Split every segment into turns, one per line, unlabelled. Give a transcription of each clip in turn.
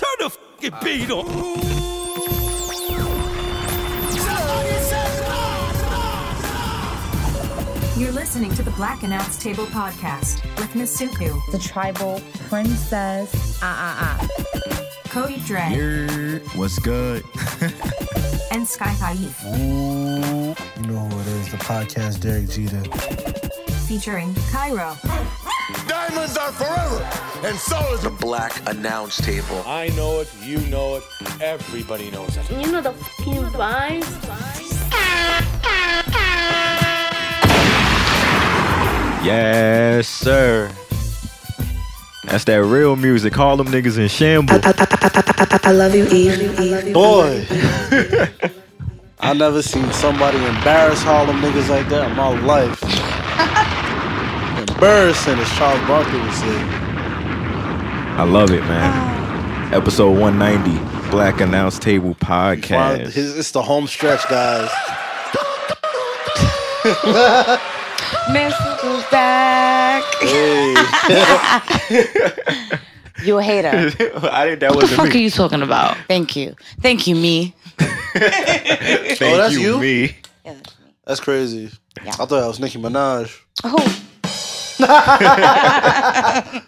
What a fucking
Ah.
beetle!
You're listening to the Black Announce Table podcast with Misuku,
the tribal princess. Ah, ah,
Cody Dre,
Here, what's good?
and Sky Kaif,
You know who it is, the podcast Derek Jeter.
featuring Cairo,
Diamonds are forever, and so is the black announce table.
I know it, you know it, everybody knows it.
You know the fucking vibes.
Yes, sir. That's that real music. Call them niggas in shambles.
I love you, E. Eve.
Boy! I never seen somebody embarrass Harlem niggas like that in my life. Embarrassing, as Charles Barkley would say.
I love it, man. Episode 190, Black Announce Table
Why-
Podcast.
his- It's the home stretch, guys.
ah. back.
Hey,
You a hater.
I didn't. That
What the
wasn't
fuck are
me.
you talking about? Thank you. Thank you, me.
Thank
that's
Oh, you,
you?
me.
Yeah, that's me.
that's crazy. I
Yeah.
thought that was Nicki Minaj.
Oh.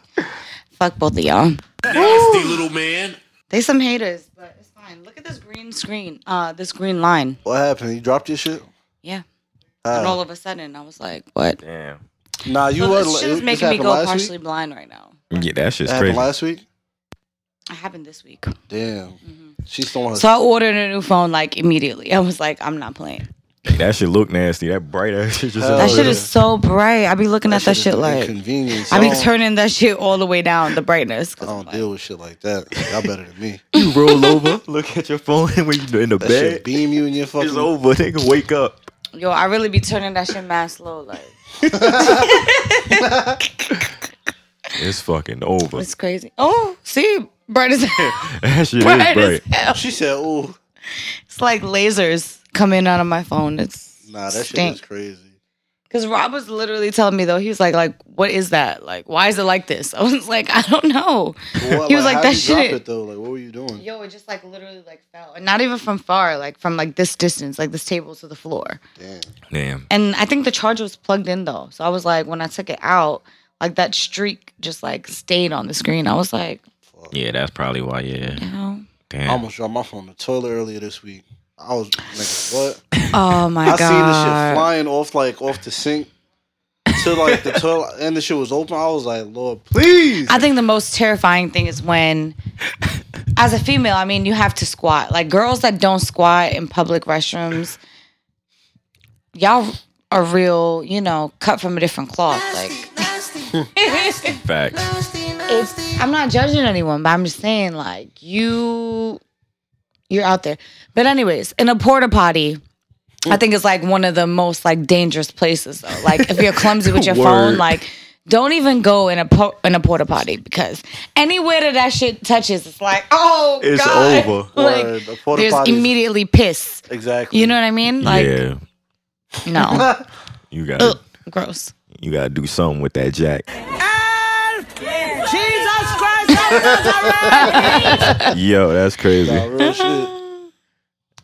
fuck both of y'all.
Nasty little man.
They some haters, but it's fine. Look at this green screen. Uh, this green line.
What happened? You dropped your shit?
Yeah. and all
Uh,
of a sudden, I was like, what?
Damn.
nah, you
so
was.
this shit's
this
making me
happened
go
last
partially
Week?
blind right now.
Yeah, that
It
shit's
happened
crazy.
last week?
It happened this week.
Damn. She's still on her
So I ordered a new phone like immediately. I was like, I'm not playing.
that shit look nasty. That bright ass shit just.
Hell
That
Oh,
shit
yeah.
is so bright. I be looking at that
is
shit
the
like
inconvenience.
I be
y'all.
turning that shit all the way down, the brightness. 'cause
I don't
I'm
deal with shit like that. Y'all better than me.
you roll over, look at your phone, and when you in the
That
bed,
shit beam you in your fucking.
it's over. Nigga, wake up.
Yo, I really be turning that shit mad slow. Like
It's fucking over.
it's crazy. Oh, see, bright as hell.
That shit is
bright
bright.
as hell.
She said, "Ooh,
It's like lasers coming out of my phone. It's
nah, that shit
Stink.
is crazy."
because Rob was literally telling me though. He was like, like, what is that? Like, why is it like this? I was like, I don't know.
What,
He was like,
how'd
"That
you drop
shit-
It, though, like, what were you doing?
Yo, it just like literally like fell, and not even from far, like from like this distance, like this table to the floor.
Damn.
Damn.
And I think the charger was plugged in though. So I was like, when I took it out, like that streak just like stayed on the screen. I was like,
Yeah, that's probably why. Yeah.
you know,
I
Damn.
almost dropped my phone in the toilet earlier this week. I was like, "What?"
oh my
I
god.
seen the shit flying off like off the sink to like the toilet, and the shit was open. I was like, "Lord, please."
I think the most terrifying thing is when, as a female, I mean, you have to squat. Like girls that don't squat in public restrooms, y'all are real, you know, cut from a different cloth. Like,
Facts.
it's, I'm not judging anyone, but I'm just saying, like, you, you're out there. But anyways, in a porta potty. I think it's like one of the most like dangerous places though. Like if you're clumsy with your phone,
Word.
like don't even go in a po- in a porta potty because anywhere that that shit touches, it's like oh
It's
God.
over.
Word.
Like
The porta
there's
potties-
immediately piss.
exactly.
You know what I mean? Like uh,
yeah.
no,
You got
Ugh,
to
gross.
you got to do something with that jack. Yo, that's crazy.
Nah, real shit.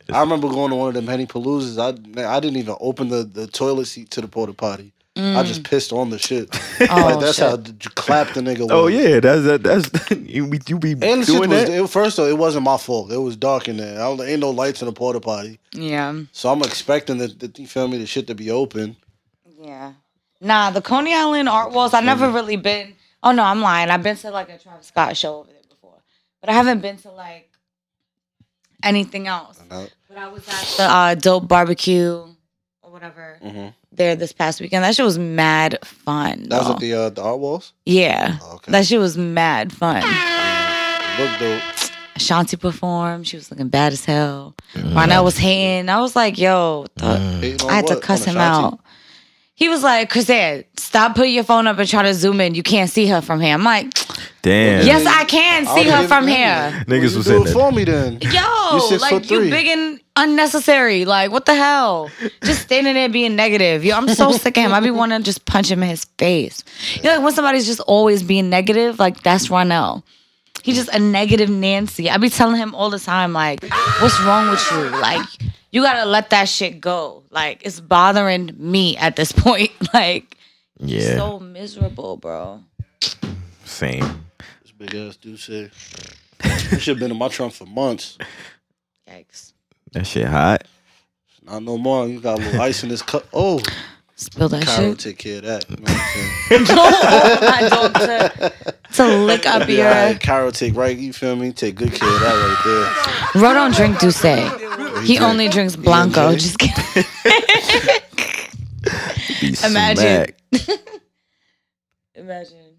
I remember going to one of them Henny Paloozas. I man, I didn't even open the, the toilet seat to the porta potty. I just pissed on the shit. like that's
Mm. Oh, shit.
how d- clap the nigga.
Oh
was.
yeah, that's that, that's you be you be
And the shit
doing
was
that.
it, first though, it wasn't my fault. It was dark in there. I don't, ain't no lights in the porta potty,
Yeah,
so I'm expecting that, that you feel me the shit to be open.
yeah. Nah, the Coney Island art walls. I've never really been. Oh no, I'm lying. I've been to like a Travis Scott show over there before, but I haven't been to like anything else.
know.
But I was at the uh, dope barbecue or whatever there this past weekend. That shit was mad fun.
Mm-hmm. That was
though.
at the uh, the art walls.
Yeah.
Okay.
That shit was mad fun.
Look dope.
Shanti performed. She was looking bad as hell. Ronell was hating. I was like, yo, the-
Uh.
Hating on
I had to
what?
cuss
On
him
Ashanti?
out. He was like, Chrisette, stop putting your phone up and try to zoom in. You can't see her from here. I'm like,
Damn.
yes, I can see her from here.
Niggas
Well, you
was
do
in
it
there.
for me then. You
Yo,
six
like
foot
you
three.
big and unnecessary. Like what the hell? Just standing there being negative. Yo, I'm so sick of him. I be wanting to just punch him in his face. You know, like when somebody's just always being negative, like that's Ronell. He just a negative Nancy. I be telling him all the time, like, what's wrong with you? Like, you gotta let that shit go. Like, it's bothering me at this point. Like,
Yeah.
so miserable, bro.
Same.
This big ass dude said. This shit been in my trunk for months.
Yikes.
That shit hot.
Not no more. You got a little ice in this cup. Oh,
Spill that
Kyra
shit.
take care of that. You know what I'm saying?
oh my daughter. To lick up your.
Yeah, right, Cairo take right. You feel me? Take good care of that right there.
Ro don't drink Douce. He only drinks Blanco.
enjoy-
Just kidding.
Be
Imagine.
smacked.
Imagine.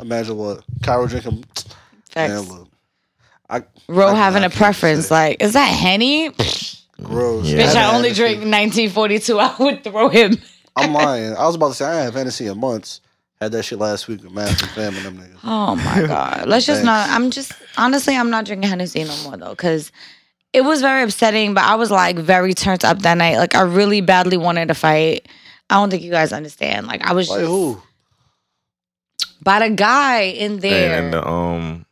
Imagine what Cairo drinking. Man,
Facts.
look, I
Ro
I-
having
I
a
can't
preference.
say.
Like, is that Henny? Bitch,
gross.
Yeah.
haven't
I
had
only
Hennessy-
drink 1942. I would throw him.
I'm lying. I was about to say I ain't have Hennessy in months. Had that shit last week with Master Fam and them niggas.
Oh my god. Let's just not. I'm just honestly, I'm not drinking Hennessy no more though, because it was very upsetting. But I was like very turned up that night. Like I really badly wanted to fight. I don't think you guys understand. Like I was
Like
just
who?
by the guy in there,
And the um.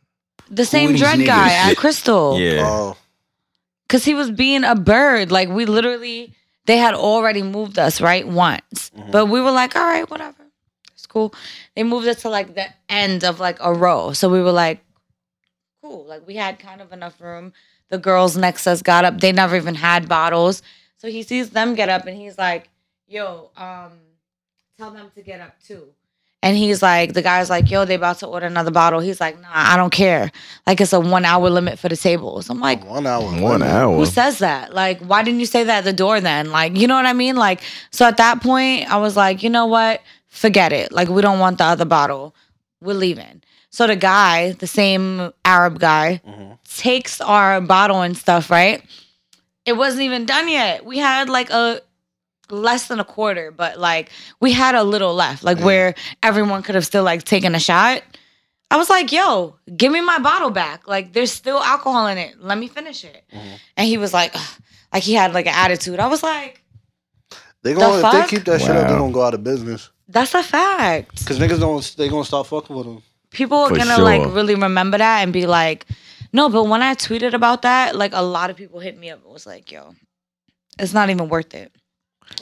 the same
these
dread
niggas?
guy at Crystal.
Yeah.
Oh,
Cause he was being a bird. Like we literally, they had already moved us right once, but we were like, all right, whatever, it's cool. They moved us to like the end of like a row, so we were like, cool. Like we had kind of enough room. The girls next to us got up. They never even had bottles, so he sees them get up and he's like, yo, um, tell them to get up too. And he's like, the guy's like, yo, they about to order another bottle. He's like, nah, I don't care. Like it's a one hour limit for the tables. I'm like.
one hour.
One hour.
Who says that? Like, why didn't you say that at the door then? Like, you know what I mean? Like, so at that point, I was like, you know what? Forget it. Like, we don't want the other bottle. We're leaving. So the guy, the same Arab guy, takes our bottle and stuff, right? It wasn't even done yet. We had like a less than a quarter, but like we had a little left, like where everyone could have still like taken a shot. I was like, yo, give me my bottle back. Like, there's still alcohol in it. Let me finish it. And he was like, ugh, like he had like an attitude. I was like,
They gonna
The
if they
fuck?
keep that shit up, they
Wow.
gonna go out of business.
that's a fact.
Cause niggas don't. They gonna stop fucking with them.
People are
For
gonna
sure.
like really remember that and be like, no, but when I tweeted about that, like a lot of people hit me up and was like, yo, it's not even worth it.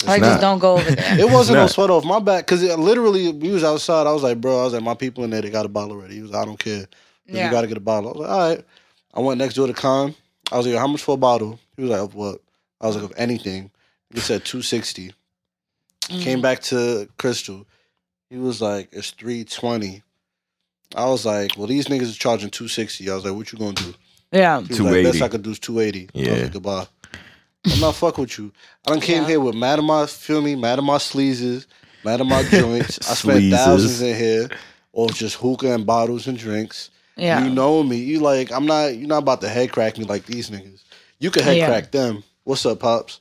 like,
not.
just don't go over there.
It wasn't no
not.
sweat off my back. Cause it, literally, we was outside. I was like, bro. I was like, my people in there. They got a bottle already. He was, I don't care.
Yeah.
You gotta get a bottle. I was like, all right. I went next door to Con. I was like, how much for a bottle? He was like, of what? I was like, of anything. He said two sixty.
Mm.
Came back to Crystal. He was like, it's three twenty. I was like, well, these niggas are charging two sixty. I was like, what you gonna do?
yeah.
He was like, best
280.
I could do is two eighty. I was
Yeah.
like, goodbye. I'm not fuck with you. I done came
Yeah.
here with mad at my feel me, mad at my sleezes, mad at my joints. I spent
Sleezes.
thousands in here or just hookah and bottles and drinks.
Yeah.
You know me. You like I'm not you're not about to head crack me like these niggas. You can head
Yeah.
crack them. What's up, Pops?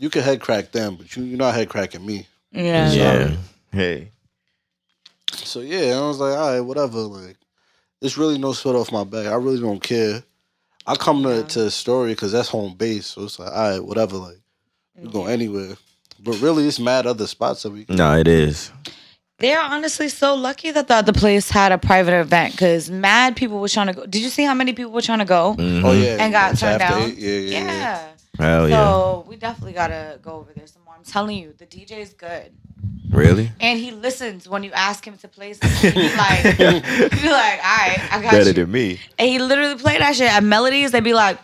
You can head crack them, but you, you're not head cracking me.
yeah.
Yeah. Hey.
So yeah, I was like, all right, whatever. Like, it's really no sweat off my back. I really don't care. I come to to the story because that's home base. So it's like, all right, whatever. Like, you go anywhere. But really, it's mad other spots that we. Can.
No, it is.
They're honestly so lucky that the other place had a private event because mad people were trying to go. Did you see how many people were trying to go?
Oh
Mm-hmm.
yeah,
And got
it's
turned
after
down?
eight. Yeah, yeah, yeah.
Yeah.
Hell yeah.
So we definitely gotta go over there some more. I'm telling you, the DJ is good,
Really?
and he listens when you ask him to play something. He's like, he be like, all right, I got
Better
you.
than me.
and he literally played that shit at Melodies. They'd be like,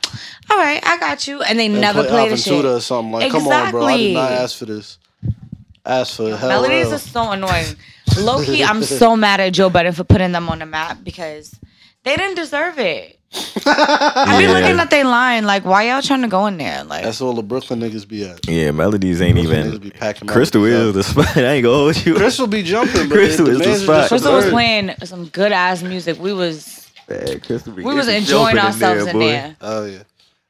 all right, I got you, and they
And
never play the
Aventura or
shit.
something like, come on, bro. I did not
Exactly.
ask for this. Ask for hell.
Melodies
Real.
are so annoying. Low key, I'm so mad at Joe Budden for putting them on the map because they didn't deserve it. I be
Yeah.
looking at they line like, why y'all trying to go in there? Like,
That's all the Brooklyn niggas be at.
Yeah, melodies ain't
Brooklyn niggas be
even.
packing.
Crystal
Melodies
is
up.
the spot. I ain't gonna hold you.
Crystal be jumping. But
Crystal
the
is the
man's
spot.
just
Crystal was
absurd.
playing some good ass music. We was
Yeah, Crystal be
we was
getting
enjoying
jumping
ourselves in
boy.
there.
Oh yeah,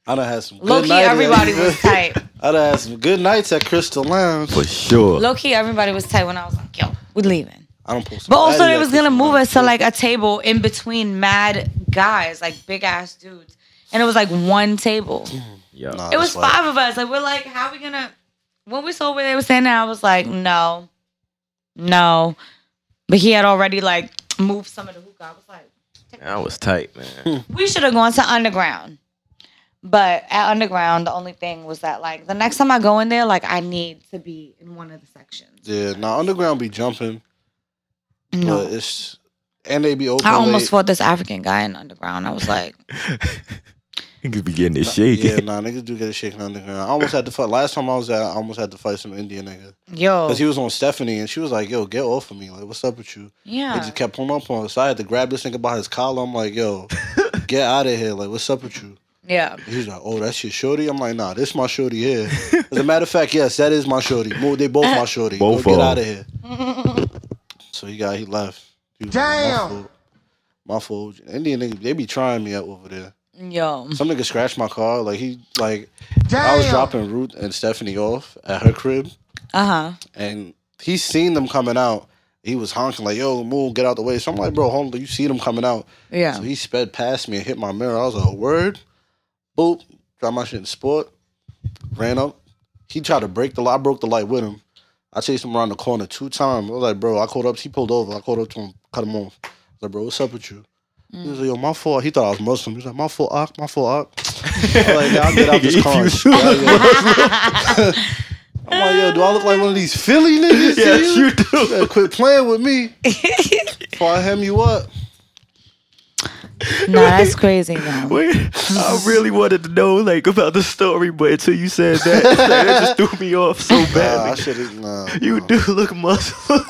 I done had some. good
Low key,
nights at-
everybody was tight.
I done had some good nights at Crystal Lounge.
For sure.
Low key, everybody was tight when I was like, yo, we leaving.
I don't post.
But also, they was gonna move us to like a table in between mad guys, like big ass dudes, and it was like one table.
Yeah.
It was five of us. Like we're like, how we gonna? When we saw where they were standing, I was like, no, no. But he had already like moved some of the hookah. I was like, take
I was tight,
Hmm.
man.
We should have gone to Underground. But at Underground, the only thing was that like the next time I go in there, like I need to be in one of the sections.
Yeah, now underground be jumping,
No.
but it's and they be open.
I
late.
almost fought this African guy in Underground. I was like,
Niggas be getting this shaking.
Yeah, nah, niggas do get a shaking underground. I almost had to fight last time I was at. I almost had to fight some Indian nigga
yo,
because he was on Stephanie and she was like, "Yo, get off of me! Like, what's up with you?" They
yeah.
just kept pulling up on us. I had to grab this nigga by his collar. I'm like, "Yo, get out of here! Like, what's up with you?"
Yeah.
He's like, "Oh, that's your shorty." I'm like, "Nah, this my shorty here." As a matter of fact, yes, that is my shorty. Mo- They both my shorty. Go
Both
get
of 'em.
out of here. so he got he left. He was like,
Damn.
My fault. My fault. Indian nigga, they be trying me up over there.
Yo.
Some nigga scratched my car. Like he like I was dropping Ruth and Stephanie off at her crib,
Uh huh.
and he seen them coming out. He was honking like, "Yo, move, get out the way." So I'm like, "Bro, hold on, you see them coming out."
Yeah.
So he sped past me and hit my mirror. I was like, "Word!" Boop, dropped my shit in sport. Ran up. He tried to break the light. I broke the light with him. I chased him around the corner two times. I was like, "Bro," I called up. He pulled over. I called up to him, cut him off. I was like, "Bro, what's up with you?" He was like, "Yo, my fault." He thought I was Muslim. He was like, "My fault, Ak, my fault, Ak." I'm like, "Yeah, I'll get out this car." and shit." Yeah, yeah. I'm like, "Yo, do I look like one of these Philly niggas?" to
Yes,
you
you do.
Yeah, quit playing with me. Before I hem you up.
No, that's crazy. Yo.
Wait, I really wanted to know like about the story, but until you said that, that just threw me off so
Nah, I
bad.
should have. Nah,
you
nah.
do look Muslim.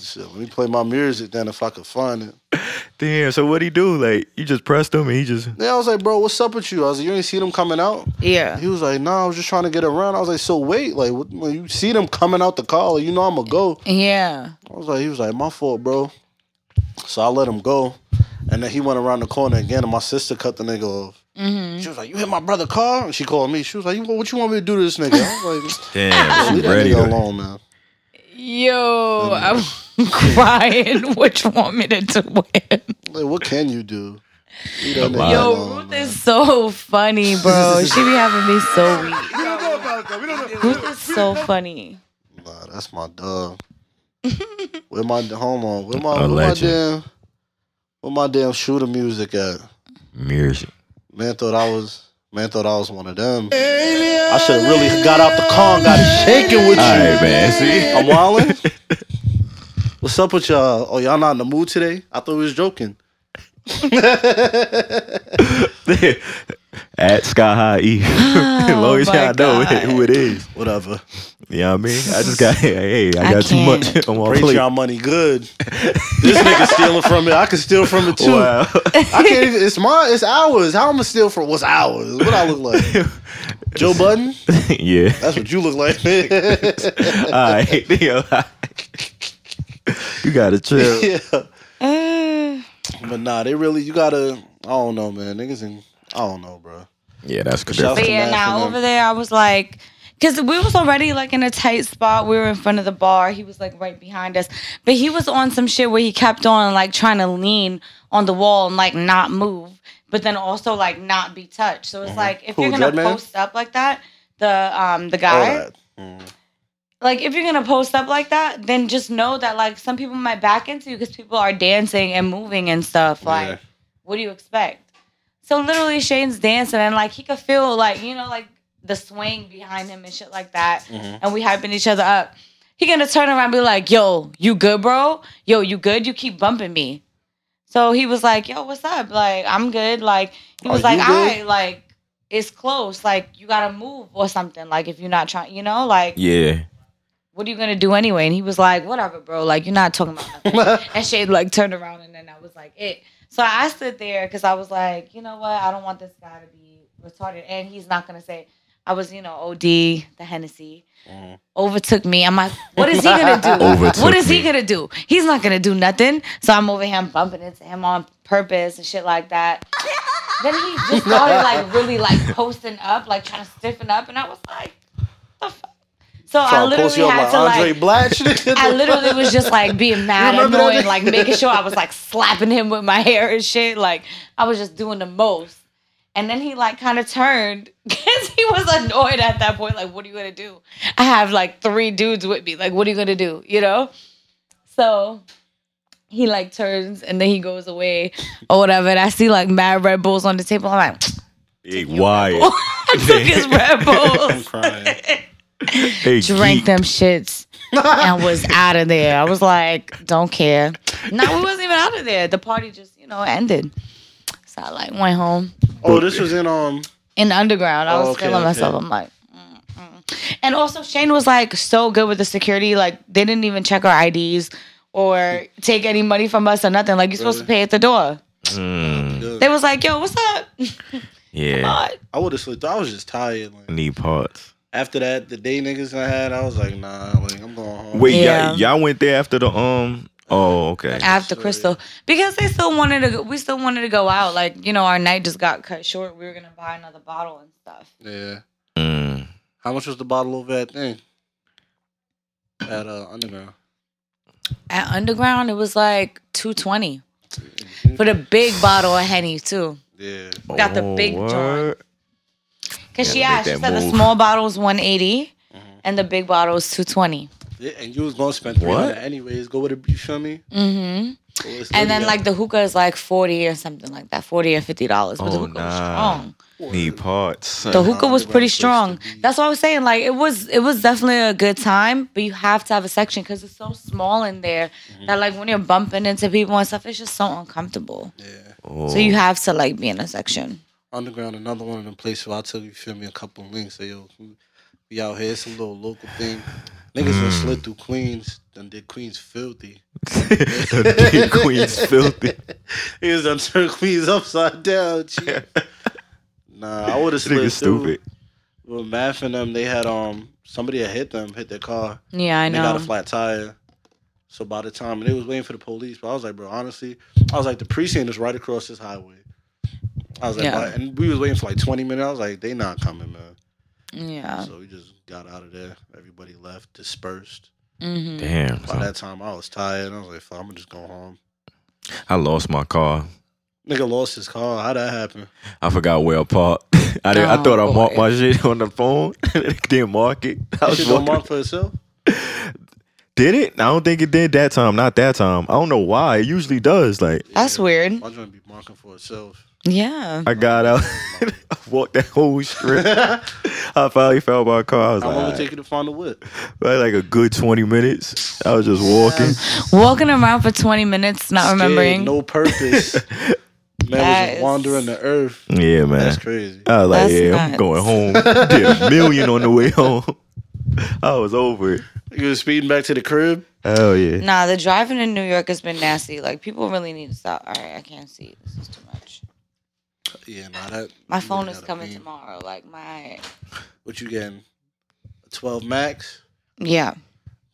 Shit, let me play my music then if I could find it.
Damn. So what would he do? Like you just pressed him, and he just
Then I was like, bro, what's up with you? I was like, you ain't see them coming out?
Yeah.
He was like, nah, I was just trying to get around. I was like, so wait, like what, when you see them coming out the car, like, you know I'ma go.
Yeah.
I was like, he was like, my fault, bro. So I let him go, and then he went around the corner again, and my sister cut the nigga off. She was like, you hit my brother car, and she called me. She was like, you, what you want me to do to this nigga? I was like,
damn.
leave that nigga alone, man.
Yo, I'm crying. What you want me to do with him?
Like, what can you do? Leave that nigga
Yo,
alone,
Ruth
man.
is so funny, bro. she be having me so weak. We don't know about that. We don't know. Ruth is so funny.
Nah, that's my dog. where my hold on? Where my
A
where my
legend.
damn where my damn shooter music at?
Music.
Man thought I was man thought I was one of them. I should have really got out the car and got it shaking with you.
All right, man. See.
I'm wilding. What's up with y'all? Oh, y'all not in the mood today? I thought we was joking.
At Sky High E. as long as
Oh, my
y'all know
God.
who it is.
Whatever.
You know what I mean? I just got, hey, I
I
got too
can't.
much on my
Rate
plate.
y'all money good. this nigga stealing from it. I can steal from it too.
Wow.
I can't even. It's mine. It's ours. How I'm gonna steal from what's ours? What I look like? Joe Budden.
yeah.
That's what you look like. yeah.
All right. Yo, you got to chill.
But nah, they really. You gotta. I don't know, man. Niggas in. I don't know, bro.
Yeah, that's good.
Shout out
But
to
yeah,
Matt for
now
them.
over there, I was like, because we was already like in a tight spot. We were in front of the bar. He was like right behind us, but he was on some shit where he kept on like trying to lean on the wall and like not move, but then also like not be touched. So it's like if
Who,
you're gonna
Dreadman?
post up like that, the um the
All
guy.
that. Mm.
like if you're gonna post up like that, then just know that like some people might back into you because people are dancing and moving and stuff. Like,
Yeah.
what do you expect? So literally, Shane's dancing and like he could feel like you know like the swing behind him and shit like that,
Mm-hmm.
and we hyping each other up. He gonna turn around and be like, "Yo, you good, bro? Yo, you good? You keep bumping me." So he was like, "Yo, what's up? Like, I'm good." Like he
Are
was
Oh, you
like,
good?
"I like." It's close. Like you gotta move or something. Like if you're not trying, you know, like
Yeah.
what are you gonna do anyway? And he was like, whatever, bro. Like you're not talking about nothing. and Shade like turned around, and then I was like, it. So I stood there because I was like, you know what? I don't want this guy to be retarded, and he's not gonna say I was, you know, OD the Hennessy. Overtook me. I'm like, what is he gonna do?
Overtook
what is he
me.
gonna do? He's not gonna do nothing. So I'm over here, I'm bumping into him on purpose and shit like that. then he just started like really like posting up, like trying to stiffen up, and I was like, the fuck. So I
Trying to post you
literally
up
had
like
to like
Andre Blatch. nigga.
I literally was just like being mad,
You remember that
annoyed,
day?
like making sure I was like slapping him with my hair and shit. Like I was just doing the most. And then he like kind of turned because he was annoyed at that point. Like, what are you gonna do? I have like three dudes with me. Like, what are you gonna do? You know? So he like turns and then he goes away or whatever. And I see like mad Red Bulls on the table. I'm like,
Big wire.
I took his Red Bulls,
Crying.
Big
drank
geek.
them shits, and was out of there. I was like, don't care. No, we wasn't even out of there. The party just, you know, ended. So I like went home.
Oh, this was in um.
in the underground. I
Oh,
was
okay,
feeling myself.
okay.
I'm like, mm, mm. and also Shane was like so good with the security. Like they didn't even check our IDs or take any money from us or nothing. Like you're supposed to pay at the door.
Mm.
They was like, yo, what's up?
Yeah.
I would have slipped. I was just tired. Like,
Knee parts.
after that, the day niggas I had, I was like, nah, like I'm going home.
Wait,
Yeah.
y'all, y'all went there after the um. Oh, okay.
After Crystal, because they still wanted to, go, we still wanted to go out. Like you know, our night just got cut short. We were gonna buy another bottle and stuff.
Yeah.
Mm.
How much was the bottle over at thing? At uh, Underground.
At Underground, it was like two twenty for the big bottle of Henny too.
Yeah.
Got the big
Mm.
word.
joint. Cause she
Gotta make
asked, she
that
said the
move. Mm-hmm.
small bottle is 180 and the big bottle is 220.
Yeah, And you was gonna spend three
What?
hundred anyways. Go with it. You feel me?
Mm-hmm.
Go with
And then
$30.
like the hookah is like 40 or something like that, 40 or 50 dollars. But the
Oh,
hookah was
nah.
strong.
Knee parts.
The hookah was
underground
pretty
place to
strong.
be.
That's what I was saying. Like it was, it was definitely a good time. But you have to have a section because it's so small in there
Mm-hmm.
that like when you're bumping into people and stuff, it's just so uncomfortable.
yeah.
Oh.
So
Oh.
you have to like be in a section.
Underground, another one of them places where I took you feel me a couple of links. Say yo, we out here, some little local thing. Niggas done
Mm.
slid through Queens, done did Queens filthy.
the big queen's filthy.
Niggas done turned Queens upside down. G. nah, I would have slid
Nigga
through.
stupid.
With Math and them, they had um somebody had hit them, hit their car.
Yeah, I
and they got a
know.
flat tire. So by the time and they was waiting for the police, but I was like, bro, honestly, I was like, the precinct is right across this highway. I was like,
Yeah.
why- and we was waiting for like twenty minutes. I was like, they not coming, man.
Yeah.
So we just got out of there. Everybody left, dispersed.
Mm-hmm.
Damn.
By
son.
that time, I was tired. I was like, fuck, I'm gonna just go home.
I lost my car.
Nigga lost his car. How that happen?
I forgot where I parked. I, did, I
Oh,
thought I marked
boy.
my shit on the phone. didn't mark it. I
That
was
shit don't
walking.
mark for itself.
did it? I don't think it did that time. Not that time. I don't know why. It usually does. Like
That's weird.
My joint be marking for itself.
Yeah.
I got out, I walked that whole strip. I finally found my car. I was
How
like, "All
long would it
right."
take you to find a whip?
Probably like a good twenty minutes. I was just walking.
Walking around for 20 minutes, not remembering.
Scared, no purpose. Man
That
was
is-
just wandering the earth.
Yeah, man.
That's crazy.
I was like,
That's
yeah, I'm
nuts.
going home. Did a million on the way home. I was over it.
You was speeding back to the crib.
Hell yeah.
Nah, the driving in New York has been nasty. Like people really need to stop. All right, I can't see. This is too much.
Yeah, nah, that.
My
you
phone
really
is
gotta
coming
be-
tomorrow. Like my
What you getting? A 12 max?
yeah.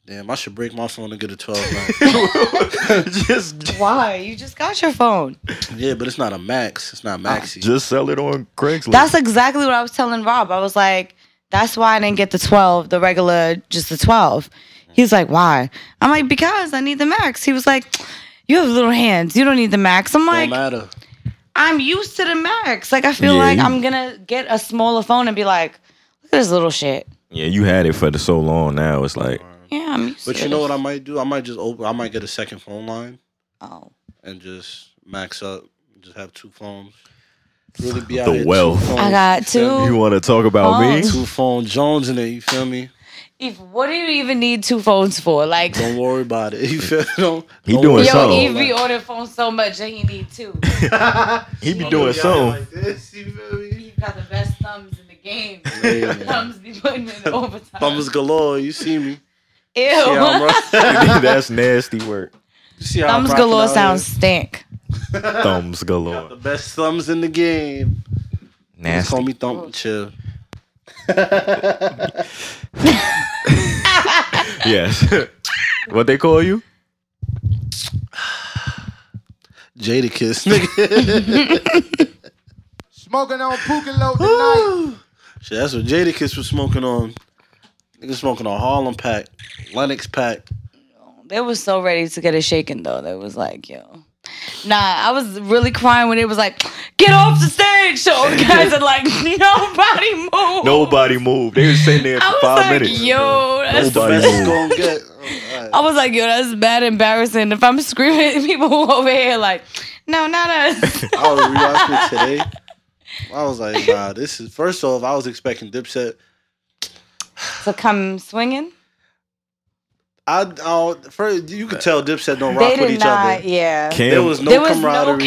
Damn, I should break my phone and get a 12 max.
just
Why? You just got your phone.
yeah, but it's not a max. It's not maxi.
just sell it on Craigslist.
That's exactly what I was telling Rob. I was like, that's why I didn't get the twelve, the regular, just the twelve. He's like, why? I'm like, because I need the max. He was like, you have little hands. You don't need the max. I'm
don't
like,
matter.
I'm used to the max. Like I feel
Yeah,
like
you-
I'm gonna get a smaller phone and be like, look at this little shit.
yeah, you had it for the so long now. It's like
Yeah, I'm used
But
to
you
it.
know what I might do? I might just open, I might get a second phone line
Oh.
and just max up. Just have two phones. Really be out
The
here, two
wealth.
phones,
I got
you feel me?
two.
you want to talk about me?
Two phone Jones in it, you feel me?
If what do you even need two phones for? Like
Don't worry about it. You feel me? Don't,
He
don't
doing
worry
Yo,
about
yo,
something.
it.
Eve be ordering phones so much that he need two.
He be doing
Y'all here
something.
like this, you feel me?
He got the best thumbs in the game.
Yeah, man.
thumbs be putting in overtime.
Thumbs galore, you see me.
Ew.
Yeah, I'm right.
That's nasty work.
You see how I'm
thumbs
rocking
galore
out here?
sounds stink.
Thumbs
The
galore.
best thumbs in the game. Just call
Nasty.
me Thump and Chill.
Yes. what they call you?
Jada Kiss, nigga.
Smoking on Pukalo tonight.
Shit, that's what Jada Kiss was smoking on. Nigga smoking on Harlem Pack, Lennox Pack.
They was so ready to get it shaken though. They was like, yo. Nah, I was really crying when it was like, get off the stage. So all the guys are like, nobody move.
Nobody moved. They was sitting there
Oh. I
for
was
five
like,
minutes.
yo, that's
That's the
Nobody
best it's
moved.
gonna get. Oh, all right.
I was like, yo, that's bad embarrassing. If I'm screaming at people over here, like, no, not us.
uh, I was rewatching it today. I was like, nah, this is first off, I was expecting Dipset.
so come swinging.
I, I first you could tell Dipset don't rock
They
with
did
each
not.
other.
Yeah.
Cam,
There was no
there was no
camaraderie.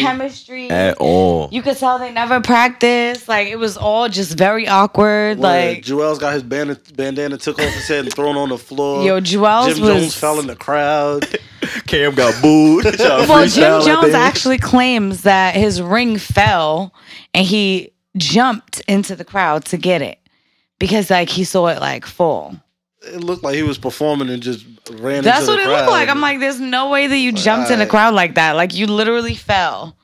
chemistry.
at all.
you could tell they never practiced. Like it was all just very awkward.
Where
like
Joel's got his bandana, bandana took off his head and thrown on the floor.
yo, Joel's
Jim
was.
Jones fell in the crowd.
Cam got booed. Y'all
well,
freestyle
Jim
out
Jones
there.
actually claims that his ring fell and he jumped into the crowd to get it because like he saw it like fall.
It looked like he was performing and just ran.
That's
into
what
the
it
crowd.
looked like. I'm like, there's no way that you jumped in a
alright.
crowd like that. Like you literally fell.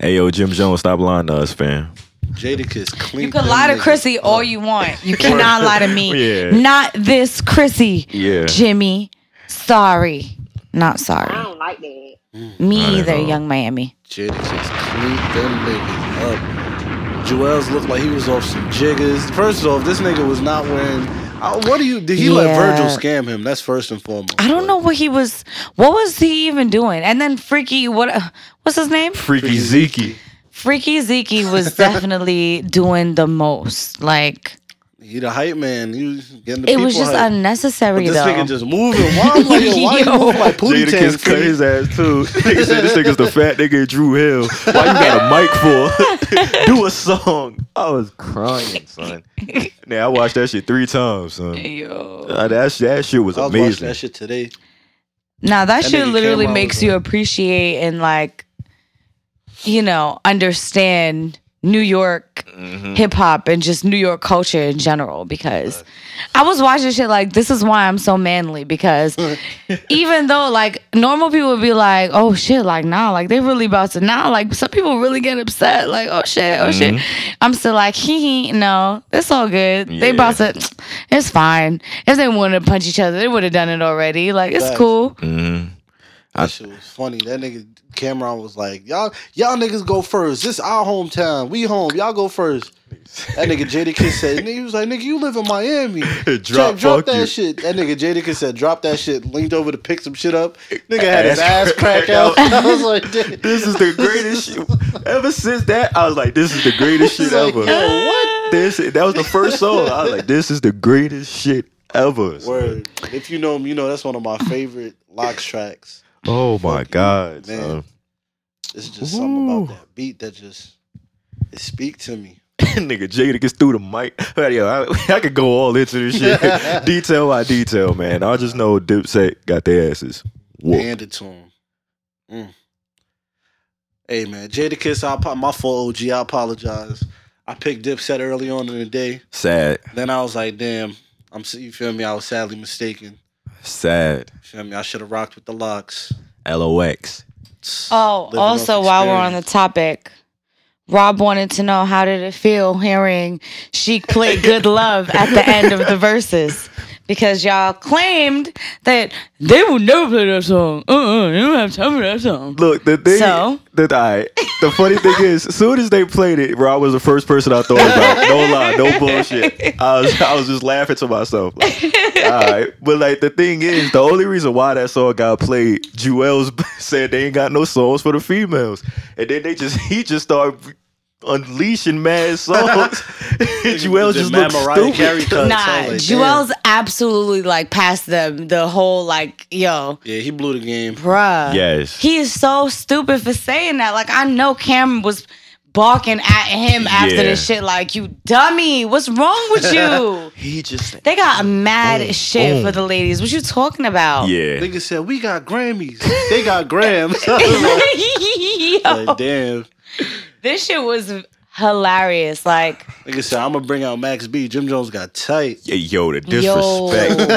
Hey yo, Jim Jones, stop lying to us, fam.
Jadakiss clean.
You could lie to Chrissy all you want. You cannot lie to me.
Yeah.
Not this Chrissy.
Yeah.
Jimmy. Sorry. Not
I
sorry.
don't like that.
Me
I
either,
know.
young Miami.
Jadakiss clean them niggas up. Joel's looked like he was off some jiggers. First off, this nigga was not wearing. I- what do you? Did he let
Yeah.
Virgil scam him? That's first and foremost.
I don't know what he was what was he even doing? And then Freaky what what's his name?
Freaky Zeke.
Freaky Zeke was definitely doing the most. Like
He the hype man. He was getting the
it
people
was just
hype.
unnecessary
But this
though.
nigga just moving. Why am I like, yo, why you
Yo.
moving like
Jada
pootie
Kiss cut his ass too. Nigga said this nigga's the fat nigga in Drew Hill. Why you got a mic for? Do a song. I was crying, son. Now I watched that shit three times, son.
Yo.
Uh, that, sh- that shit was
I was watching
amazing.
that shit today.
Now that,
That
shit
nigga
literally
Cameron
makes
was
you
a-
appreciate and like, you know, understand New York
Mm-hmm.
hip hop and just New York culture in general. Because I was watching shit like this is why I'm so manly because even though like normal people would be like, oh shit, like nah, like they really about to now, like some people really get upset, like oh shit, oh
Mm-hmm.
shit. I'm still like hee hee, no, it's all good. They
Yeah.
about to, it's fine. If they wanted to punch each other, they would have done it already. Like it's
Facts.
cool.
That shit was funny. That nigga Cameron was like, y'all, y'all niggas go first. This our hometown. We home. Y'all go first. That nigga Jadakiss said, nigga, he was like, nigga, you live in Miami.
Drop,
Jack,
fuck
that
you.
shit. That nigga Jadakiss said, drop that shit. Leaned over to pick some shit up. Nigga had his
Ass
ass crack
crack
out. I was like, "Damn."
This is the greatest shit. Ever since that, I was like, this is the greatest shit
like,
ever.
yo,
what? This that was the first song. I was like, this is the greatest shit ever. son.
Word. If you know him, you know that's one of my favorite locks tracks.
Oh my god,
man.
son.
It's just something
Ooh.
about that beat that just it speak to me.
nigga Jada gets through the mic. Yo, I, I could go all into this shit, detail by detail, man. I just know Dipset got their asses. Whoa.
Hand it to him. Mm. Hey man, Jada Kiss, I apo- my fault, OG. I apologize. I picked Dipset early on in the day.
Sad,
Then I was like, damn, I'm s- you feel me? I was sadly mistaken.
sad.
Feel me? I should have rocked with the locks.
LOX.
Oh,
Living off
also while we're on the
experience.
topic, Rob wanted to know how did it feel hearing Sheik play "Good Love" at the end of the verses because y'all claimed that they would never play that song. Uh-uh, they don't have time for that song.
Look, the thing.
So?
that I. The funny thing is, as soon as they played it, Rob was the first person I thought about. No lie, no bullshit. I was, I was just laughing to myself. Like, all right, but like the thing is, the only reason why that song got played, Jewels said they ain't got no songs for the females, and then they just he just started unleashing mad songs. Jewels just
Mad
looked
Mariah
stupid.
Carey cuts. I
Nah,
was like, damn.
Joel's absolutely like past them the whole like yo.
Yeah, he blew the game.
Bruh.
Yes.
He is so stupid for saying that. Like I know Cameron was barking at him after
Yeah.
this shit. Like you dummy, what's wrong with you?
He just
they got mad as shit
boom.
for the ladies. What you talking about?
yeah.
Nigga said, we got Grammys. they got Grams.
Yo,
like, damn.
this shit was hilarious. Like
Nigga said, I'm gonna bring out Max B. Jim Jones got tight.
Yeah, yo, the
yo,
disrespect.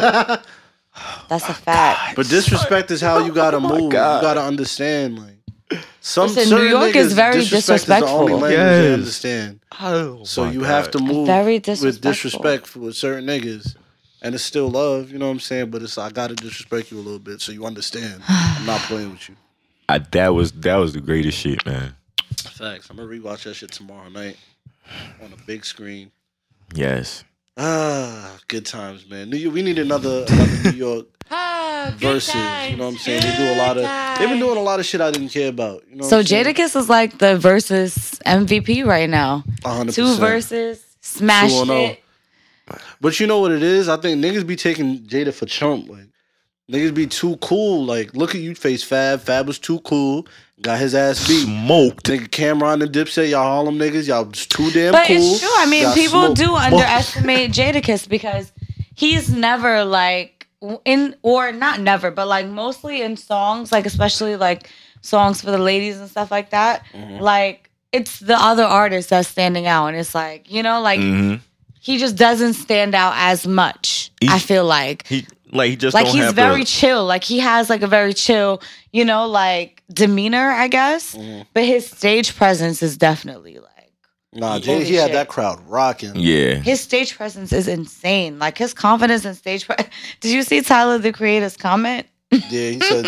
that's a fact.
But disrespect is how you gotta move. You
Oh God.
gotta understand. Like some
Listen,
certain
New York
niggas,
is very
disrespect Is the only
disrespectful.
language
Yes.
they understand.
Oh
So
my
you
God.
have to move
Very
with
disrespectful.
disrespect for with certain niggas. And it's still love, you know what I'm saying? But it's I gotta disrespect you a little bit so you understand. I'm not playing with you.
I, that was that was the greatest shit, man.
Facts. I'm gonna rewatch that shit tomorrow night on a big screen.
Yes.
Ah, good times, man. New York, we need another another New York
Good
verses. You know what I'm saying? They do a lot of. They've been doing a lot of shit I didn't care about. You know.
So Jadakiss is like the versus MVP right now.
100
Two verses, smash
Two on
oh.
it.
But you know what it is? I think niggas be taking Jada for chump. Like niggas be too cool. Like look at you face Fab. Fab was too cool. Got his ass beat.
Smoked.
Nigga Cameron and Dipset, y'all Harlem niggas, y'all just too damn
But
cool.
it's true. I mean,
Got
people
smoked.
do underestimate Jadakiss because he's never like w- in or not never, but like mostly in songs, like especially like songs for the ladies and stuff like that.
Mm-hmm.
Like it's the other artist that's standing out, and it's like you know, like
Mm. Mm-hmm.
he just doesn't stand out as much. I feel like
He like he just
like
don't
he's
have
very
the,
chill. Like he has like a very chill, you know, like demeanor, I guess.
Mm-hmm.
But his stage presence is definitely like
Nah, Jada,
Holy
he had
shit.
that crowd rocking.
yeah.
his stage presence is insane. Like his confidence in stage. Pre- Did you see Tyler the Creator's comment?
Yeah, he said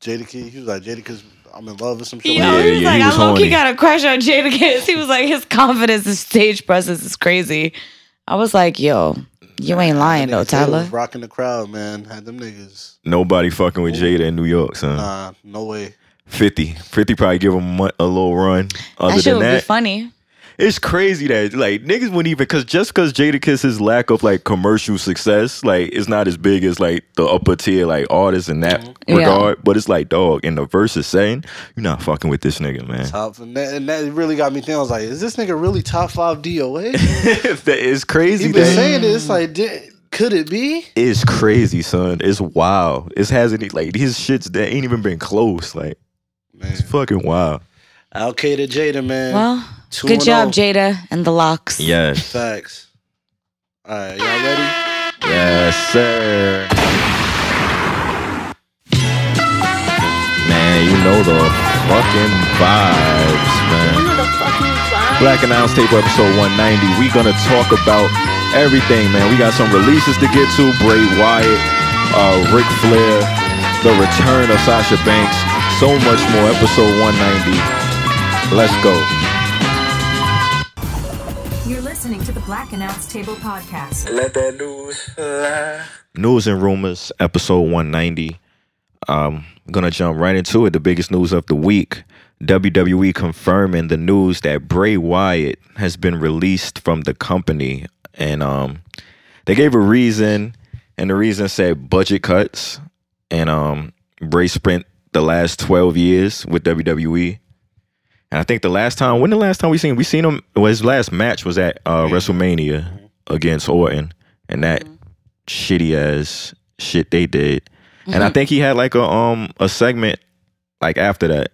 Jada Kid. He was like Jada because I'm in love with some
Yo,
shit.
he
like that.
Yeah,
was
yeah,
like,
he was
I low
horny.
key got a crush on Jadakiss. He was like, his confidence in stage presence is crazy. I was like, yo, you ain't lying though,
Nigga Taylor
Tyler.
was rocking the crowd, man. Had them niggas.
Nobody fucking with Jada in New York, son.
Nah, no way.
50. 50 probably give him a, a little run. Other
That shit
than
would be
that,
funny.
it's crazy that like niggas wouldn't even because just because Jadakiss's lack of like commercial success, like it's not as big as like the upper tier like artists in that
Yeah.
regard. But it's like dog in the verse is saying you're not fucking with this nigga, man.
Top and that, and that really got me thinking. I was like, is this nigga really top five DOA?
that is crazy.
He been
That
saying this like, did, could it be?
is crazy, son. It's wild. It hasn't e, like his shits that ain't even been close. Like
Man,
it's fucking wild.
okay to Jada, man.
Well,
Two
good
and
job,
oh.
Jada and the locks.
Yes,
Facts. All right, y'all ready?
yes, sir. Man, you know the fucking vibes, man. Black Announce Tape episode 190. We gonna talk about everything, man. We got some releases to get to. Bray Wyatt, uh, Ric Flair, the return of Sasha Banks, so much more. Episode 190. Let's go.
You're listening to the Black Announce Table Podcast.
Let that news lie.
News and rumors, episode 190. Um, gonna jump right into it. The biggest news of the week. WWE confirming the news that Bray Wyatt has been released from the company. And um they gave a reason, and the reason said budget cuts. And um Bray spent the last 12 years with WWE. And I think the last time, when the last time we seen we seen him well, his last match was at uh, WrestleMania against Orton. And that shitty ass shit they did. And I think he had like a um a segment like after that,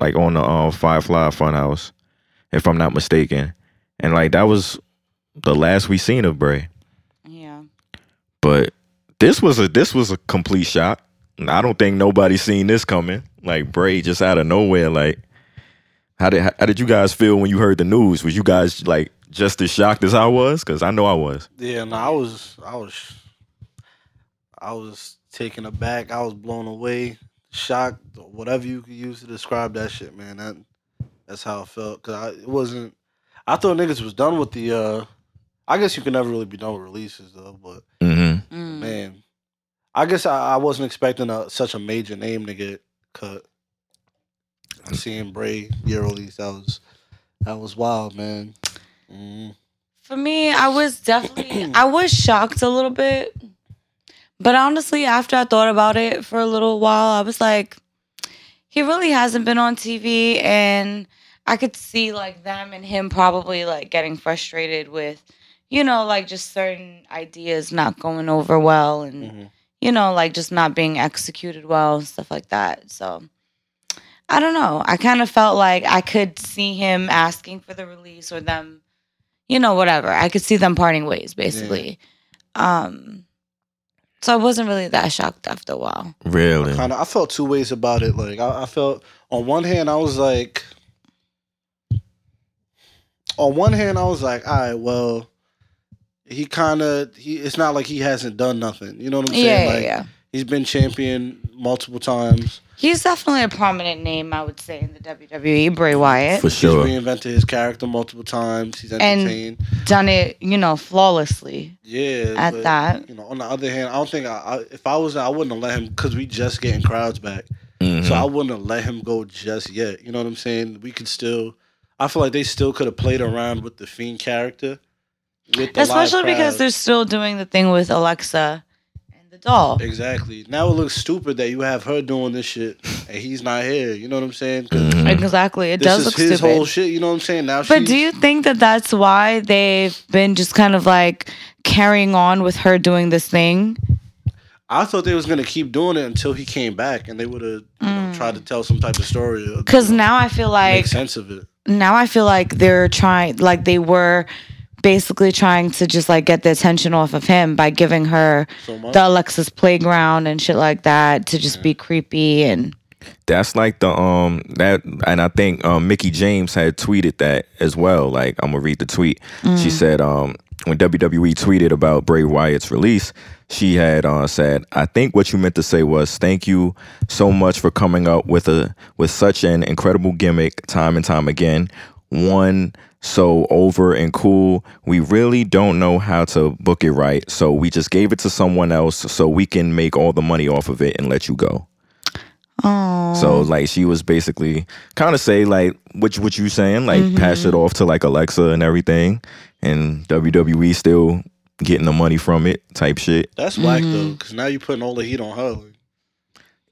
like on the um Firefly Funhouse, if I'm not mistaken. And like that was the last we seen of Bray.
Yeah.
But this was a this was a complete shock. And I don't think nobody seen this coming. Like Bray just out of nowhere. Like how did how did you guys feel when you heard the news? Was you guys like just as shocked as I was? Cause I know I was.
Yeah, no, I was, I was, I was taken aback. I was blown away, shocked, whatever you could use to describe that shit, man. That that's how it felt. Cause I it wasn't. I thought niggas was done with the. uh I guess you can never really be done with releases though, but
Mm-hmm.
Mm.
man, I guess I, I wasn't expecting a, such a major name to get cut. Seeing Bray year release, that was that was wild, man. Mm.
For me, I was definitely I was shocked a little bit. But honestly, after I thought about it for a little while, I was like, he really hasn't been on TV and I could see like them and him probably like getting frustrated with, you know, like just certain ideas not going over well and you know, like just not being executed well, stuff like that. So I don't know. I kind of felt like I could see him asking for the release or them, you know, whatever. I could see them parting ways basically. Um so I wasn't really that shocked after a while.
Really?
kind of i felt two ways about it like I, I felt on one hand i was like on one hand i was like all right well he kind of he it's not like he hasn't done nothing you know what i'm saying
Yeah, yeah,
like
yeah.
he's been champion multiple times
He's definitely a prominent name, I would say, in the WWE. Bray Wyatt
for sure.
He's reinvented his character multiple times. He's entertained.
done it, you know, flawlessly.
yeah.
at
but,
that.
You know, on the other hand, I don't think I, I if I was I wouldn't have let him because we just getting crowds back. So I wouldn't have let him go just yet. You know what I'm saying? We could still. I feel like they still could have played around with the fiend character. With the live
Especially because
crowd.
they're still doing the thing with Alexa and the doll.
Exactly. Now it looks stupid that you have her doing this shit and he's not here. You know what I'm saying? 'Cause
Mm-hmm. Exactly. It
This
does
is
look
his
stupid.
whole shit. You know what I'm saying? Now,
But
she's-
do you think that that's why they've been just kind of like carrying on with her doing this thing?
I thought they was gonna keep doing it until he came back, and they would have you know, tried to tell some type of story. or, you
Because
know,
now Mm. I feel
make
like
sense of it.
now I feel like they're trying, like they were basically trying to just like get the attention off of him by giving her
So much.
the Alexa's playground and shit like that to just be creepy and
That's like the um that and I think um Mickey James had tweeted that as well. Like I'm gonna read the tweet. She said um when WWE tweeted about Bray Wyatt's release, she had uh, said, "I think what you meant to say was thank you so much for coming up with a with such an incredible gimmick time and time again. One so over and cool. We really don't know how to book it right, so we just gave it to someone else so we can make all the money off of it and let you go."
Oh.
So like she was basically kind of say like what you- what you saying like
Mm-hmm.
pass it off to like Alexa and everything, and WWE still getting the money from it type shit.
That's whack though, because now you're putting all the heat on her. Like,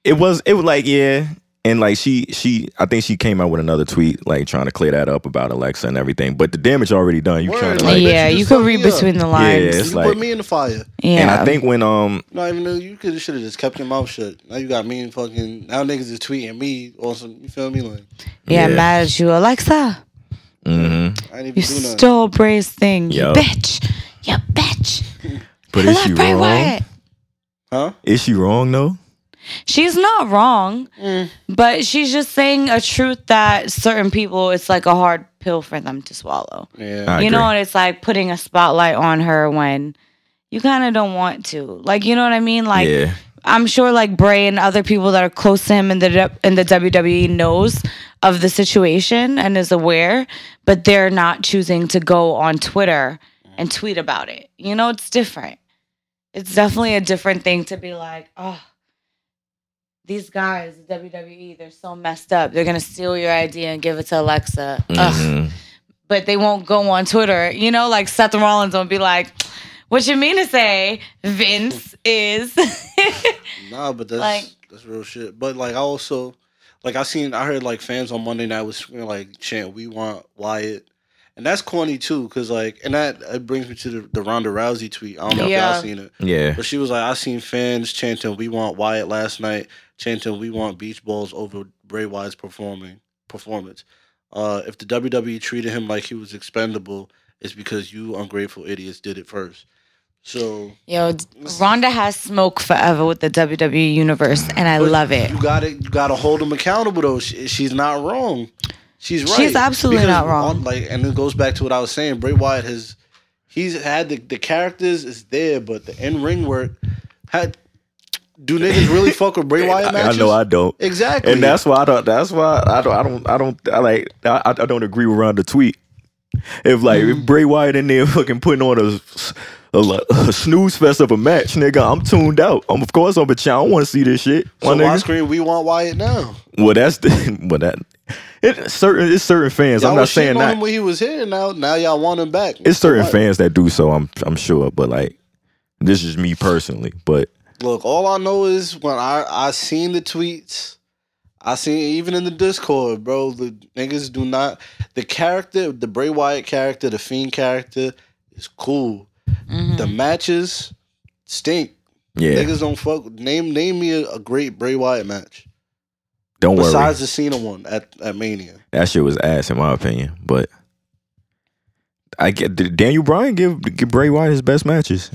It was it was like yeah, and like she she I think she came out with another tweet like trying to clear that up about Alexa and everything, but the damage already done. You
Word,
kind of
like,
like
yeah,
bitch, you
you
just
could
fucked
read
me up.
between the
Yeah,
lines.
it's
you
like
put me in the fire.
Yeah,
and I think when um
Not even though you could should have just kept your mouth shut. Now you got me and fucking now niggas is tweeting me or some. You feel me? Like
yeah,
yeah.
mad at you, Alexa.
mhm.
I ain't even
You
do nothing.
stole Bray's thing,
Yup.
you bitch. You bitch.
but
I
is
love
she
Bray
wrong?
Wyatt.
huh?
Is she wrong though?
She's not wrong,
Mm.
but she's just saying a truth that certain people, it's like a hard pill for them to swallow.
Yeah.
I
you
agree.
know, and it's like putting a spotlight on her when you kind of don't want to. Like, you know what I mean? Like,
yeah,
I'm sure like Bray and other people that are close to him in the in the WWE knows of the situation and is aware, but they're not choosing to go on Twitter and tweet about it. You know, it's different. It's definitely a different thing to be like, oh, these guys, the WWE, they're so messed up. They're gonna steal your idea and give it to Alexa. Ugh.
Mhm.
But they won't go on Twitter. You know, like Seth Rollins won't be like, what you mean to say, Vince is.
Nah, but that's
Like-
that's real shit. But like I also like I seen I heard like fans on Monday night was screaming like chant we want Wyatt. And that's corny too, cause like, and that it brings me to the, the Ronda Rousey tweet. I don't know if
Yeah.
y'all seen it,
yeah.
but she was like, "I seen fans chanting we want Wyatt last night, chanting we want beach balls over Bray Wyatt's performing performance. Uh, if the WWE treated him like he was expendable, it's because you ungrateful idiots did it first. So
Yo, d- Rhonda has smoke forever with the WWE universe, and I
But
love it.
You gotta you gotta hold them accountable though. She, she's not wrong. She's right.
She's absolutely
Because
not wrong.
on- like, and it goes back to what I was saying. Bray Wyatt has he's had the, the characters is there, but the in ring work had. Do niggas really fuck with Bray
I,
Wyatt
I
matches?
know I don't.
Exactly.
and that's why I don't. That's why I don't. I don't. I don't. I like. I, I don't agree with Ron the tweet. If like if
Mm.
Bray Wyatt in there fucking putting on a, s- a li- a snooze fest of a match, nigga, I'm tuned out. I'm of course I'm a child. I don't want to see this shit.
so
My
why
nigga.
scream we want Wyatt now.
well, that's the. Well, that. It's certain. It's certain fans.
Y'all
I'm
was
not
shitting
saying
on
that.
him when he was here. Now now y'all want him back.
It's
So
certain
what?
fans that do so. I'm. I'm sure. But like, this is me personally. But
Look, all I know is when I I seen the tweets, I seen even in the Discord, bro. The niggas do not the character, the Bray Wyatt character, the Fiend character is cool. The matches stink.
yeah,
Niggas don't fuck. Name name me a, a great Bray Wyatt match
don't worry.
besides the Cena one at, at Mania.
That shit was ass in my opinion. But I get did Daniel Bryan give, give Bray Wyatt his best matches.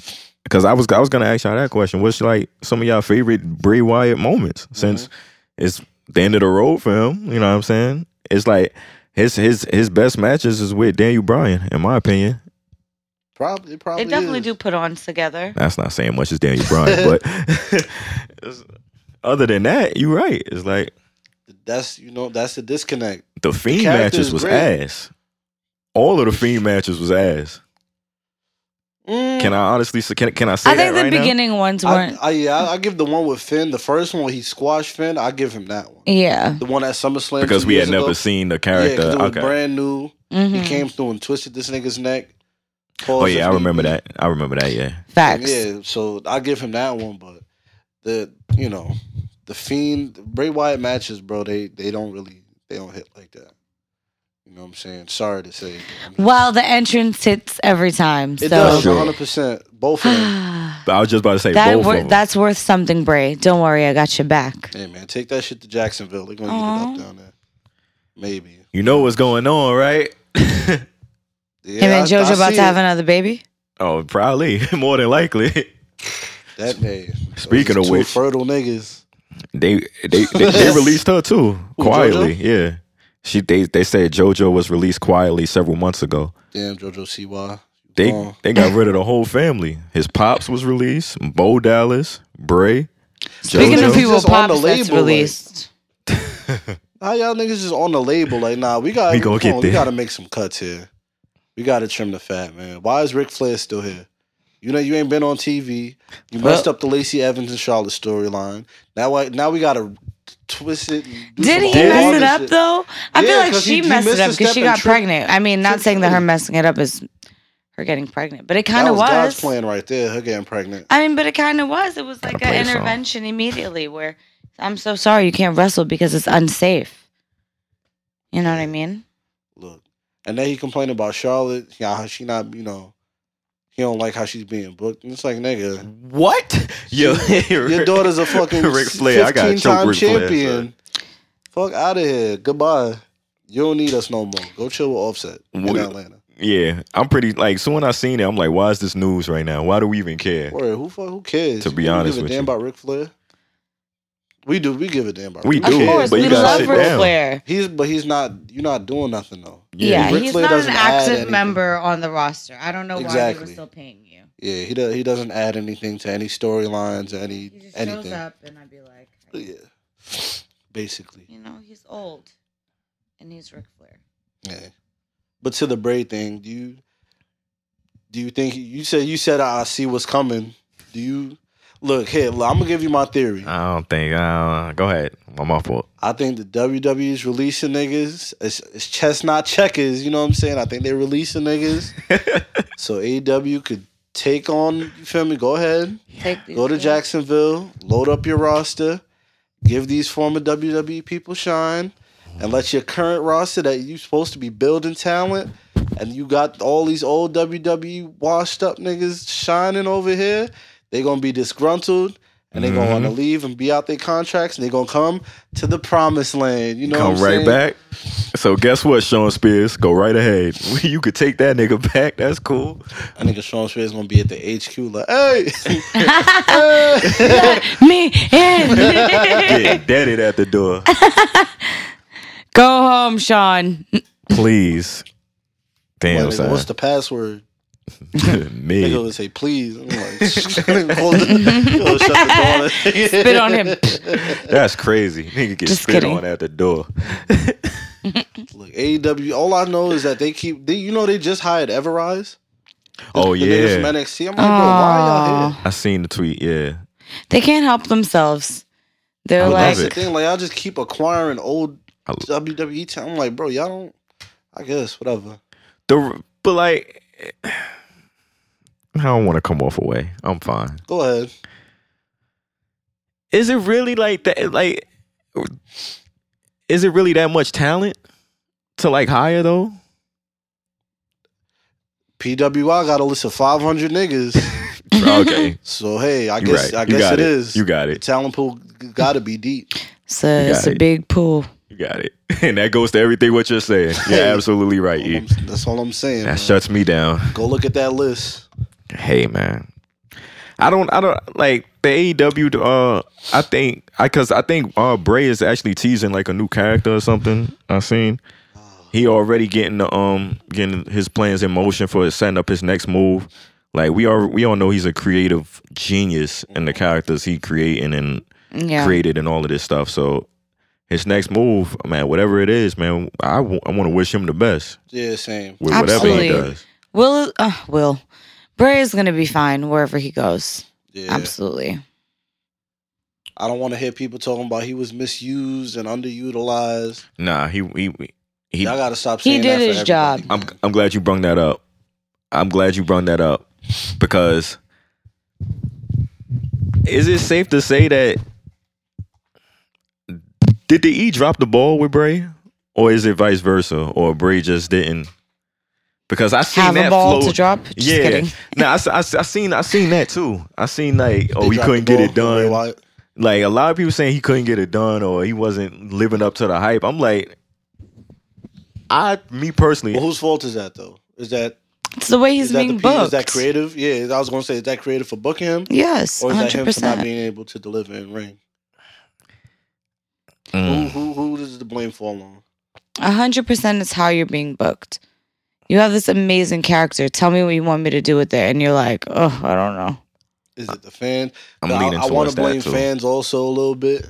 Cause I was I was gonna ask y'all that question. What's like some of y'all favorite Bray Wyatt moments
Mm-hmm.
since it's the end of the road for him? You know what I'm saying? It's like his his his best matches is with Daniel Bryan, in my opinion.
Probably, probably.
They definitely
is.
do put on together.
That's not saying much as Daniel Bryan, but Other than that, you right. It's like
That's you know that's the disconnect.
the fiend
character
matches
is
was
great.
ass. All of the fiend matches was ass. Can I honestly say? Can, can I say
I think
that
the
right now?
beginning ones
I,
weren't.
I yeah, I, I give the one with Finn, the first one where he squashed Finn. I give him that one.
yeah.
The one at SummerSlam
because
two
we had
years
never
ago.
seen the
Yeah, 'cause
character.
it was
okay.
brand new. He
Mhm.
came through and twisted this nigga's neck.
Oh yeah, I remember that. I remember that. Yeah.
Facts.
Yeah, so I give him that one, but the you know the fiend Bray Wyatt matches, bro. They they don't really they don't hit like that. You know what I'm saying? Sorry to say.
Well, the entrance hits every time.
It
so
does
Sure.
100 percent both of them.
But I was just about to say
that
both
wor-
of them.
that's worth something, Bray. Don't worry, I got your back.
hey man, take that shit to Jacksonville. They're gonna eat it up down there. Maybe.
you know what's going on, right?
Yeah,
Him and
I- I
Jojo about
see
to have
it.
another baby.
Oh, probably more than likely.
that day.
Speaking of
two
which-
fertile niggas.
They they they, they released her too quietly. Yeah, she they they said JoJo was released quietly several months ago.
Damn, Jojo Siwa.
They
Oh.
they got rid of the whole family. His pops was released. Bo Dallas, Bray.
Speaking
Jojo's
of people,
just on the
pops that's
label, like-
released.
How y'all niggas just on the label like, nah, we got
We
we,
gonna get
we
there.
gotta make some cuts here. We gotta trim the fat, man. Why is Ric Flair still here? You know you ain't been on TV. You messed up the Lacey Evans and Charlotte storyline. Now I, now we gotta twist it. and do
Did
some
he
whole
mess
other
it up
shit.
though? I
Yeah,
feel like
'cause he-
she
he
messed it
missed a
up because
step
she
and
got
tripped-
pregnant. I mean, not
tripped
saying that her
Cody.
messing it up is her getting pregnant, but it
That
kind of
was, God's
was.
plan right there. Her getting pregnant.
I mean, but it kind of was. It was like
play
an
a song.
intervention immediately where I'm so sorry you can't wrestle because it's unsafe. You know what I mean?
Look, and then he complained about Charlotte. Yeah, how she not you know. He don't like how she's being booked. And it's like, nigga,
What? Yo,
your daughter's a fucking
Ric Flair. I gotta choke
15-time
Ric Flair,
champion.
son.
Fuck out of here. Goodbye. You don't need us no more. Go chill with Offset in
What?
Atlanta.
Yeah, I'm pretty like. So when I seen it, I'm like, why is this news right now? Why do we even care?
Word, who fuck, who cares?
To be
You don't
honest
give a
with
damn
you.
about Ric Flair. We do. We give a damn about.
We
Ric
do,
Of
Flair.
course,
but you
we
gotta
love
sit
Ric
down.
Flair.
He's but he's not. You're not doing nothing though.
Yeah,
Ric
he's
Flair
not an
doesn't add
active
anything.
member on the roster. I don't know why they were
Exactly.
still paying you.
Yeah, he does. He doesn't add anything to any storylines or any
He just shows
anything.
up, and I'd be like,
Yeah, basically.
you know, he's old, and he's Ric Flair.
Yeah. But to the Bray thing, do you do you think you said you said I see what's coming? Do you look here? Look, I'm gonna give you my theory.
I don't think. Uh, go ahead. I'm off for
I think the WWE is releasing niggas. It's, it's chestnut checkers. You know what I'm saying? I think they're releasing niggas. so AEW could take on. You feel me? Go ahead.
Take these
Go to
guys.
Jacksonville. Load up your roster. Give these former WWE people shine, and let your current roster that you supposed to be building talent, and you got all these old WWE washed up niggas shining over here. They gonna be disgruntled. And they gonna wanna
Mm-hmm.
leave and be out their contracts and they gonna come to the promised land. You know
Come
what I'm
right
saying?
back. So guess what, Sean Spears? Go right ahead. You could take that nigga back. That's cool.
I think Sean Spears gonna be at the HQ like, hey,
me in.
Get deaded at the door,
Go home, Sean.
please. Damn,
Like,
son.
what's the password? They
me.
go to say please. I'm like, close the, yo, shut the door.
Spit on him.
That's crazy. Nigga get
Just
spit
kidding.
on at the door.
Look, AEW. All I know is that they keep. They, you know, they just hired Everrise.
Oh
The niggas from
yeah,
NXT. I'm like, bro, why y'all here?
I seen the tweet. Yeah,
They can't help themselves. They're
I love
like,
That's the
it.
thing. Like, y'all just keep acquiring old
I-
WWE talent. I'm like, bro, y'all don't. I guess whatever.
the but like, I don't want to come off away. I'm fine.
Go ahead.
is it really like that like is it really that much talent to like hire though
PWI got a list of 500 niggas.
okay
So hey, I
You
guess
right.
I
You
guess
got
it
it.
is.
You got it.
The talent pool g- gotta be deep.
it's a,
You
it's
got
a
it.
big pool.
you got it and that goes to everything what you're saying you're absolutely right E.
That's all I'm- That's all I'm saying.
that
man.
shuts me down
Go look at that list.
hey man i don't i don't like the aew uh i think i because i think uh bray is actually teasing like a new character or something i seen he already getting the um getting his plans in motion for setting up his next move like we are we all know he's a creative genius in the characters he creating and
Mm-hmm. Yeah.
created and all of this stuff. So his next move, man, whatever it is, man, I want to wish him the best
Yeah, same.
with
Absolutely.
whatever he does.
Will uh, Will Bray is gonna be fine wherever he goes.
Yeah.
Absolutely.
I don't want to hear people talking about he was misused and underutilized.
Nah, he he he.
Y'all gotta stop
He
saying that
did
for
his
everybody,
job.
I'm
man.
I'm glad you brung that up. I'm glad you brung that up because is it safe to say that did the E drop the ball with Bray, or is it vice versa, or Bray just didn't? Because I seen
Have
that
a ball
flow-
to drop. Just
yeah,
kidding.
no, I, s- I s- I seen I seen that too. I seen like
They
oh he
dropped
couldn't
the
get
ball
it
for Bray
done.
Wyatt.
Like a lot of people saying he couldn't get it done or he wasn't living up to the hype. I'm like, I me personally,
Well, whose fault is that though? Is that
It's the way he's
is that
being
the people?
booked.
Is that creative? Yeah, I was gonna say is that creative for booking him,
Yes,
or is that
hundred
him for not
percent.
being able to deliver and ring?
Mm.
Who, who who does the blame fall on?
hundred percent is how you're being booked. You have this amazing character. Tell me what you want me to do with it, and you're like, oh, I don't know.
Is it the fan?
I'm
Now,
leaning
I, I
towards
want to
that,
blame
too.
fans also a little bit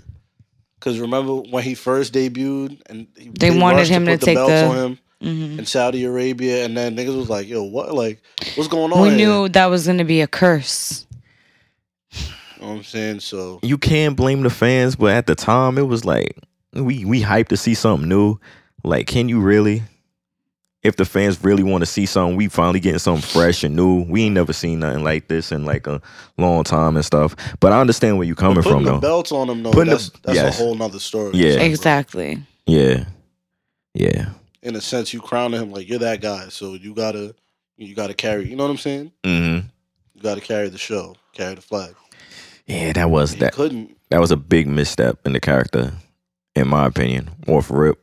because remember when he first debuted and he,
They wanted
rushed
him
put
to take
belts
the-
on him
Mhm.
in Saudi Arabia, and then niggas was like, "Yo, what? Like, what's going on?"
We
here?
knew that was gonna be a curse.
You know what I'm saying so.
you can blame the fans, but at the time it was like we we hyped to see something new. Like, can you really? If the fans really want to see something, we finally getting something fresh and new. We ain't never seen nothing like this in like a long time and stuff. But I understand where you coming
But putting
from
the
though.
belts on him though,
Putting the-
that's, that's
yes.
a whole nother story.
Yeah.
Exactly.
yeah, yeah.
In a sense, you crowning him like you're that guy, so you gotta you gotta carry. You know what I'm saying?
Mm-hmm.
You gotta carry the show, carry the flag.
Yeah, that was
He
that.
couldn't.
That was a big misstep in the character, in my opinion. Or for Rip,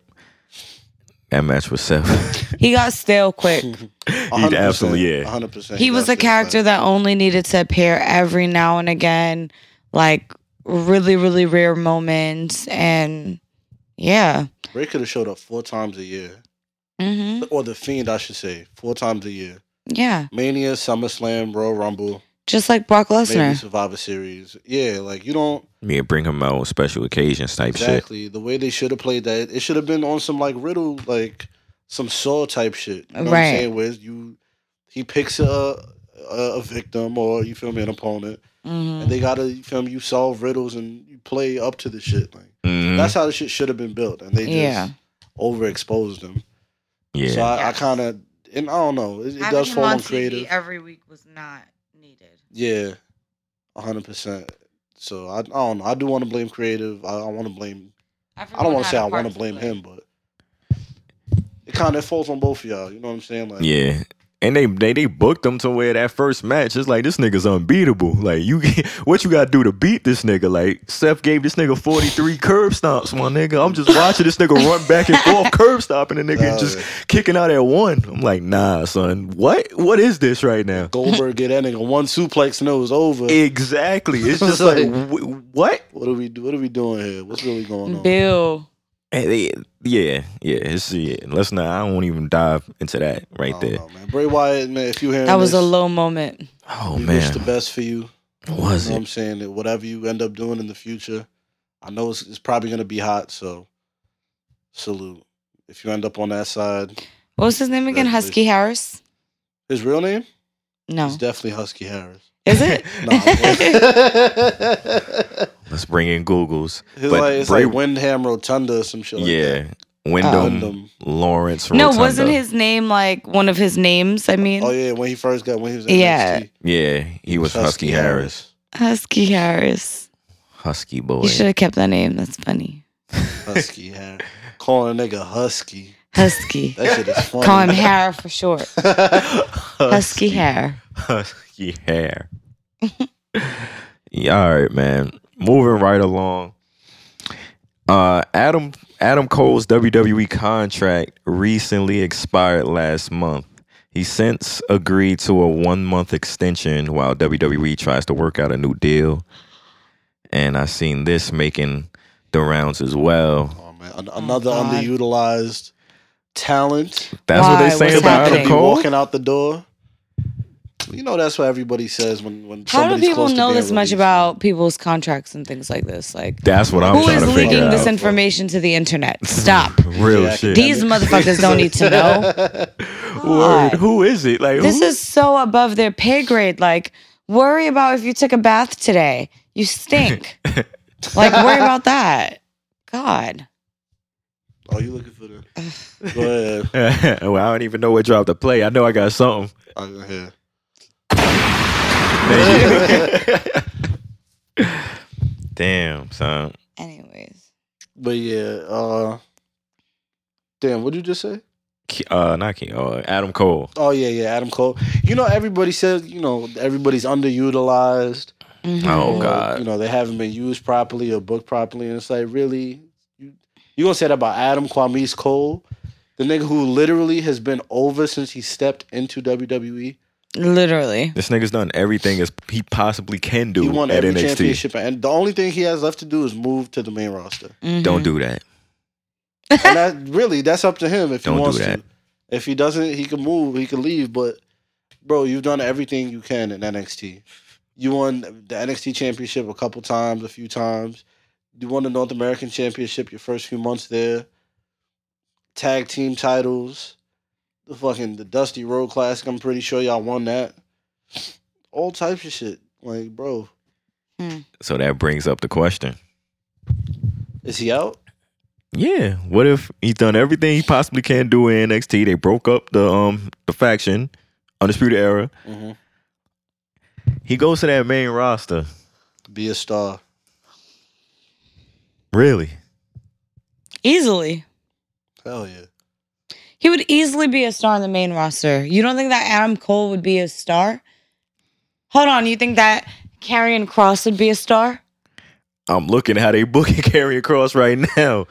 that match was set.
He got stale quick.
100%,
absolutely- yeah.
100%.
he was a character that only needed to appear every now and again, like really, really rare moments. And yeah.
Ray could have showed up four times a year,
hmm
or the Fiend, I should say, four times a year.
Yeah.
Mania, SummerSlam, Royal Rumble,
Just like Brock
maybe
Lesnar.
Survivor Series. Yeah, like you don't
yeah, bring him out on special occasions type shit.
exactly the way they should have played that. It should have been on some like riddle, like some Saw type shit. You know what I'm
Right.
saying? Where you he picks a a, a victim or you feel me an opponent,
Mm-hmm.
and they gotta you feel me you solve riddles and you play up to the shit. Like
Mhm.
that's how the shit should have been built, and they just
Yeah.
overexposed them.
yeah.
So I, I kind of and I don't know. It, it does fall on creative.
every week was not needed.
Yeah, a hundred percent. So I, I don't know. I do want to blame creative. I, I want to blame. I don't want to say I want to blame him, but it kind of falls on both of y'all. You know what I'm saying? Like,
Yeah. And they, they they booked him to where that first match. It's like this nigga's unbeatable. Like you, what you gotta do to beat this nigga? Like Seth gave this nigga forty three curb stomps, my nigga. I'm just watching this nigga run back and forth, curb stomping the nigga, and just
Nah.
kicking out at one. I'm like, nah, son. What what is this right now?
Goldberg get that nigga one suplex and it was over.
Exactly. It's just like wh- what?
What are we do? What are we doing here? What's really going on?
Bill.
And they- Yeah, yeah. It's, yeah. Let's not. I won't even dive into that
I
right
don't
there.
know, man. Bray Wyatt, man. If you hearing
That was a
this,
low moment.
Oh
we wish
man,
the best for you. You
was
know what
it?
I'm saying? That whatever you end up doing in the future, I know it's, it's probably gonna be hot. So salute. If you end up on that side,
What was his name again? Husky Harris?
his real name
No.
is definitely Husky Harris.
Is it?
Nah, it's
Let's bring in Google's.
like, it's like Windham Rotunda or some shit like
yeah,
that.
Wyndham
Wyndham.
Lawrence.
no,
Rotunda.
wasn't his name like one of his names? I mean,
Oh yeah, when he first got when he was at
Yeah.
NXT,
Yeah, he was Husky Harris,
Husky Harris.
Husky boy.
You should have kept that name. That's funny.
Husky Harris. Calling a nigga Husky.
Husky.
That shit is funny.
Call him Hair for short. Husky Hair.
Husky hair. yeah, all right, man. Moving right along. Uh, Adam Adam Cole's WWE contract recently expired last month. He since agreed to a one month extension while WWE tries to work out a new deal. And I seen this making the rounds as well.
Oh, man. An- another
God.
underutilized talent.
That's
Why?
what they saying
What's
about Adam
happening?
Be
Cole.
walking out the door. You know that's what everybody says when when
How do
somebody's
people
close to
know
being
this much
released.
about people's contracts and things like this? Like,
That's what I'm
who
trying
is
to figure
leaking
out.
this information to the internet? Stop.
Real shit.
These motherfuckers don't need to know.
Word.
God.
Who is it? Like
This
who?
is so above their pay grade. Like, worry about if you took a bath today. You stink. like, worry about that. God.
Oh, you looking for the? Go ahead.
well, I don't even know what drop to play. I know I got something.
I'm gonna hear.
Damn, son.
Anyways,
But yeah, uh, damn, what did you just say?
Ke- Uh, not King. Uh, Adam Cole.
Oh yeah, yeah, Adam Cole. You know, everybody says you know everybody's underutilized.
Oh
Mm-hmm.
or,
God.
you know they haven't been used properly or booked properly, and it's like really, you you gonna say that about Adam Kwame's Cole, the nigga who literally has been over since he stepped into E? WWE.
literally.
This nigga's done everything as he possibly can do
He won
at
every
NXT.
championship, and the only thing he has left to do is move to the main roster.
Mm-hmm.
Don't do that.
and that really that's up to him if
Don't
he
do
wants
that.
to. If he doesn't, he can move, he can leave. But bro, you've done everything you can in NXT. You won the NXT championship a couple times, a few times. You won the North American Championship your first few months there. Tag team titles. The fucking the Dusty Road Classic, I'm pretty sure y'all won that. All types of shit. Like, bro,
So that brings up the question.
is he out?
Yeah. What if he's done everything he possibly can do in NXT? They broke up the um the faction, Undisputed Era.
Mhm.
He goes to that main roster.
Be a star.
Really?
Easily.
Hell yeah.
He would easily be a star in the main roster. You don't think that Adam Cole would be a star? Hold on, you think that Karrion Cross would be a star?
I'm looking how they booking Karrion Cross right now.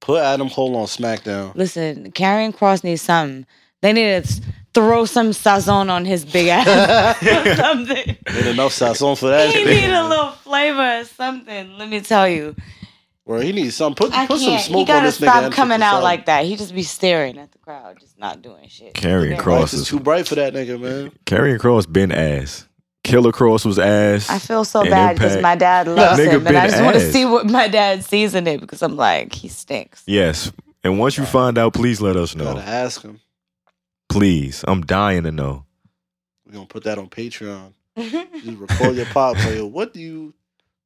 Put Adam Cole on SmackDown.
Listen, Karrion Cross needs something. They need to s- throw some sazon on his big ass or something.
Ain't enough sazon for that.
He
shit.
need a little flavor or something. Let me tell you,
Bro, he needs some put,
I
put some
can't. He
smoke on
gotta
this nigga.
stop
and
coming
shit,
out
son.
like that. He just be staring at the crowd, just not doing shit.
Karrion
Yeah.
Cross
Lights is
is
too bright for that nigga, man.
Karrion Cross been ass. Killer Cross was ass.
I feel so
in
bad because
Impact.
my dad loves
Nigga
him,
been
and I just want to
ass.
see what my dad sees in it because I'm like, he stinks.
Yes. And once you find out, please let us know.
Gotta ask him.
Please. I'm dying to know.
We're gonna put that on Patreon. Just record your pod player. What do you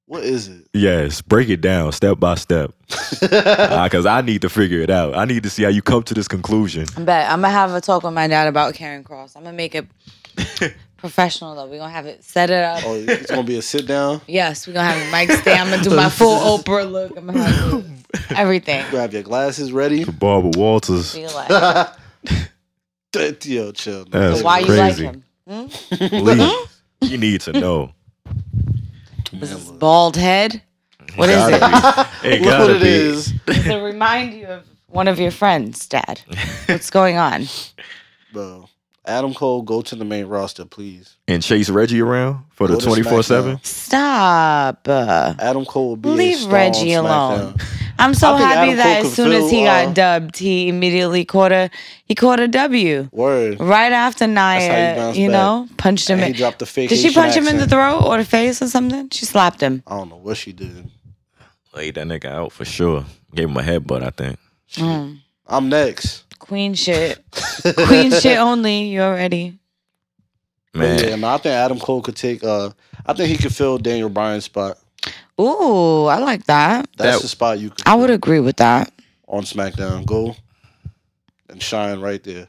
what is it?
Yes. Break it down step by step. Because I need to figure it out. I need to see how you come to this conclusion.
But I'm gonna have a talk with my dad about Karen Cross. I'm gonna make it professional though. We're gonna have it set it up.
Oh, it's gonna be a sit down.
Yes, we're gonna have a mic stand. I'm gonna do my full Oprah look. I'm gonna have everything.
Grab your glasses ready.
Barbara Walters.
Be like,
Yo, chill. man.
That's
why you like
crazy.
him? Hmm?
Please.
Mm-hmm.
you need to know.
Was his bald head? What is it?
It
Look what
gotta
it
be.
is.
Does it remind you of one of your friends, Dad? What's going on?
Bro. Adam Cole, go to the main roster, please.
And chase Reggie around for the
Go to
24 7?
Stop. Uh,
Adam Cole will be a
Leave
star on
Reggie alone.
SmackDown.
I'm so
I think
happy
Adam Cole
that as
could
soon as he
fill, uh,
got dubbed, he immediately caught a he caught a W.
Word.
Right after Nia,
bounced
you
back.
know, punched him.
And he
in.
dropped the fake
Did she
Haitian
punch him in the
accent.
throat or the face or something? She slapped him.
I don't know what she did.
Laid that nigga out for sure. Gave him a headbutt, I think.
I'm next.
Mm. Queen shit. Queen shit only. You already.
But
Man.
Yeah, no, I think Adam Cole could take. Uh, I think he could fill Daniel Bryan's spot.
Ooh, I like that.
That's
That-
the spot you could
I would agree with that.
on SmackDown. Go and shine right there.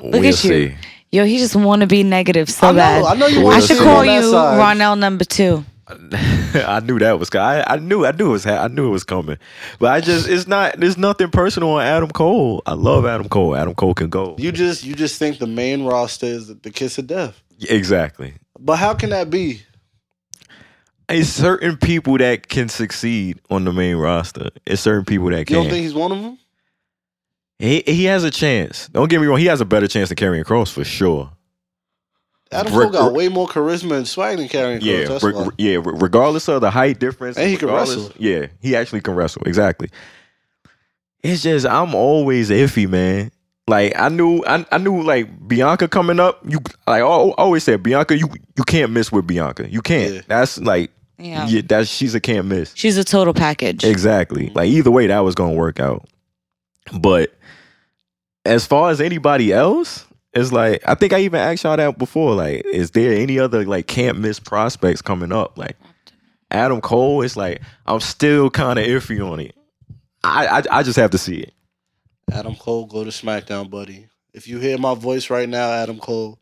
we'll
at you.
see.
Yo, he just want to be negative so
I know.
bad.
I know you
I
want
I
We'll
to
should
see.
call
on
you
that side.
Ronell number two.
I knew that was. I I knew I knew it was. ha- I knew it was coming. But I just it's not. There's nothing personal on Adam Cole. I love Adam Cole. Adam Cole can go.
You just you just think the main roster is the kiss of death.
Exactly.
But how can that be?
It's certain people that can succeed on the main roster. It's certain people that
You
can.
don't think he's one of them?
he he has a chance. Don't get me wrong. He has a better chance than carrying Cross for sure.
Adam
Rick-
Cole got
Rick-
way more charisma and swag than carrying
Yeah,
That's
re-
why.
re- yeah. re- Regardless of the height difference,
And he can
regardless-
wrestle.
Yeah, he actually can wrestle. Exactly. It's just I'm always iffy, man. Like I knew, I, I knew like Bianca coming up. You like I al- always said Bianca. You you can't miss with Bianca. You can't.
Yeah.
That's like
Yeah.
yeah. That's she's a can't miss.
She's a total package.
Exactly. Like either way, that was gonna work out. But as far as anybody else, it's like I think I even asked y'all that before. Like, is there any other like can't miss prospects coming up? Like Adam Cole, it's like I'm still kind of iffy on it. I, I I just have to see it.
Adam Cole, go to SmackDown, buddy. If you hear my voice right now, Adam Cole,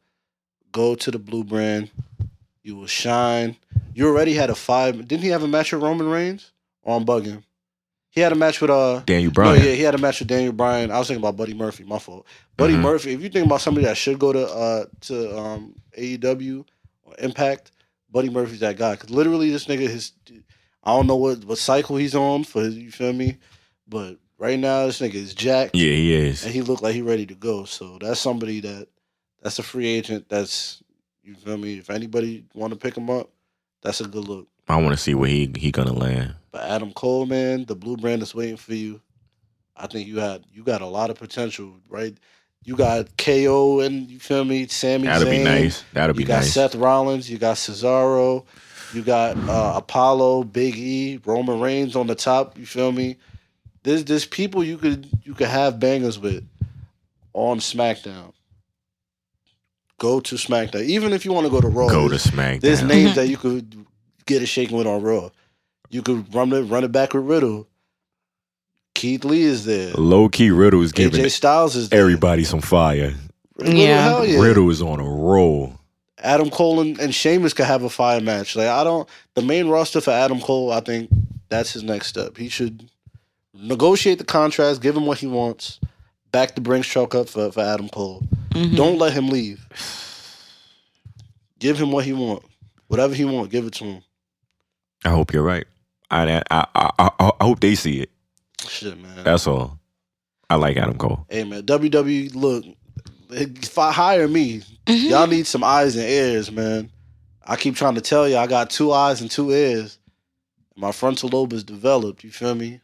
go to the Blue Brand. You will shine. You already had a five. Didn't he have a match with Roman Reigns? Or I'm bugging. He had a match with uh.
Daniel Bryan.
No, yeah, he had a match with Daniel Bryan. I was thinking about Buddy Murphy. My fault. Buddy
Mhm.
Murphy. If you think about somebody that should go to uh to um AEW or Impact, Buddy Murphy's that guy. Cause literally, this nigga, his I don't know what what cycle he's on for. His, you feel me? But right now, this nigga is jacked
Yeah, he is.
and he looked like he ready to go. So that's somebody that that's a free agent. That's you feel me. If anybody want to pick him up, that's a good look.
I want to see where he he gonna land.
But Adam Cole, man, the blue brand is waiting for you. I think you had you got a lot of potential, right? You got KO and you feel me, Sammy.
That'll be
Zayn.
nice. That'll be
You got
nice.
Seth Rollins. You got Cesaro. You got uh, Apollo, Big E, Roman Reigns on the top. You feel me? There's there's people you could you could have bangers with on SmackDown. Go to SmackDown, even if you want to go to Raw.
Go to
there's-
SmackDown.
There's names that you could get a shaking with on Raw. You could run it run it back with Riddle. Keith Lee is there.
Low key Riddle is giving
AJ Styles is there.
everybody some fire.
Riddle,
Yeah.
hell yeah.
Riddle is on a roll.
Adam Cole and, and Sheamus could have a fire match. Like I don't the main roster for Adam Cole, I think that's his next step. He should negotiate the contracts, give him what he wants, back the Brinks truck up for, for Adam Cole. Don't let him leave. Give him what he want. Whatever he want, give it to him.
I hope you're right. I I I, I, I hope they see it.
Shit, man.
That's all. I like Adam Cole.
Hey man, WWE, look, if I hire me, y'all need some eyes and ears, man. I keep trying to tell you, I got two eyes and two ears. My frontal lobe is developed. You feel me?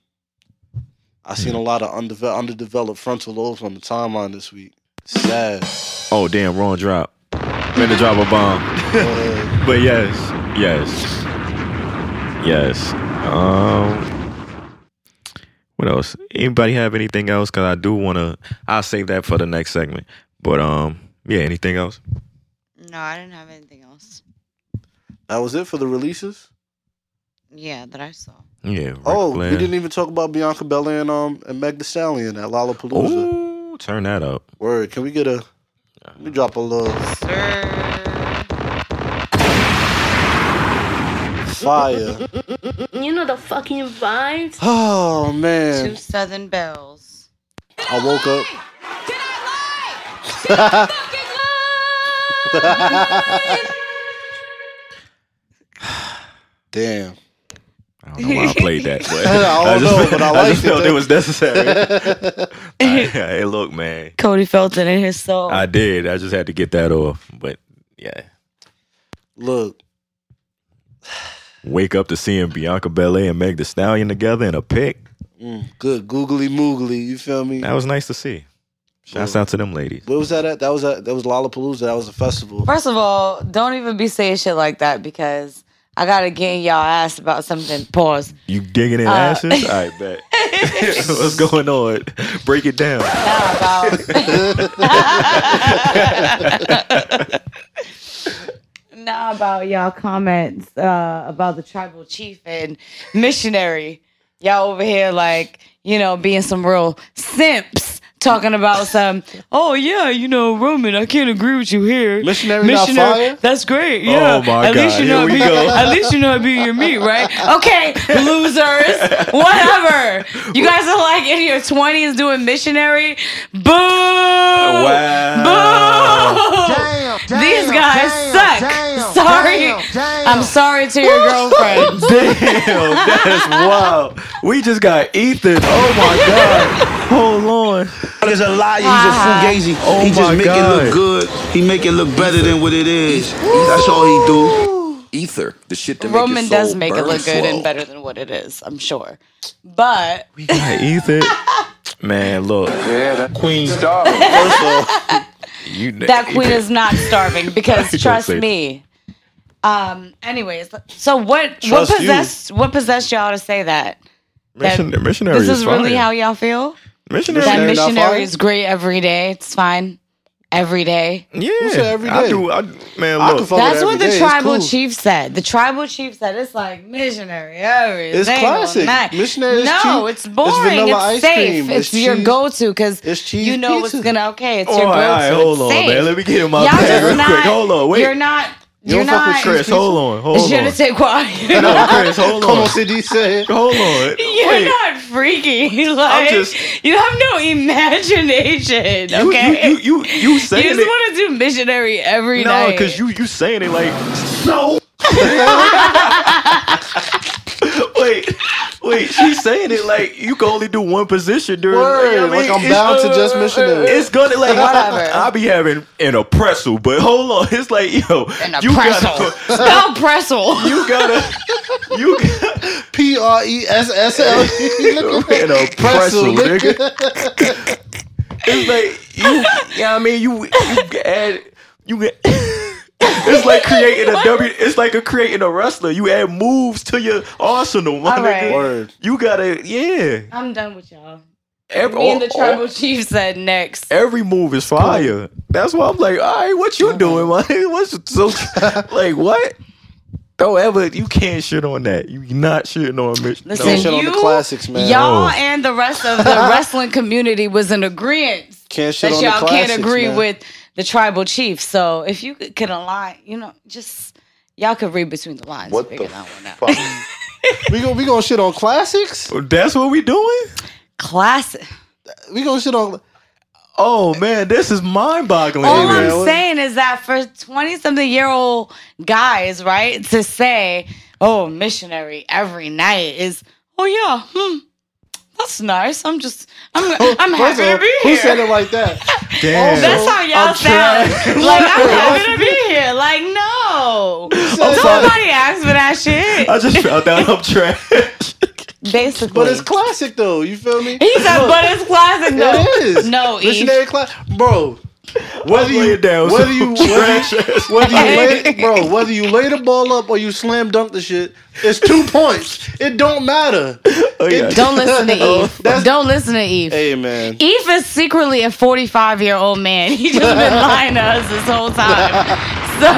I seen
Mm-hmm.
a lot of undevel- underdeveloped frontal lobes on the timeline this week. Sad.
Oh damn, wrong drop. Finna drop a bomb.
Uh,
But yes, yes, yes. Um, what else? Anybody have anything else? Cause I do wanna. I'll save that for the next segment. But um, yeah. Anything else?
No, I didn't have anything else.
that was it for the releases.
Yeah, that I saw.
Yeah. Ric
oh,
Flair.
we didn't even talk about Bianca Belair and um and Meg Thee Stallion at Lollapalooza.
Ooh, turn that up.
Word, can we get a? Let me drop a little fire.
You know the fucking vibes.
Oh man.
Two Southern Bells.
I woke up. Damn.
I don't know why I played that. But
I don't
just,
know, but I
just
liked it.
felt it was necessary. hey, look, man.
Cody Felton in his soul.
I did. I just had to get that off. But yeah,
Look,
wake up to seeing Bianca Belair and Meg Thee Stallion together in a pic.
mm, good googly moogly. You feel me?
That was nice to see. Shouts out to them ladies.
Where was that at? That was at, that was Lollapalooza. That was a festival.
First of all, don't even be saying shit like that because I gotta get in y'all ass about something. Pause.
You digging in asses? I bet. What's going on? Break it down.
Not about. Not about y'all comments uh, about the tribal chief and missionary. Y'all over here like you know being some real simps. Talking about some, oh yeah, you know, Roman, I can't agree with you here.
Missionary not fire?
that's great.
Oh,
Yeah,
my
at
God.
least you
Here
know
we
be,
go.
at least you know it be your meat, right? Okay, losers, whatever. You guys are like in your twenties doing missionary. Boo!
Wow.
Boo! These guys suck. sorry, I'm sorry to your girlfriends.
Damn, that's wild. We just got Ethan. Oh my god. Hold on.
He's a liar. He's a fugazi.
Oh
he
my
just make
God.
it look good. He make it look better than what it is. That's all he do. Ether, the shit that make
Roman
your soul
does make it
burn
look good
slow.
and better than what it is, I'm sure. But
Ethan. Man, look,
Yeah, that queen star.
First of all,
you
that queen is not starving because
Don't
trust
say-
me. Um. Anyways, so what?
Trust
what
you.
possessed? What possessed y'all to say that?
Mission,
that
missionary
this is really
fire.
how y'all feel.
missionary.
that
Missionary not
missionary
fire?
is great every day. It's fine every day.
yeah,
said every
I
day?
do. I, man,
I
look,
can fuck with
That's
it
what
every
the
day. It's
tribal
cool.
chief said. The tribal chief said it's like missionary every
It's
single
classic.
night.
Missionary is
No,
cheap.
it's
It's
boring. It's,
vanilla ice
safe.
cream.
It's,
It's
your
cheese.
go-to because
It's cheese
you know
pizza.
what's gonna okay. It's
Oh,
your
all
go-to.
right, hold
it's
on,
safe.
man. Let me get in my
Y'all
bag
just
real
not,
quick. Hold on, wait.
You're not.
You
You're
don't fuck
not.
with
Chris, hold on, hold
Je
on.
ne sais quoi. You're
No,
not-
Chris, hold
Come on,
on,
Cindy, say it.
hold on.
You're
Wait.
not freaky. Like
just-
you have no imagination.
You-
Okay.
You, you, you, you
You
saying
just
it?
want to do missionary every
No,
night.
because you, you saying it like no. wait, wait. She's saying it like you can only do one position during. you know
Word,
what I mean?
like I'm
It's- uh,
bound to just missionary.
It's gonna like
Whatever.
I be having an oppressal, but hold on, it's like yo, you gotta,
Spell pretzel.
you gotta, you gotta
P R E S S L E. Look at
an oppressal, nigga. It's like you, yeah, I mean you, you add, you get. It's like creating a W. It's like a creating a wrestler. You add moves to your arsenal, my
All right.
nigga.
Word.
You gotta, yeah.
I'm done with y'all.
Every,
Me and the
all- all-
tribal chief said next.
every move is fire. That's why I'm like, all right, what you doing, man? What's so like what? Don't ever you can't shit on that. You not shitting on Mitch.
Listen,
Can't shit on
you,
the classics, man.
y'all
No.
and the rest of the wrestling community was in agreement
Can't shit
that
on
y'all
the classics,
can't agree
man.
with the tribal chief. So if you could, could align, you know, just y'all could read between the lines.
What
and figure
the
that one out.
fuck?
We gonna we gonna shit on classics.
That's what we doing?
Classic.
We gonna shit on.
Oh man, this is mind boggling.
All
man,
I'm
what-
saying is that for 20 something year old guys, right, to say, oh, missionary every night is, oh, yeah, hmm, that's nice. I'm just, I'm, I'm
First
happy
of all,
to be
Who
here.
said it like that?
Damn.
that's how y'all
I'm
sound.
trying.
Like, I'm happy to be here. Like, no.
I'm sorry.
Nobody asked for that shit.
I just found out I'm trash.
Basically.
But it's classic though. You feel me?
he said,
Look,
but it's classic, though.
It is.
No, Eve.
missionary class, bro.
Whether you down,
Whether you whether
trash
you,
ass.
whether you lay, bro, whether you lay the ball up or you slam dunk the shit, it's two points. It don't matter. Oh,
Oh, yeah.
Don't listen to Eve.
That's-
Don't listen to Eve.
Hey man,
Eve is secretly a 45 year old man. He just been lying to us this whole time. So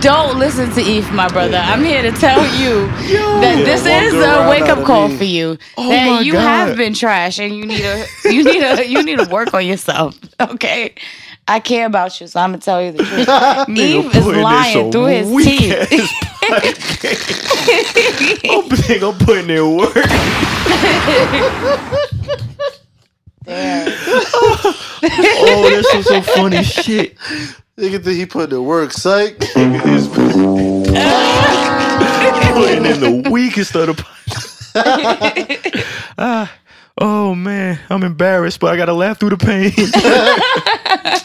don't listen to Eve, my brother. I'm here to tell you that
Yeah,
this
one
is
good round
a wake
out
up
of
call
me. Oh
for you.
my
that you
God.
have been trash and you need to you need to you need to work on yourself. Okay. I care about you, so I'm gonna tell you the truth. Eve is
putting in
lying
some
through his
weak
teeth.
I'm, think I'm putting in work.
Damn.
Oh, this was some funny shit.
nigga think he put the work, psych.
putting in the weakest of the. ah, oh man, I'm embarrassed, but I gotta laugh through the pain.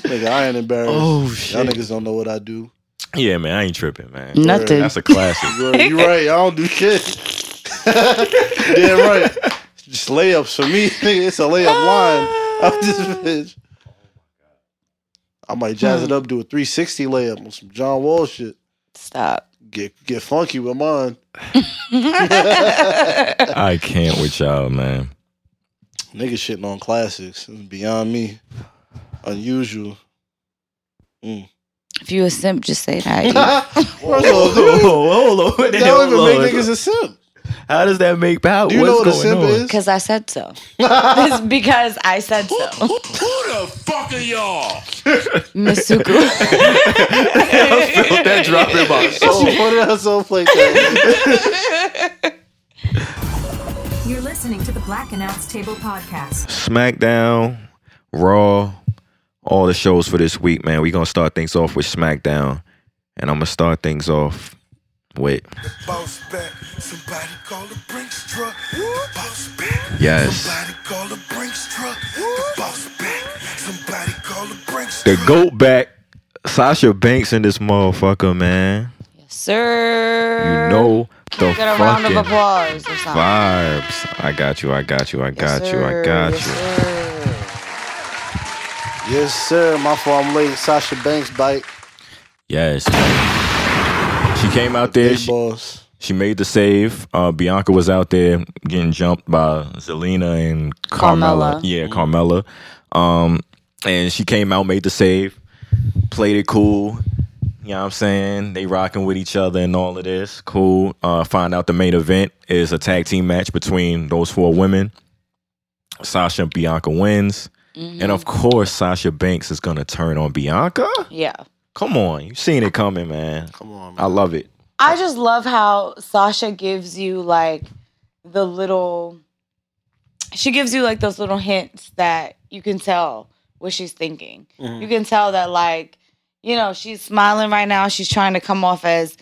Nigga, I ain't embarrassed.
oh
Y'all
shit!
niggas don't know what I do.
Yeah, man, I ain't tripping, man.
Nothing.
That's a classic.
Bro, you right. I don't do shit. Damn right. Just layups for me. nigga. It's a layup line. I'm just bitch. I might jazz it up, do a 360 layup on some John Wall shit.
Stop.
Get get funky with mine.
I can't with y'all, man.
Niggas shitting on classics. It's beyond me. Unusual.
If you a simp, just say that. Eve.
First of all,
Hold on, hold on. What the
that don't
hell,
even
Lord?
make niggas a simp.
How does that make how?
Do you
what's
know what a
going
simp
on?
is?
Because I said so. It's because I said so.
Who the fuck are y'all?
Misuku.
Put that drop in my
Oh, put it on some like that.
You're listening to the Black Announce Table Podcast.
SmackDown, Raw, all the shows for this week, man. We're gonna start things off with SmackDown. And I'm gonna start things off with
Bounce back. Somebody call the Brinks truck. Bounce back.
Yes.
call the Brinks truck. Bounce back. Somebody call the Brinks
The GOAT back, Sasha Banks in this motherfucker, man.
Sir.
You know The
Get a round of
fucking
applause or something.
vibes. I got you. I got you. I got you. I got you.
Yes, sir. My fault. I'm late. Sasha Banks bite.
Yes. She came out there.
Big
She,
boss.
she made the save. Uh, Bianca was out there getting jumped by Zelina and Carmella.
Carmella.
Yeah, Carmella. Um, and she came out, made the save, played it cool. You know what I'm saying? They rocking with each other and all of this. Cool. Uh, find out the main event is a tag team match between those four women. Sasha and Bianca wins.
Mm-hmm.
And of course, Sasha Banks is going to turn on Bianca.
Yeah.
Come on, you seen it coming, man. Come on, I love it.
I just love how Sasha gives you like the little she gives you like those little hints that you can tell what she's thinking.
Mm-hmm.
You can tell that like, you know, she's smiling right now, she's trying to come off as,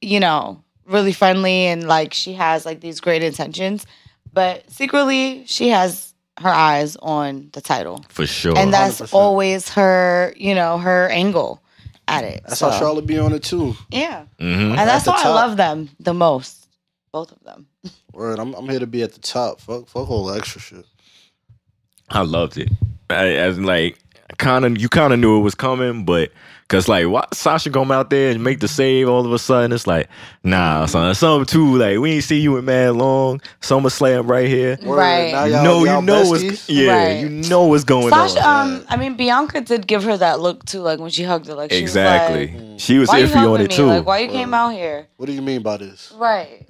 you know, really friendly and like she has like these great intentions, but secretly she has her eyes on the title.
For
Oh,
sure.
And that's always her, you know, her angle at it.
That's
so,
how Charlotte be on it too.
Yeah.
Mhm.
And that's
the
why I
top.
love them the most. Both of them.
Word. I'm, I'm here to be at the top. Fuck, fuck all the extra shit.
I loved it. I, I was like kind of you kind of knew it was coming, but cause like why Sasha come out there and make the save all of a sudden? It's like nah, son, something too. Like we ain't see you in mad long. Summer Slam right here.
Word.
Right.
Now
You
y'all,
know,
y'all
you know
besties?
what's yeah,
Right.
you know what's going
Sasha,
on.
um, I mean Bianca did give her that look too, like when she hugged her, like she
exactly. Mm.
Was like,
she was
why you
iffy
helping
on it
me?
too.
Like why you came out here?
What do you mean by this?
Right.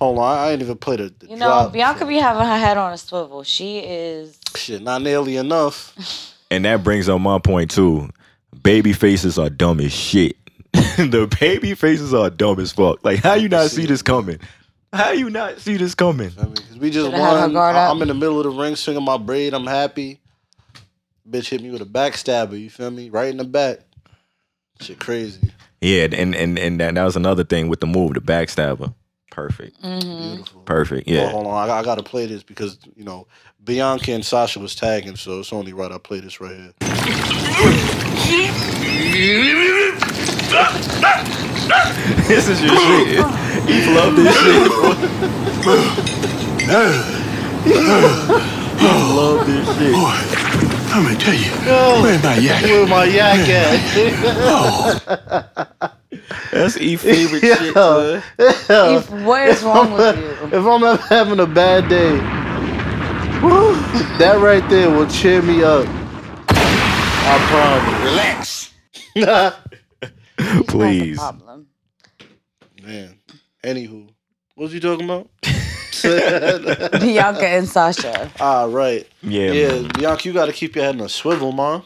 Hold on. I ain't even played a the
You know,
drop.
Bianca be having her head on a swivel. She is
Shit, not nearly enough.
And that brings up my point too. Baby faces are dumb as shit. the baby faces are dumb as fuck. Like how you not see this coming? How you not see this coming?
I mean, 'cause we just
Should've had her
won.
guard
I-
up.
I'm in the middle of the ring swinging my braid. I'm happy. Bitch hit me with a backstabber. You feel me? Right in the back. Shit, crazy.
Yeah, and and and that, that was another thing with the move, the backstabber. Perfect.
Beautiful.
Mm-hmm.
Perfect.
Oh,
Yeah.
hold on, I, I gotta play this because you know Bianca and Sasha was tagging, so it's only right I play this right here.
this is your shit. You love this shit. You love this shit.
Let me tell you, where my yak?
Where my yak at?
That's E favorite shit.
Yo,
if, what is wrong with you?
if I'm ever having a bad day, woo, that right there will cheer me up. I
Relax.
promise.
Please.
Problem.
Man, anywho, what was you talking about?
Bianca and Sasha.
All right.
Yeah.
Yeah, Bianca, you got to keep your head in a swivel, man.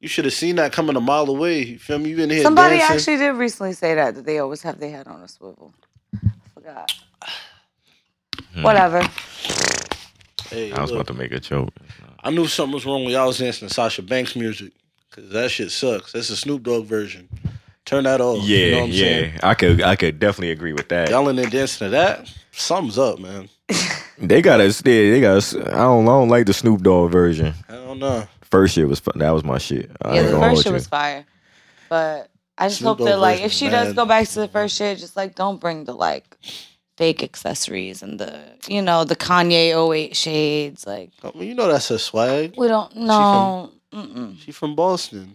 You should have seen that coming a mile away. You feel me? You in here
Somebody
dancing.
actually did recently say that that they always have their head on a swivel. I forgot.
Hmm.
Whatever.
Hey,
I was
look,
about to make a joke.
I knew something was wrong when y'all was dancing to Sasha Banks music because that shit sucks. That's the Snoop Dogg version. Turn that off.
Yeah,
Oh, you know what I'm
yeah.
saying?
I could I could definitely agree with that.
Y'all in there dancing to that? Something's up, man.
They got us. They, they got us. I don't. I don't like the Snoop Dogg version.
I don't know.
First shit was fu- that was my shit. I
Yeah,
ain't gonna
the first
hold
shit
you.
was fire. But I just
Snoop
hope that
Dogg
like
version
if she
was
does
mad.
go back to the first shit, just like don't bring the like fake accessories and the you know, the Kanye 08 shades. Like
I mean, you know that's her swag.
we don't know. Mm-mm.
She from Boston.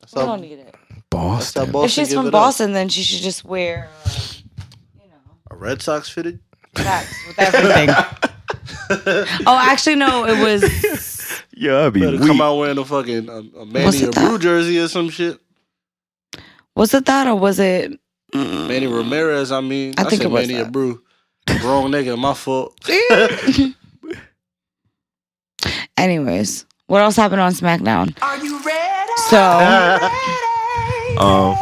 That's
We don't
how,
need it.
Boston.
that's how Boston
If Mm. she's
give
from
it up.
Boston, then she should just wear uh, you know,
A Red Sox fitted?
facts with everything. oh, actually no, it was
yeah, I'd be
Better
weak.
come out wearing a fucking um, a, a
What's
Manny
it
or Brew jersey or some shit.
was it that or was it mm,
Manny Ramirez, I mean.
I
said
think it was
Manny
that.
or Brew. Wrong nigga, my fault.
anyways. What else happened on SmackDown?
Are you ready?
So
Um,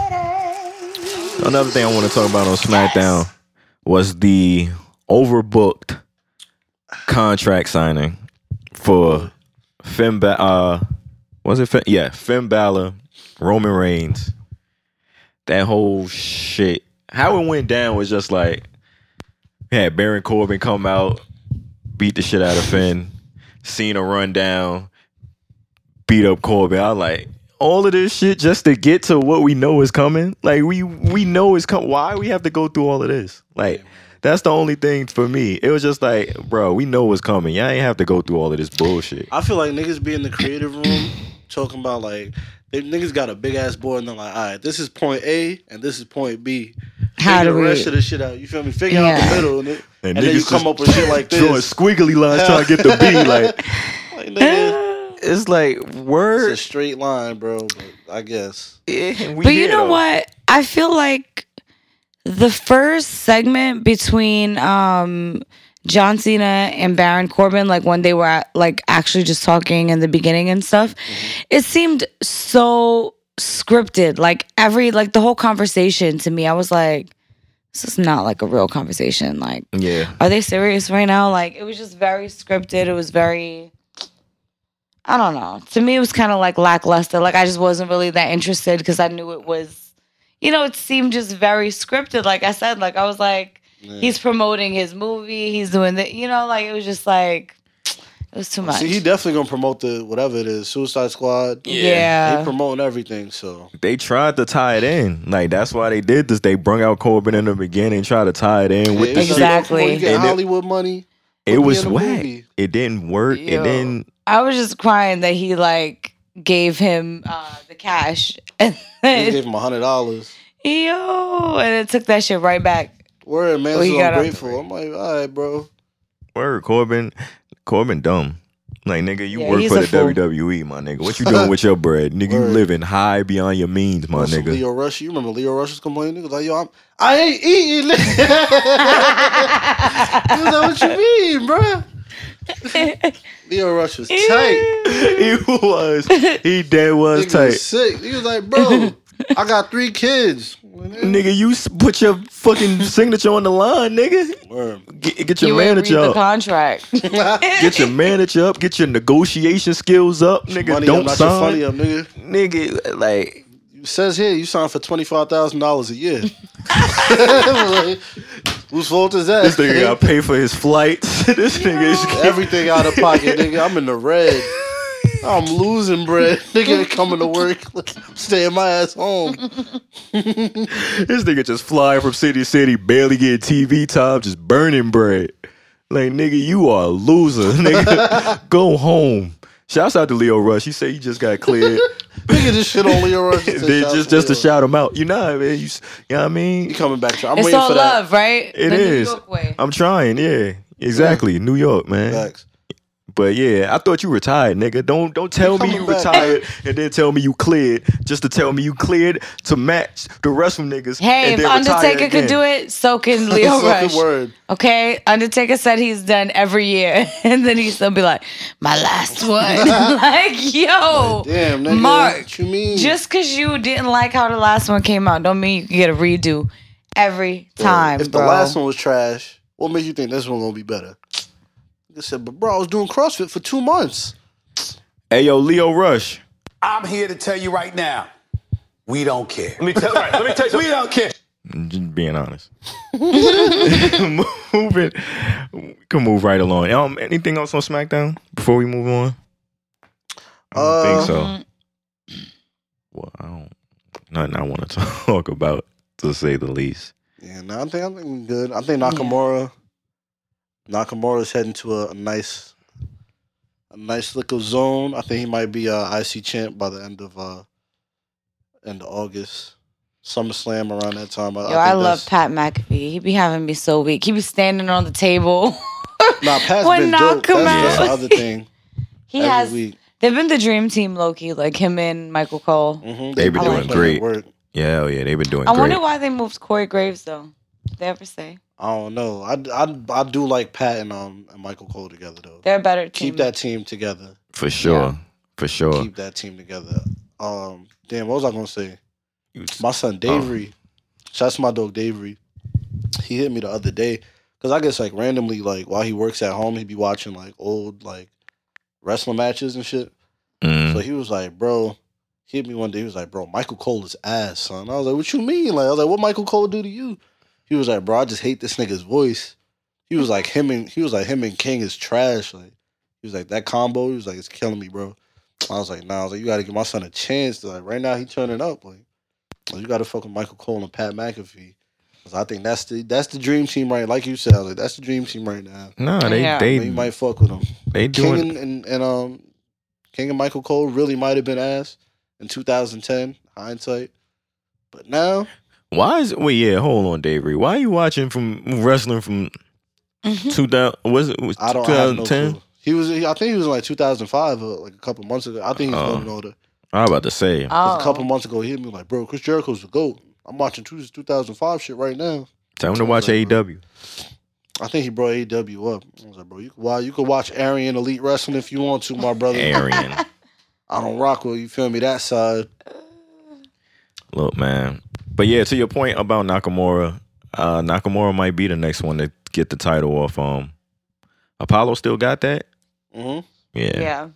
another thing I want to talk about on SmackDown was the overbooked contract signing for Finn. Ba- uh, was it Finn? Yeah, Finn Balor, Roman Reigns. That whole shit. How it went down was just like we had Baron Corbin come out, beat the shit out of Finn. Cena run down, beat up Corbin. I like all of this shit just to get to what we know is coming. Like we we know is coming. Why we have to go through all of this? Like That's the only thing for me. It was just like, bro, we know what's coming. Y'all ain't have to go through all of this bullshit.
I feel like niggas be in the creative room talking about like they niggas got a big ass board and they're like, all right, this is point A and this is point B.
How
Figure
do
the
we-
rest of the shit out? You feel me? Figure out
Yeah.
the middle, nigga. and,
niggas
then you come
just
up with shit like
Drawing
this.
squiggly lines trying to get the B. Like,
Like, nigga,
it's like,
it's a
word.
straight line, bro. But I guess
Yeah, we
But you
here,
know
though.
what? I feel like the first segment between um John Cena and Baron Corbin, like when they were at, like actually just talking in the beginning and stuff,
Mm-hmm.
it seemed so scripted. Like every like the whole conversation to me, I was like, this is not like a real conversation. Like,
Yeah.
are they serious right now? Like it was just very scripted. It was very I don't know. To me it was kind of like lackluster. Like I just wasn't really that interested because I knew it was you know, it seemed just very scripted. Like I said, like I was like he's promoting his movie, he's doing the you know, like it was just like it was too much.
see, he definitely gonna promote the whatever it is, Suicide Squad. He
yeah.
promoting everything, so
They tried to tie it in. Like, that's why they did this. They brung out Corbin in the beginning, try to tie it in with the
Exactly.
You get
And it-
Hollywood money.
It
Put me
was
in a
whack.
movie.
It didn't work.
Yo.
It didn't.
I was just crying that he like gave him uh the cash and
They
then,
gave him a hundred dollars.
yo and it took that shit right back.
Word, man,
Well,
this
he
is
got out the
ungrateful. I'm like, all right, bro.
Word, Corbin, Corbin, dumb. Like nigga, you
Yeah,
work
he's
for
a
the
fool.
WWE, my nigga. What you doing with your bread, nigga? You
Word.
living high beyond your means, my
Some
nigga.
Leo Rush, you remember Leo Rush was complaining? He was like, yo, I'm, I ain't eating. he was like, what you mean, bro? Leo Rush was tight.
he was, he dead was
Nigga
tight.
was sick. He was like, bro, I got three kids.
Nigga, you s- put your fucking signature on the line, nigga.
Word.
Get, get your
You ain't read
manager
the
up.
contract.
Get your manager up. Get your negotiation skills up, nigga.
Money
Don't
up, not your funny
sign,
up, nigga.
nigga. Like
It says here you signed for twenty five thousand dollars a year. Like, whose fault is that?
this nigga got to pay for his flights. this nigga is
everything out of pocket, nigga. I'm in the red. I'm losing bread, nigga. Coming to work, staying my ass home.
This nigga just flying from city to city, barely getting TV time, just burning bread. Like, nigga, you are a loser. Nigga, go home. Shouts out to Leo Rush. He said you just got cleared.
Nigga, this shit on Leo Rush.
Then just just to shout him out. You know, man. You, s- you know what I mean?
You coming back? To, I'm
it's
waiting
all
for
love, right?
It
the
is.
New York way.
I'm trying, yeah. Exactly. New York, man.
that. Facts.
But yeah, I thought you retired, nigga. Don't don't tell me
coming
you
back.
retired and then tell me you cleared just to tell me you cleared to match the rest of them niggas. and
Hey, if
then retire
Undertaker could
again.
do it, so can Leo
So can
Rush.
Word.
Okay, Undertaker said he's done every year, and then he still be like, "My last one." like, yo,
Damn, nigga.
Mark,
what you mean?
just because you didn't like how the last one came out, don't mean you can get a redo every time,
If
bro.
the last one was trash, what makes you think this one gonna be better? Nigga said, but bro, I was doing CrossFit for two months.
Hey yo, Leo Rush.
I'm here to tell you right now, we don't care.
Let me tell, right, let me tell you. We don't care.
Just being honest. Moving, we can move right along. Um, anything else on SmackDown before we move on? I don't think
Uh,
so. Well, I don't. Nothing I want to talk about, to say the least.
Yeah, no, I think I'm thinking good. I think Nakamura, Nakamura's heading to a, a nice, a nice little zone. I think he might be uh, IC champ by the end of uh, end of August, SummerSlam around that time. I,
Yo, I,
think
love
that's-
Pat McAfee. He be having me so weak. He be standing on the table.
Nah, Pat's
when
been dope.
Nakamura-
That's, that's the other thing.
he
Every
has.
week.
They've been the dream team, Loki. Like him and Michael Cole.
Mhm,
They be
put in
doing
that
great.
Work.
Yeah, hell yeah, they've been doing
I
great.
wonder why they moved Corey Graves though. Did They ever say
I don't know. I, I, I do like Pat and um and Michael Cole together though.
they're a better team.
Keep that team together.
for sure, for sure.
Keep that team together. Um, damn, what was I gonna say?
You-
My son Davery, shouts to my dog Davery. He hit me the other day because I guess like randomly, like while he works at home, he'd be watching like old like wrestling matches and shit.
Mm.
So he was like, "Bro," he hit me one day. He was like, "Bro, Michael Cole is ass, son." I was like, "What you mean?" Like I was like, "What Michael Cole do to you?" He was like, "Bro, I just hate this nigga's voice." He was like, "Him and he was like him and King is trash." Like he was like that combo. He was like, "It's killing me, bro." I was like, "Nah," I was like, "You got to give my son a chance." Like right now, he turning up. Like, like, you got to fuck with Michael Cole and Pat McAfee. 'Cause I think that's the that's the dream team right. Like you said, I was like, that's the dream team right now.
No, they
Yeah.
they
You might fuck with them.
they
King
doing
and, and, and um King and Michael Cole really might have been ass in 2010 hindsight, but now
why is wait yeah hold on Davery why are you watching from wrestling from
Mm-hmm.
two thousand was it was two
I don't have no
thousand ten?
clue. He was I think he was in like 2005 or uh, like a couple months ago. I think he's
Oh.
going in order.
I was about to say
Oh.
A couple months ago, he hit me like, "Bro, Chris Jericho's the goat." I'm watching two- 2005 shit right now.
tell him to watch E AEW.
I think he brought AEW up. I was like, "Bro, you could, wow, you could watch Arian Elite Wrestling if you want to, my brother."
Arian,
I don't rock with you. Feel me? That side.
look man, but yeah, to your point about Nakamura, uh, Nakamura might be the next one to get the title off. Um, Apollo still got that.
hmm
Yeah,
yeah.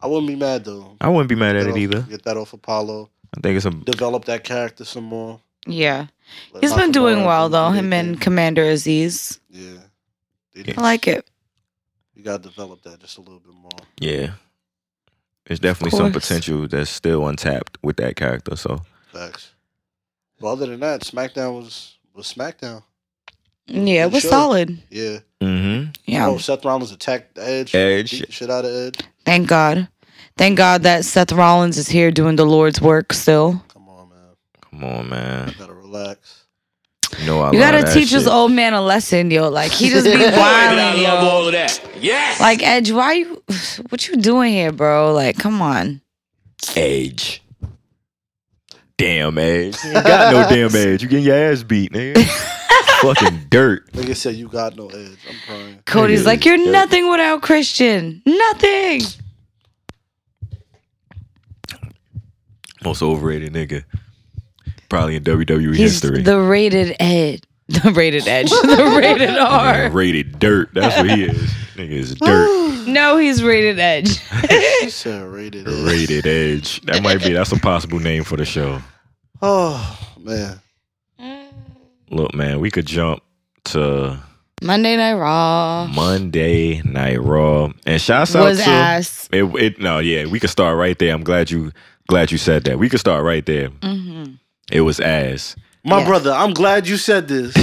I wouldn't be mad though.
I wouldn't be mad at
Get
it
off-
either.
Get that off Apollo.
I think it's a
Develop that character some more.
Yeah.
Let
He's been
Nakamura
doing well
do
though,
their
him and
thing.
Commander Aziz.
yeah. They
Yeah.
I like it.
You gotta develop that just a little bit more.
yeah. There's definitely some
course.
potential that's still untapped with that character. So
Facts. But other than that, SmackDown was was SmackDown.
Yeah, it was
Sure.
solid.
Yeah.
hmm
Yeah.
Oh, Seth Rollins attacked Edge.
Edge.
Beat the shit out of Edge.
Thank God. Thank God that Seth Rollins is here doing the Lord's work still.
Come on, man.
come on, man.
You gotta relax.
You know I
You
love
gotta
that
teach this
shit.
old man a lesson, yo. Like he just be
I
wilding,
love
yo.
all of that. Yes.
Like Edge, why you what you doing here, bro? Like, come on.
Edge. Damn Edge. You ain't got no damn Edge. You getting your ass beat, nigga. Fucking dirt.
Nigga said you got no edge. I'm crying.
Cody's
Nigga,
like, You're
yeah.
nothing without Christian. Nothing.
Most overrated nigga. Probably in WWE
He's
history.
the rated Ed. The rated edge. the rated
Nigga
R.
rated dirt. That's what he is. Nigga is dirt.
No, he's rated edge.
He said rated Edge.
rated Edge. That might be. That's a possible name for the show.
Oh man.
Look, man, we could jump to
Monday Night Raw
Monday Night Raw. And shouts out
was
to
ass.
It, it no, yeah, we could start right there. I'm glad you glad you said that. We could start right there.
Mm-hmm.
It was ass.
My
Yeah.
brother, I'm glad you said this.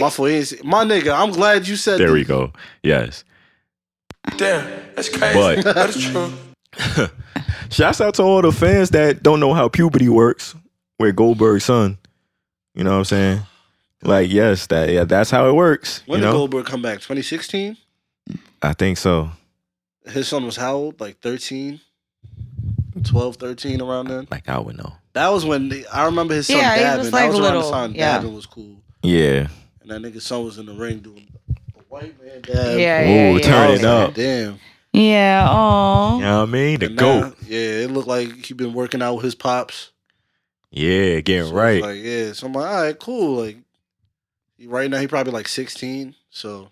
My fault, he ain't say- My nigga, I'm glad you said
There
this.
we go. Yes.
Damn, that's crazy.
But-
that is true.
Shouts out to all the fans that don't know how puberty works with Goldberg's son. You know what I'm saying? Like, yes, that yeah, that's how it works.
When
you
did
know?
Goldberg come back? 2016?
I think so.
His son was how old? Like 13? 12, 13 around then?
Like I would know.
That was when the, I remember his son
Yeah, he was,
dabbing.
like,
that was around
little.
the time
Yeah.
dabbing was cool.
Yeah.
And that nigga's son was in the ring doing the white man dab.
Yeah,
Ooh,
yeah, yeah.
turn
I
it
was like,
up.
Damn.
Yeah,
You
oh.
know what I mean? The
And now-
GOAT.
Yeah, it looked like he been working out with his pops.
Yeah, getting
So
right.
it's Like, yeah. So I'm like, all right, cool. Like right now he probably like 16. So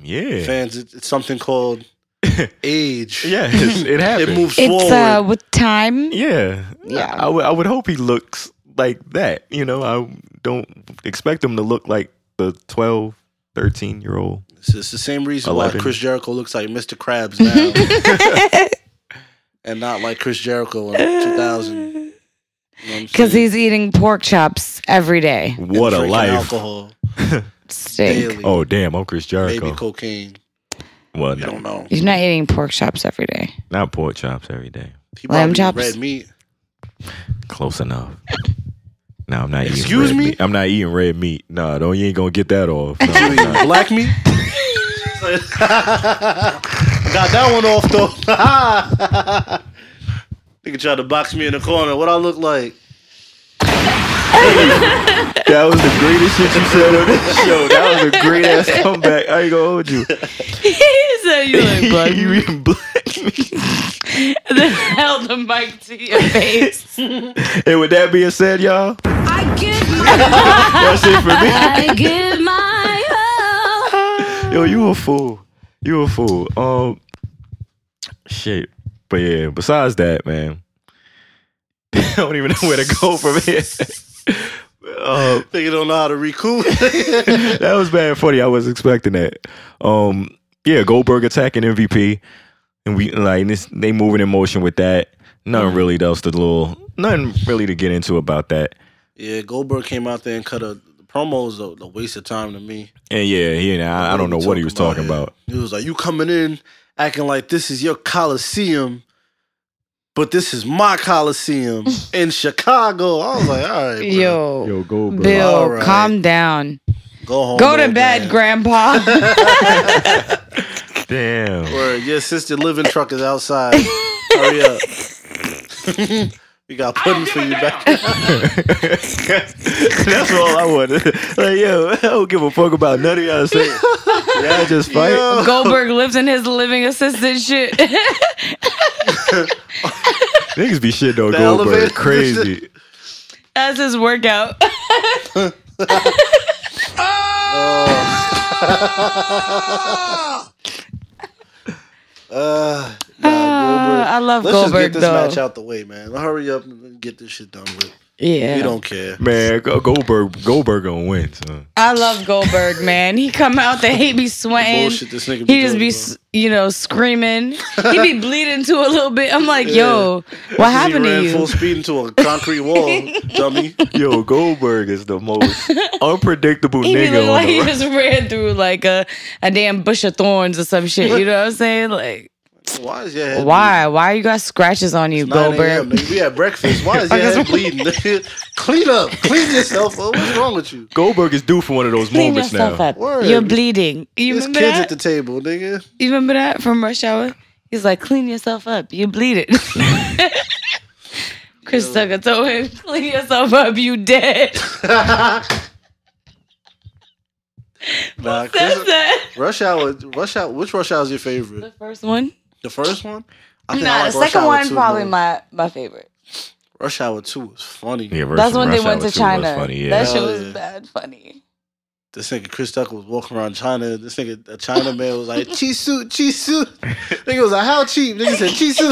yeah.
fans, it, it's something called age.
Yeah, it's- it
It
happens.
moves
It's
forward.
uh with time.
Yeah.
Yeah.
I would I would hope he looks like that. You know, I don't expect him to look like the 12, 13 year old.
It's, it's the same reason
Eleven.
why Chris Jericho looks like Mr. Krabs now. and not like Chris Jericho in 2000.
Because he's eating pork chops every day.
What a
Drinking
life.
Alcohol.
Steak.
Daily.
Oh damn, I'm Chris
Maybe
Jericho.
cocaine.
Well,
I
no,
don't know.
He's not eating pork chops every day.
not pork chops every day.
He probably
Lamb
eat
chops.
Red meat.
Close enough. No, I'm not
Excuse
eating red
me?
meat. I'm not eating red meat. No, don't you ain't gonna get that off. No,
You
I'm
eat
not.
black meat? Got that one off though. Nigga tried to box me in the corner. What I look like?
that was the greatest shit you said on this show. That was a great ass comeback. I ain't gonna hold you.
he said you look black.
you eating black meat.
and then held the mic to your face.
And with that being said, y'all,
I give my,
that's it for me.
I give my all.
Yo, you a fool. You a fool. Um, shit. But yeah, besides that, man, I don't even know where to go from here. um,
Nigga don't know how to recoup.
that was bad funny. I was expecting that. Um, yeah, Goldberg attacking MVP, and we like this. They moving in motion with that. Nothing really else to little. Nothing really to get into about that.
Yeah, Goldberg came out there and cut a the promo was a, a waste of time to me.
And yeah, he I, I don't know what he was talking about.
It He was like, "You coming in acting like this is your coliseum, but this is my coliseum in Chicago." I was like, "All right, bro.
Yo,
Yo, Goldberg.
Bill,
All right.
calm down.
go home,
Go to
old
bed,
man.
Grandpa.
Damn.
Word, your sister living truck is outside. Hurry up. we got pudding for you back.
That's all I wanted. like, yo, I don't give a fuck about none of y'all say. Y'all just fight.
Goldberg lives in his living assistant shit.
Niggas be shitting on
The
Goldberg.
elevator.
Crazy.
That's his workout.
Uh,
Uh, I love
let's just get
Goldberg
this
though.
match out the way, man. Hurry up and get this shit done with.
Yeah,
We don't care.
Man, Go- Goldberg Goldberg gonna win, son.
I love Goldberg, man. He come out there, he be sweating.
Bullshit this nigga be
He just
doing,
be,
bro.
s you know, screaming. He be bleeding too a little bit. I'm like, yo, what happened
he
to
ran
you?
full speed into a concrete wall, dummy.
Yo, Goldberg is the most unpredictable
He be
nigga
looking
on
like he
the
just ran through like a, a damn bush of thorns or some shit. You know what I'm saying? Like,
Why is your head
why? Why you got scratches on you,
bleeding? 9 a.m.,
Goldberg?
nigga. We had breakfast. Why is your
Because-
head bleeding? nigga? clean up. Clean yourself up. What's wrong with you?
Goldberg is due for one of those
Clean
moments
yourself
now.
up.
Word.
You're bleeding. You
There's
remember
kids at
that?
the table, nigga.
you remember that from Rush Hour? He's like, clean yourself up. You bleeding. Chris Tucker told him, clean yourself up. You dead.
Nah,
That's
Chris-
that.
rush hour. Rush hour. Which rush hour is your favorite?
First one.
The first one? I I
Nah, the
like Rush
second
Hour
one
2
probably
more.
my my favorite.
Rush Hour Two was funny.
Yeah, versus
That's when they
Rush
went
Hour 2
to
was
China.
Funny, yeah.
That shit
Hell
was
yeah.
bad funny.
This nigga Chris Tucker was walking around China. This nigga, a China man was like, Chisu, Chisu. nigga was like, how cheap? Nigga said, Chisu.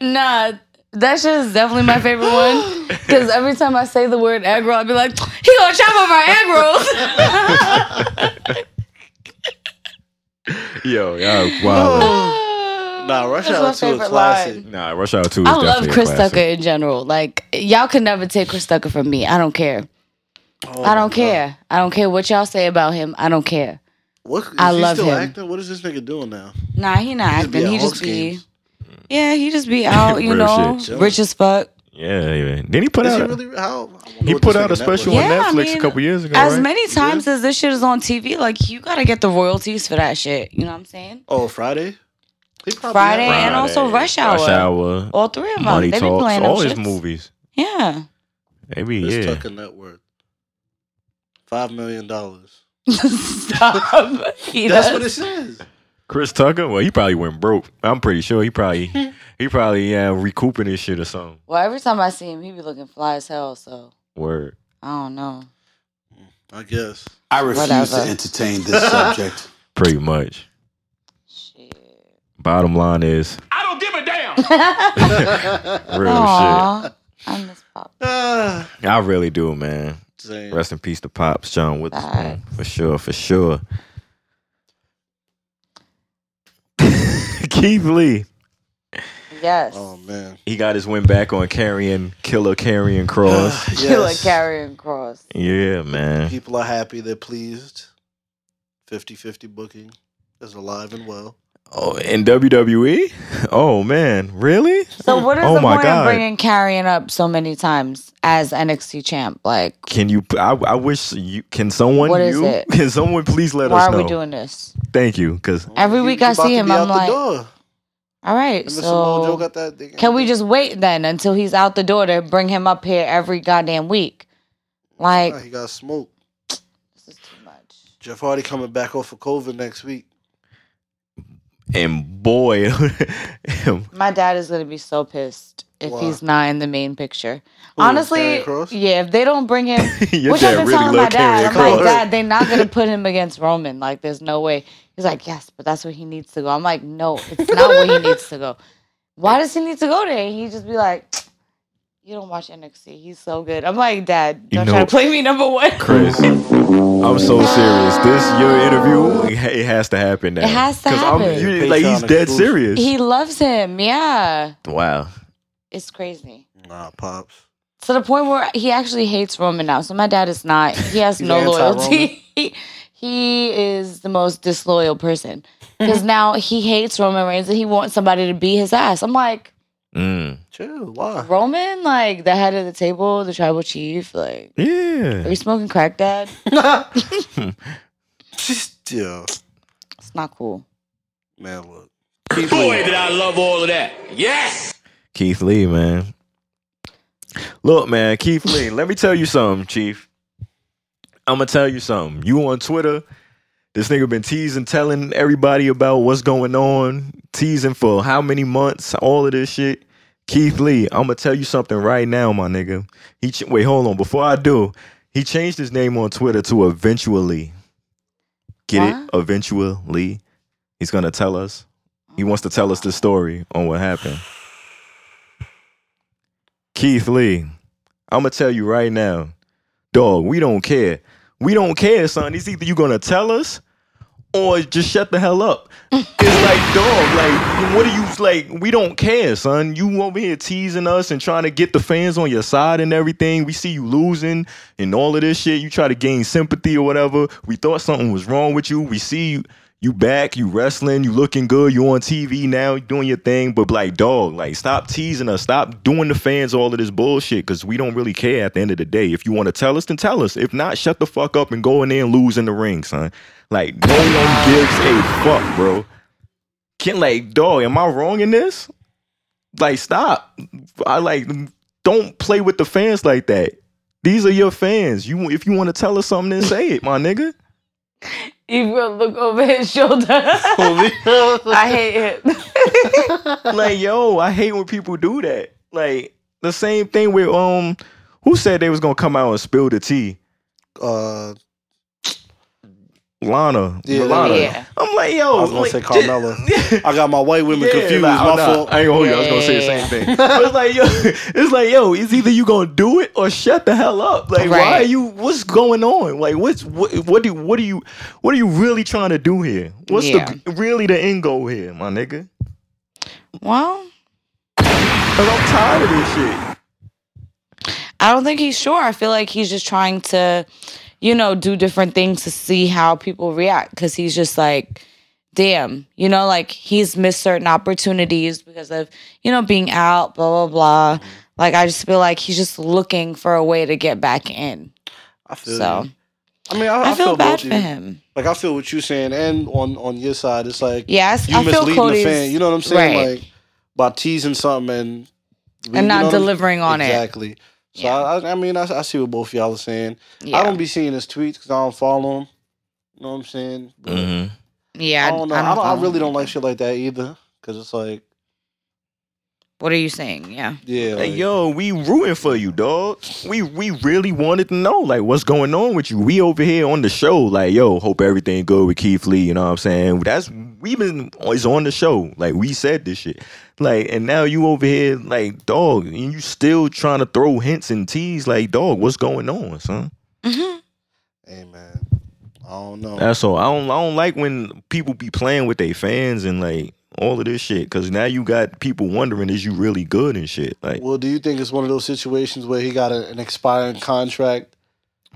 Nah, that shit is definitely my favorite one. Because every time I say the word egg roll, I'd be like, he gonna chop up our egg rolls.
Yo, yeah, wow.
nah, Rush
That's
Hour
my
2 is
favorite
classic.
line.
Nah, Rush Hour 2 is
I love
definitely a
Chris
classic.
Tucker in general. Like y'all could never take Chris Tucker from me. I don't care.
Oh,
I don't care. I don't care what y'all say about him. I don't care.
What, is
I
he
love
still
him.
acting? What is this nigga doing now?
Nah, he not
used to be
acting.
at
He
Hawks
just be.
games.
Yeah, he just be out, you
Real
know,
shit.
rich as fuck.
Yeah, yeah. Then he put
Is he
out
really? How?
uh, he put out a special
was.
on
Yeah, I
Netflix
mean,
a couple years ago.
As
right?
many times as this shit is on TV, like you gotta get the royalties for that shit. You know what I'm saying?
Oh, Friday? He probably
Friday,
had-
and also Rush Hour.
Rush Hour,
All three of them.
Money
they be
Talks,
playing them
all his
shits.
movies.
Yeah.
Maybe
Chris
yeah.
Tucker net worth. $5 million. dollars.
Stop. He
That's
does.
what it says.
Chris Tucker. Well, he probably went broke. I'm pretty sure he probably he probably yeah recouping his shit or something.
well, every time I see him, he be looking fly as hell. So
Word.
I don't know.
I guess.
I refuse
Whatever.
to entertain this subject.
Pretty much.
Shit.
Bottom line is I don't give a damn. Real
Aw, I miss Pop.
Ah,
shit. I really do, man.
same.
Rest in peace to Pops, John Witherspoon.
Facts.
For sure, for sure. Keith Lee.
Yes.
Oh, man.
He got his win back on carrying killer carrying cross.
Killer
Ah, Yes.
carrying cross.
yeah, man.
People are happy. They're pleased. 50-50 booking is alive and well.
Oh, in WWE? Oh man, really?
So what is
Oh
the
my
point
God.
of bringing carrying up so many times as NXT champ? Like,
Can you? I, I wish you. Can someone?
What is
you?
it?
Can someone please let
why
us
are
know?
we doing this?
Thank you, because
Every
He-
week
he
I
about
see
to
him,
be out
I'm
the
like,
door.
all right.
Mr. Samoa Joe
So
got that thing.
can we just wait then until he's out the door to bring him up here every goddamn week? Like,
Nah, he got smoked.
this is too much.
Jeff Hardy coming back off of COVID next week.
and boy,
My dad is gonna be so pissed if
Why?
he's not in the main picture.
Who,
Honestly,
Karrion Kross?
yeah, if they don't bring him,
Your
which
dad
I've been
really
telling my
love Karrion
dad, I'm
Kross.
like, Dad, they're not gonna put him against Roman. Like, there's no way. He's like, yes, but that's where he needs to go. I'm like, no, it's not where he needs to go. Why does he need to go there? He just be like, you don't watch NXT. He's so good. I'm like, Dad,
You
don't try
know-
to play me number one.
Chris, I'm so serious. This your interview. It ha- it has to happen now.
It has to
'Cause I'm-
happen.
you- like he's
Patreon
dead
exclusive.
serious.
He loves him. Yeah,
wow.
It's crazy.
Nah, pops.
To the point where he actually hates Roman now. So my dad is not. He has
He's
no
anti-Roman.
loyalty. he is the most disloyal person because now he hates Roman Reigns and he wants somebody to beat his ass. I'm like
Mm.
Chill. Why?
Roman, like the head of the table, the tribal chief. Like, are
Yeah.
you smoking crack, Dad?
Just yeah.
It's not cool.
Man, look.
Keith Lee, man. Look, man, Keith Lee, let me tell you something, Chief. I'm gonna tell you something. You on Twitter, this nigga been teasing, telling everybody about what's going on, teasing for how many months, all of this shit. Keith Lee, I'm gonna tell you something right now, my nigga. He ch- wait, hold on. Before I do, he changed his name on Twitter to Eventually. Get it? Eventually. He's gonna tell us. He wants to tell us the story on what happened. Keith Lee, I'm gonna tell you right now, dog. We don't care. We don't care, son. It's either you gonna tell us or just shut the hell up. It's like, dog, like, what are you like? We don't care, son. You over here teasing us and trying to get the fans on your side and everything. We see you losing and all of this shit. You try to gain sympathy or whatever. We thought something was wrong with you. We see you. You back, you wrestling, you looking good, you on TV now, you doing your thing, but like dog, like stop teasing us, stop doing the fans all of this bullshit, cause we don't really care at the end of the day. If you want to tell us, then tell us. If not, shut the fuck up and go in there and lose in the ring, son. Like no one gives a fuck, bro. Can like dog, am I wrong in this? Like stop. I like don't play with the fans like that. These are your fans. You if you want to tell us something, then say it, my nigga.
Ebro, look over his shoulder. I hate him.
like yo, I hate when people do that. Like the same thing with um, who said they was gonna come out and spill the tea?
Uh,
Lana,
Yeah,
Lana.
yeah.
I'm like yo,
I was gonna
like,
say Carmella. I got my white women
yeah,
confused.
like,
my
oh, nah,
fault.
I ain't gonna hold you. I was gonna say the
Yeah.
same thing. but it's like yo, it's like yo, it's either you gonna do it or shut the hell up. Like why
Right.
are you? What's going on? Like what's what? What do what are you? What are you really trying to do here? What's the really the end goal here, my nigga?
Well,
Cause I'm tired of this shit.
I don't think he's sure. I feel like he's just trying to, you know, do different things to see how people react because he's just like, damn, you know, like he's missed certain opportunities because of, you know, being out, blah, blah, blah. Like, I just feel like he's just looking for a way to get back in.
I feel.
So
you. I mean, I,
I, feel, bad
both
for
of you.
him.
Like I feel what you're saying, and on on your side, it's like
Yeah, I s-
you
I feel
misleading
Cody's-
the fan. You know what I'm saying?
right.
Like by teasing something and
And not delivering on it.
exactly. Exactly. So I, I mean, I, I see what both of y'all are saying.
Yeah.
I don't be seeing his tweets because I don't follow him. You know what I'm saying? But
Mm-hmm.
yeah.
I don't know. I, don't, I
follow
really
him.
don't like shit like that either. Cause it's like,
What are you saying? Yeah.
yeah,
Hey,
like,
yo, we rooting for you, dog. We we really wanted to know like what's going on with you. We over here on the show, like yo, hope everything good with Keith Lee. You know what I'm saying? That's we been is on the show. Like we said this shit. Like and now you over here like dog, and you still trying to throw hints and tease. Like dog, what's going on, son?
hey man, I don't know.
That's all. I don't I don't like when people be playing with their fans and like all of this shit because now you got people wondering is you really good and shit. Like
well, do you think it's one of those situations where he got a, an expiring contract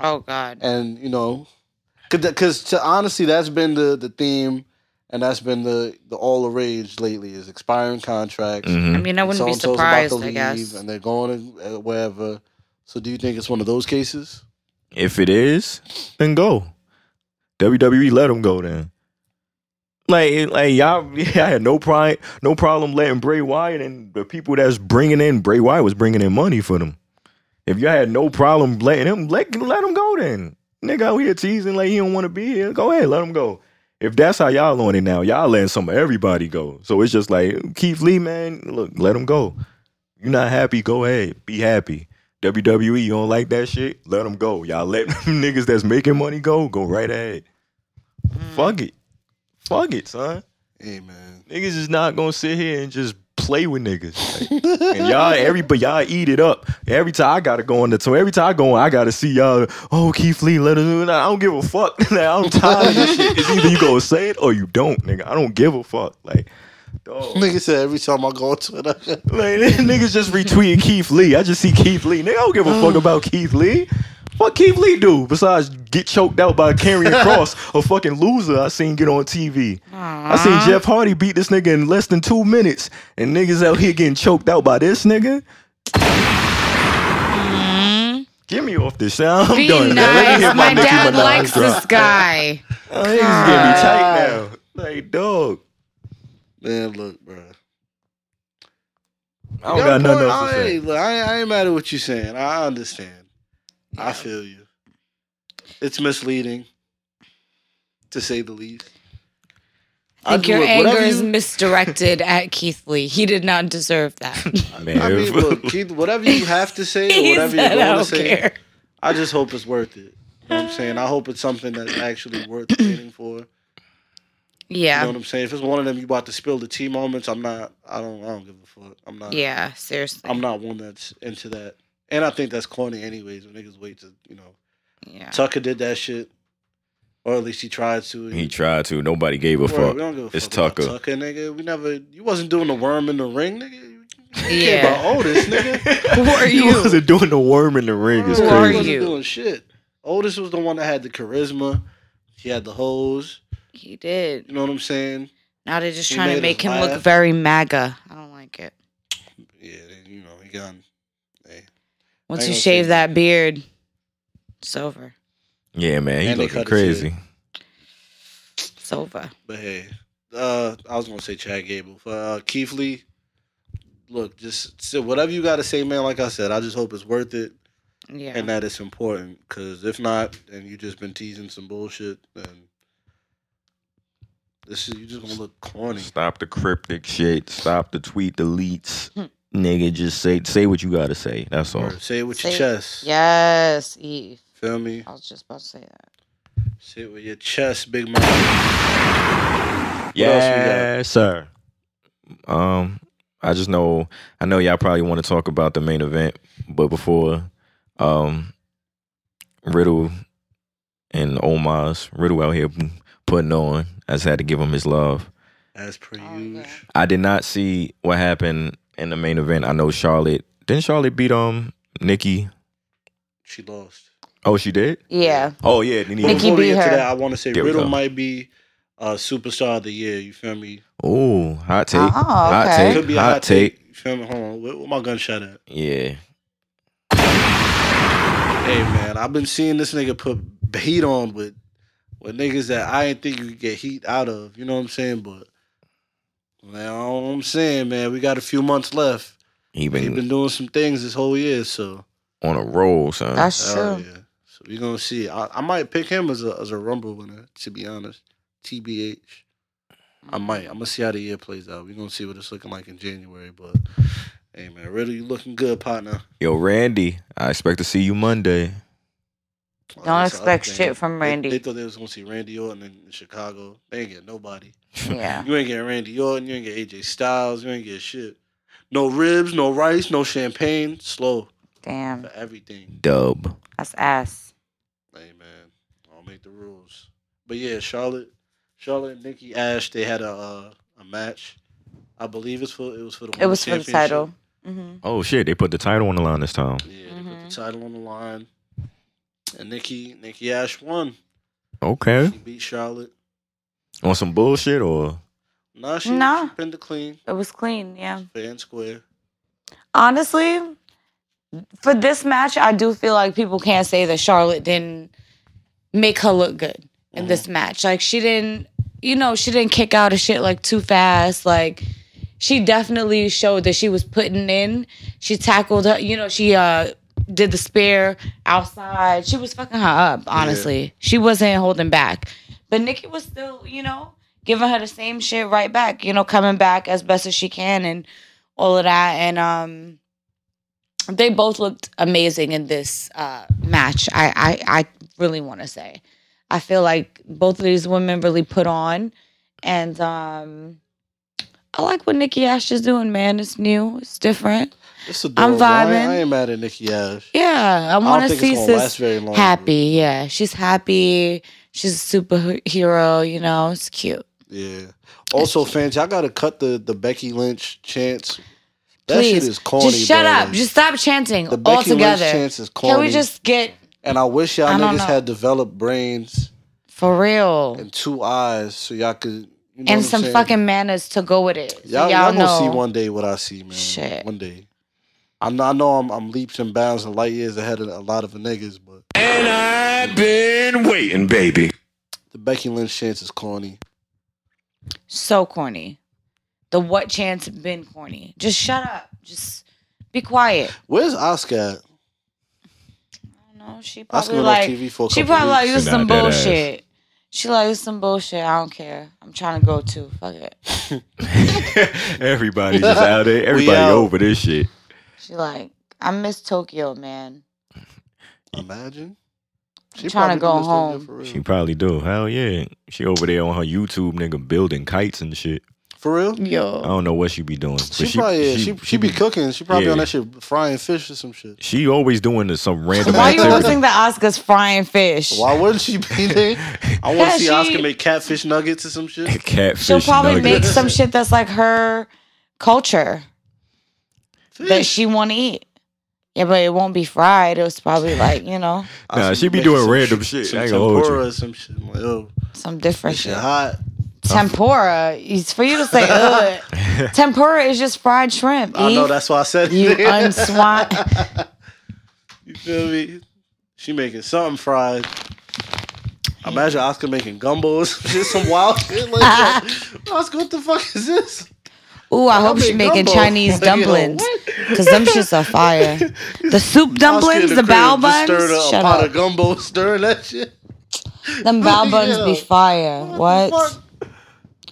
Oh, God.
and you know, because to honestly, that's been the the theme, and that's been the the all the rage lately is expiring contracts.
Mm-hmm.
mhm.
I mean, I wouldn't be
So-and-so's
surprised, I guess.
and they're going to, uh, wherever. So, do you think it's one of those cases?
If it is, then go. WWE let him go then. Like, like y'all, yeah, I had no pride, no problem letting Bray Wyatt and the people that's bringing in Bray Wyatt was bringing in money for them. If y'all had no problem letting him, let let him go then. Nigga out here teasing like he don't want to be here. Go ahead, let him go. If that's how y'all on it now, y'all letting some of everybody go. So it's just like Keith Lee, man. Look, let him go. You're not happy, go ahead. Be happy. WWE, you don't like that shit? Let them go. Y'all let niggas that's making money go, go right ahead. Fuck it. Fuck it, son.
Hey, man.
Niggas is not gonna sit here and just play with niggas. Like, and y'all, everybody, y'all eat it up. Every time I gotta go on the tour, every time I go on, I gotta see y'all, oh, Keith Lee, let us I don't give a fuck. like, I'm tired of this shit. It's either you gonna say it or you don't, nigga. I don't give a fuck. Like,
Dog.
Nigga said every time I go on Twitter.
Like, niggas just retweeting Keith Lee. I just see Keith Lee. Nigga, I don't give a fuck about Keith Lee. What Keith Lee do besides get choked out by carrying cross, a fucking loser I seen get on TV. I seen Jeff Hardy beat this nigga in less than two minutes, and niggas out here getting choked out by this nigga. Get me off this shit. I'm
Mm-hmm. Be
done. man. Let me
nice.
hear
My
Nicki
dad
Minaj
likes
drop.
this guy.
Oh, niggas getting me tight now. Like, dog.
Man, look, bro.
I don't got nothing else to
I
say.
ain't, look, I, ain't, I ain't mad at what you're saying. I understand. I feel you. It's misleading, to say the least.
I think
do
your
it-
anger
whatever
is
you-
misdirected at Keith Lee. He did not deserve that.
Man,
I mean, look, Keith, whatever you have to say, or
He
whatever you
said, "I
want to
don't
say,
care."
I just hope it's worth it. You know what I'm saying? I hope it's something that's actually worth waiting for. You
Yeah.
know what I'm saying? If it's one of them you about to spill the tea moments, I'm not. I don't. I don't give a fuck. I'm not.
yeah, seriously.
I'm not one that's into that. And I think that's corny, anyways. When niggas wait to, you know,
yeah.
Tucker did that shit, or at least he tried to.
he tried to. Nobody gave a
Word,
fuck.
we don't give a
It's
fuck about
Tucker.
Tucker, nigga. We never. You wasn't doing the worm in the ring, nigga. You
Yeah.
yeah. about Otis, nigga.
Who are
He
you?
wasn't doing the worm in the ring. It's
Who
are
crazy.
wasn't
you?
doing shit. Otis was the one that had the charisma. He had the hose.
He did.
You know what I'm saying?
Now they're just
He
trying to
made
make
us
him look
laugh.
very MAGA. I don't like it.
Yeah, you know he got. Hey.
Once
ain't gonna
you shave
say-
that beard, it's over.
Yeah, man, he
And they
looking
cut his
crazy.
It's over.
But hey, uh, I was gonna say Chad Gable for uh, Keith Lee. Look, just so whatever you gotta say, man. Like I said, I just hope it's worth it
Yeah.
and that it's important. Cause if not, and you just been teasing some bullshit, then this is you just gonna look corny.
Stop the cryptic shit. Stop the tweet deletes.
Hmm.
Nigga, just say say what you gotta say. That's all.
Or say it with
Say-
your chest.
yes, Eve.
Feel me?
I was just about to say that.
Say it with your chest, big man.
Yeah, sir. Um, I just know I know y'all probably want to talk about the main event, but before um Riddle and Omar's Riddle out here putting on, I just had to give him his love.
As per
Oh,
usual.
yeah.
I did not see what happened in the main event. I know Charlotte didn't Charlotte beat um Nikki.
She lost.
Oh, she did.
Yeah.
Oh yeah, Nikki.
Nikki
Before we
beat
get to
her.
that, I want to say
There we
Riddle
go.
might be uh, superstar of the year. You feel me?
Oh, hot take.
Oh,
Hot
okay.
take.
Could be a
hot, take.
You feel me? Hold on. Where, where my gunshot at?
Yeah.
Hey man, I've been seeing this nigga put heat on with with niggas that I ain't think you could get heat out of. You know what I'm saying? But man, I don't know what I'm saying, man. We got a few months left.
He
He
been,
been doing some things this whole year, so
on a roll, son.
That's
hell
true.
yeah. So we gonna see. I, I might pick him as a as a rumble winner, to be honest. TBH. I might.
Mm.
I'm gonna see how the year plays out. We're gonna see what it's looking like in January, but hey man, really you looking good, partner.
Yo, Randy, I expect to see you Monday.
Oh,
Don't
that's the other
expect
thing.
shit from
They-
Randy.
They, thought they was gonna see Randy Orton in, in Chicago. They ain't get nobody.
Yeah.
You ain't getting Randy Orton. You ain't get AJ Styles. You ain't get shit. No ribs, no rice, no champagne. Slow
Damn.
for everything.
Dub.
That's ass.
Hey man, I'll make the rules. But yeah, Charlotte, Charlotte and Nikki Ash, they had a uh, a match. I believe it's for it was for the
It was
women's
for
championship.
the title. hmm
Oh shit, they put the title on the line this time.
Yeah, they
Mm-hmm.
put the title on the line, and Nikki Nikki Ash won.
Okay.
She beat Charlotte.
On some bullshit or
Nah, she,
Nah.
she pinned it clean,
It was clean. Yeah.
fair and square.
honestly, for this match, I do feel like people can't say that Charlotte didn't make her look good in this match. Like she didn't, you know, she didn't kick out of shit like too fast. Like she definitely showed that she was putting in. She tackled her, you know, she uh did the spear outside. She was fucking her up, honestly. She wasn't holding back. But Nikki was still, you know, giving her the same shit right back, you know, coming back as best as she can and all of that. And um they both looked amazing in this uh match. I I, I really wanna say. I feel like both of these women really put on and um I like what Nikki Ash is doing, man. It's new, it's different.
It's adorable. i ain't- I,
vibing.
ain't mad at Nikki Ash.
Yeah, I
don't
want to
think it's
see
gonna last
sis
very long,
happy. Yeah, she's happy. She's a superhero. You know, it's cute.
Yeah. Also, fans, y'all gotta cut the the Becky Lynch chants. That shit is corny.
just shut
bro.
up. Just stop chanting
The Becky Lynch
altogether.
chants is
Can we
corny.
just get
and I wish y'all
I don't
niggas
know.
had developed brains
for real
and two eyes so y'all could. You know what I'm
and some
saying?
fucking manners to go with it? So
Y'all,
y'all,
y'all,
know.
gonna see one day what I see, man.
Shit.
One day. I know, I know I'm, I'm leaps and bounds and light years ahead of a lot of the niggas, but
And I've been waiting, baby.
the Becky Lynch chance is corny.
So corny. The what chance been corny? Just shut up. Just be quiet.
Where's Oscar?
No, she
Oscar
probably
been on
like
TV for a
she
couple
probably like
weeks.
this is
Nah,
some
dead ass.
bullshit. She like this is some bullshit. I don't care. I'm trying to go too. Fuck it.
Everybody just out there. Everybody
out.
over this shit.
She like I miss Tokyo, man.
Imagine.
I'm trying
probably
to go
do this over there
home.
For real.
She probably do. Hell yeah. She over there on her YouTube nigga building kites and shit.
For real?
I
Yo,
don't know what she be doing. but
Uh, She, probably she, she, be cooking. She probably
yeah.
on that shit frying fish or some shit.
She always doing this, some random
why you always
activity.
think that Oscar's frying fish?
Why wouldn't she be there? I want
Yeah,
to see
she-
Oscar make catfish nuggets or some shit.
Catfish
She'll probably
nuggets.
make some shit that's like her culture that
Fish.
she want to eat. Yeah, but it won't be fried. It was probably like you know
Nah, she be
making
doing
some
random
sh-
shit.
Some
I ain't gonna hold
tempura
you.
or some shit. I'm like, oh,
some different
shit
shit.
hot.
Tempura. It's for you to say Ugh. tempura is just fried shrimp.
I know
Eve.
that's why I said
You
that.
unswan.
You feel me? She making something fried. Imagine Oscar making gumbos, just some wild shit like that. Oscar, what the fuck is this?
Ooh, I hope
make
she's making
gumbo.
Chinese
Like, yo,
dumplings. Cause them shits are fire. The soup
Oscar in
dumplings, the,
crib,
bao
just
buns.
Stirred a, a
Shut
pot
up.
of gumbo, stirring that shit.
Them bao buns
Yeah.
be fire. What?
Fuck.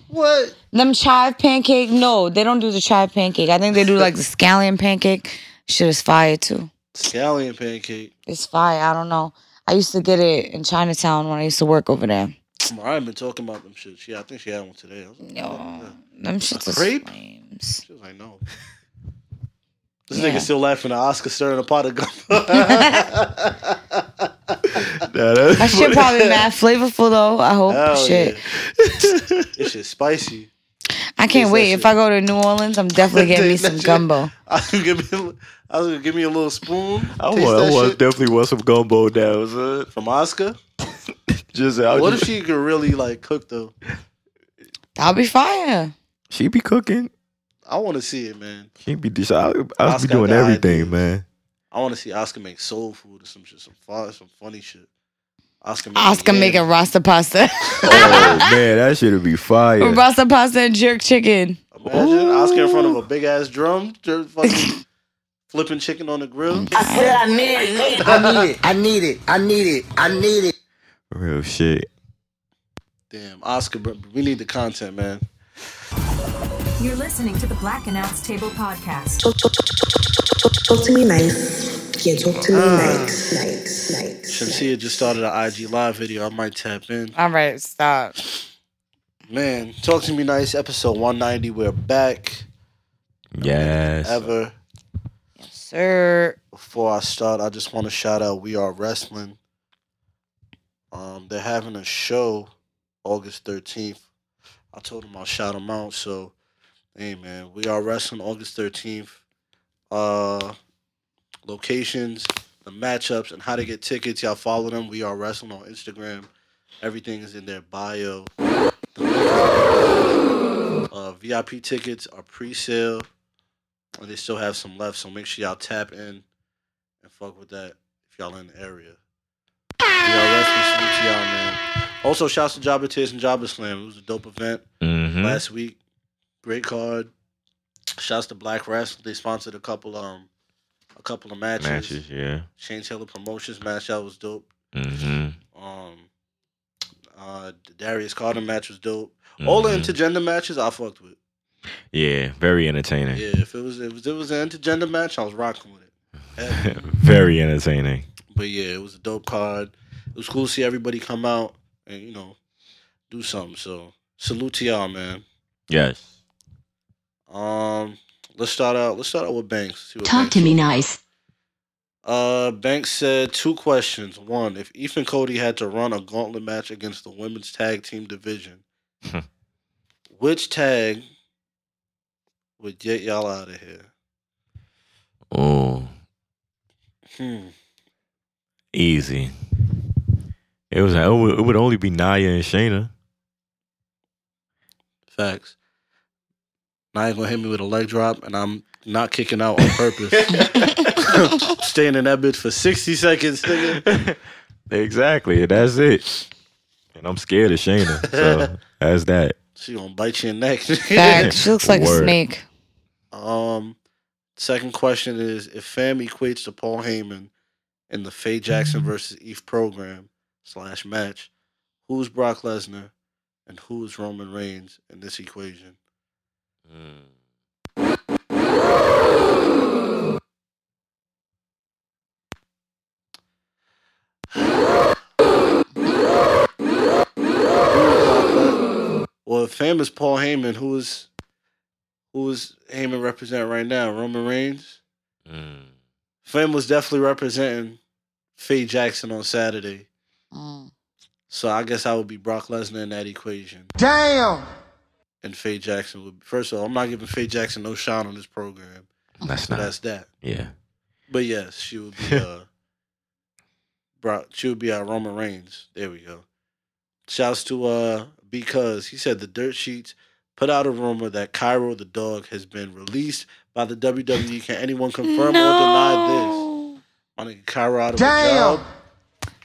What?
Them chive pancake? No, they don't do the chive pancake. I think they do like the scallion pancake. Shit is fire too.
Scallion pancake.
It's fire. I don't know. I used to get it in Chinatown when I used to work over there.
Mariah been talking about them shit. She, I think she had one today. I was like,
Yo, them shits are
crepe?
flames.
she was like, no. This
Yeah.
nigga still laughing at Oscar stirring a pot of gumbo.
Nah, that's
That shit probably mad flavorful though. I hope.
Hell
shit.
this shit spicy.
I can't
Taste
wait.
that
If
shit.
I go to New Orleans, I'm definitely getting me
Taste that
some
shit.
gumbo.
I was gonna give me, I was gonna give me a little spoon.
I
taste
want, I
that
want,
shit.
definitely want some gumbo now.
uh,
son.
from Oscar.
Just, I
What
just,
if she could really like cook though?
That'll be fire.
She be cooking.
I want to see it, man.
She be, she, I, I
Oscar
be doing
got
everything,
ideas.
man.
I want to see Oscar make soul food or some shit, some fun, some funny shit. Oscar, making
Oscar
yams.
making rasta pasta,
Oh man, that shit'll be fire.
rasta pasta and jerk chicken.
Imagine Oscar in front of a big ass drum, just fucking flipping chicken on the grill.
Mm.
Real shit.
Damn, Oscar, bro, we need the content, man.
You're listening to the Black Announce Table Podcast.
Talk, talk, talk, talk, talk, talk, talk, talk to me nice. Yeah, talk to me nice, nice, nice.
Shamsia just started an IG live video. I might tap in.
All right, stop.
Man, talk to me nice. Episode one ninety. We're back.
Yes.
Ever.
Sir,
before I start, I just want to shout out We Are Wrestling. Um, they're having a show August 13th. I told them I'll shout them out. So, hey, man, We Are Wrestling August 13th. Uh, locations, the matchups, and how to get tickets. Y'all follow them. We Are Wrestling on Instagram. Everything is in their bio. Uh, VIP tickets are pre sale and they still have some left. So make sure y'all tap in and fuck with that if y'all in the area. Y'all wrestling, salute to y'all, man. Also, shouts to Jabba Tiz and Jabba Slam. It was a dope event
Mm-hmm.
last week. Great card. Shouts to Black Wrestling. They sponsored a couple um a couple of matches.
Matches, yeah.
Shane Taylor Promotions match that was dope.
Mm-hmm.
Um uh the Darius Carter match was dope. All the intergender matches I fucked with.
Mm-hmm. Yeah, very entertaining.
Yeah, if it was if it was an intergender match, I was rocking with it. Heck yeah.
very entertaining.
But yeah, it was a dope card. It was cool to see everybody come out and you know do something. So salute to y'all, man.
Yes.
Um, let's start out. Let's start out with Banks. See what
Talk
Banks
to me
said.
nice.
Uh, Banks said two questions. One, if Ethan Cody had to run a gauntlet match against the women's tag team division, Which tag would get y'all out of here?
Oh,
Hmm.
easy. It was. It would, it would only be Naya and Shayna.
Facts. Now you're gonna hit me with a leg drop, and I'm not kicking out on purpose. Staying in that bitch for 60 seconds, nigga.
Exactly. That's it. And I'm scared of Shayna. So that's that.
She gonna bite your neck.
Back. She looks like a
Word.
snake.
um, second question is if fam equates to Paul Heyman in the Faye Jackson versus Eve program slash match, who's Brock Lesnar and who's Roman Reigns in this equation? Well, if fam is Paul Heyman, who's who's Heyman represent right now? Roman Reigns.
Mm,
Fam was definitely representing Faye Jackson on Saturday,
Mm.
so I guess I would be Brock Lesnar in that equation.
Damn!
And Faye Jackson would. First of all, I'm not giving Faye Jackson no shine on this program.
That's
So
not.
that's that.
yeah.
But yes, she would be. Uh, Brock, she would be our Roman Reigns. There we go. Shouts to uh because he said the dirt sheets put out a rumor that Cairo the dog has been released by the WWE. Can anyone confirm or deny this? My nigga Cairo out of a job.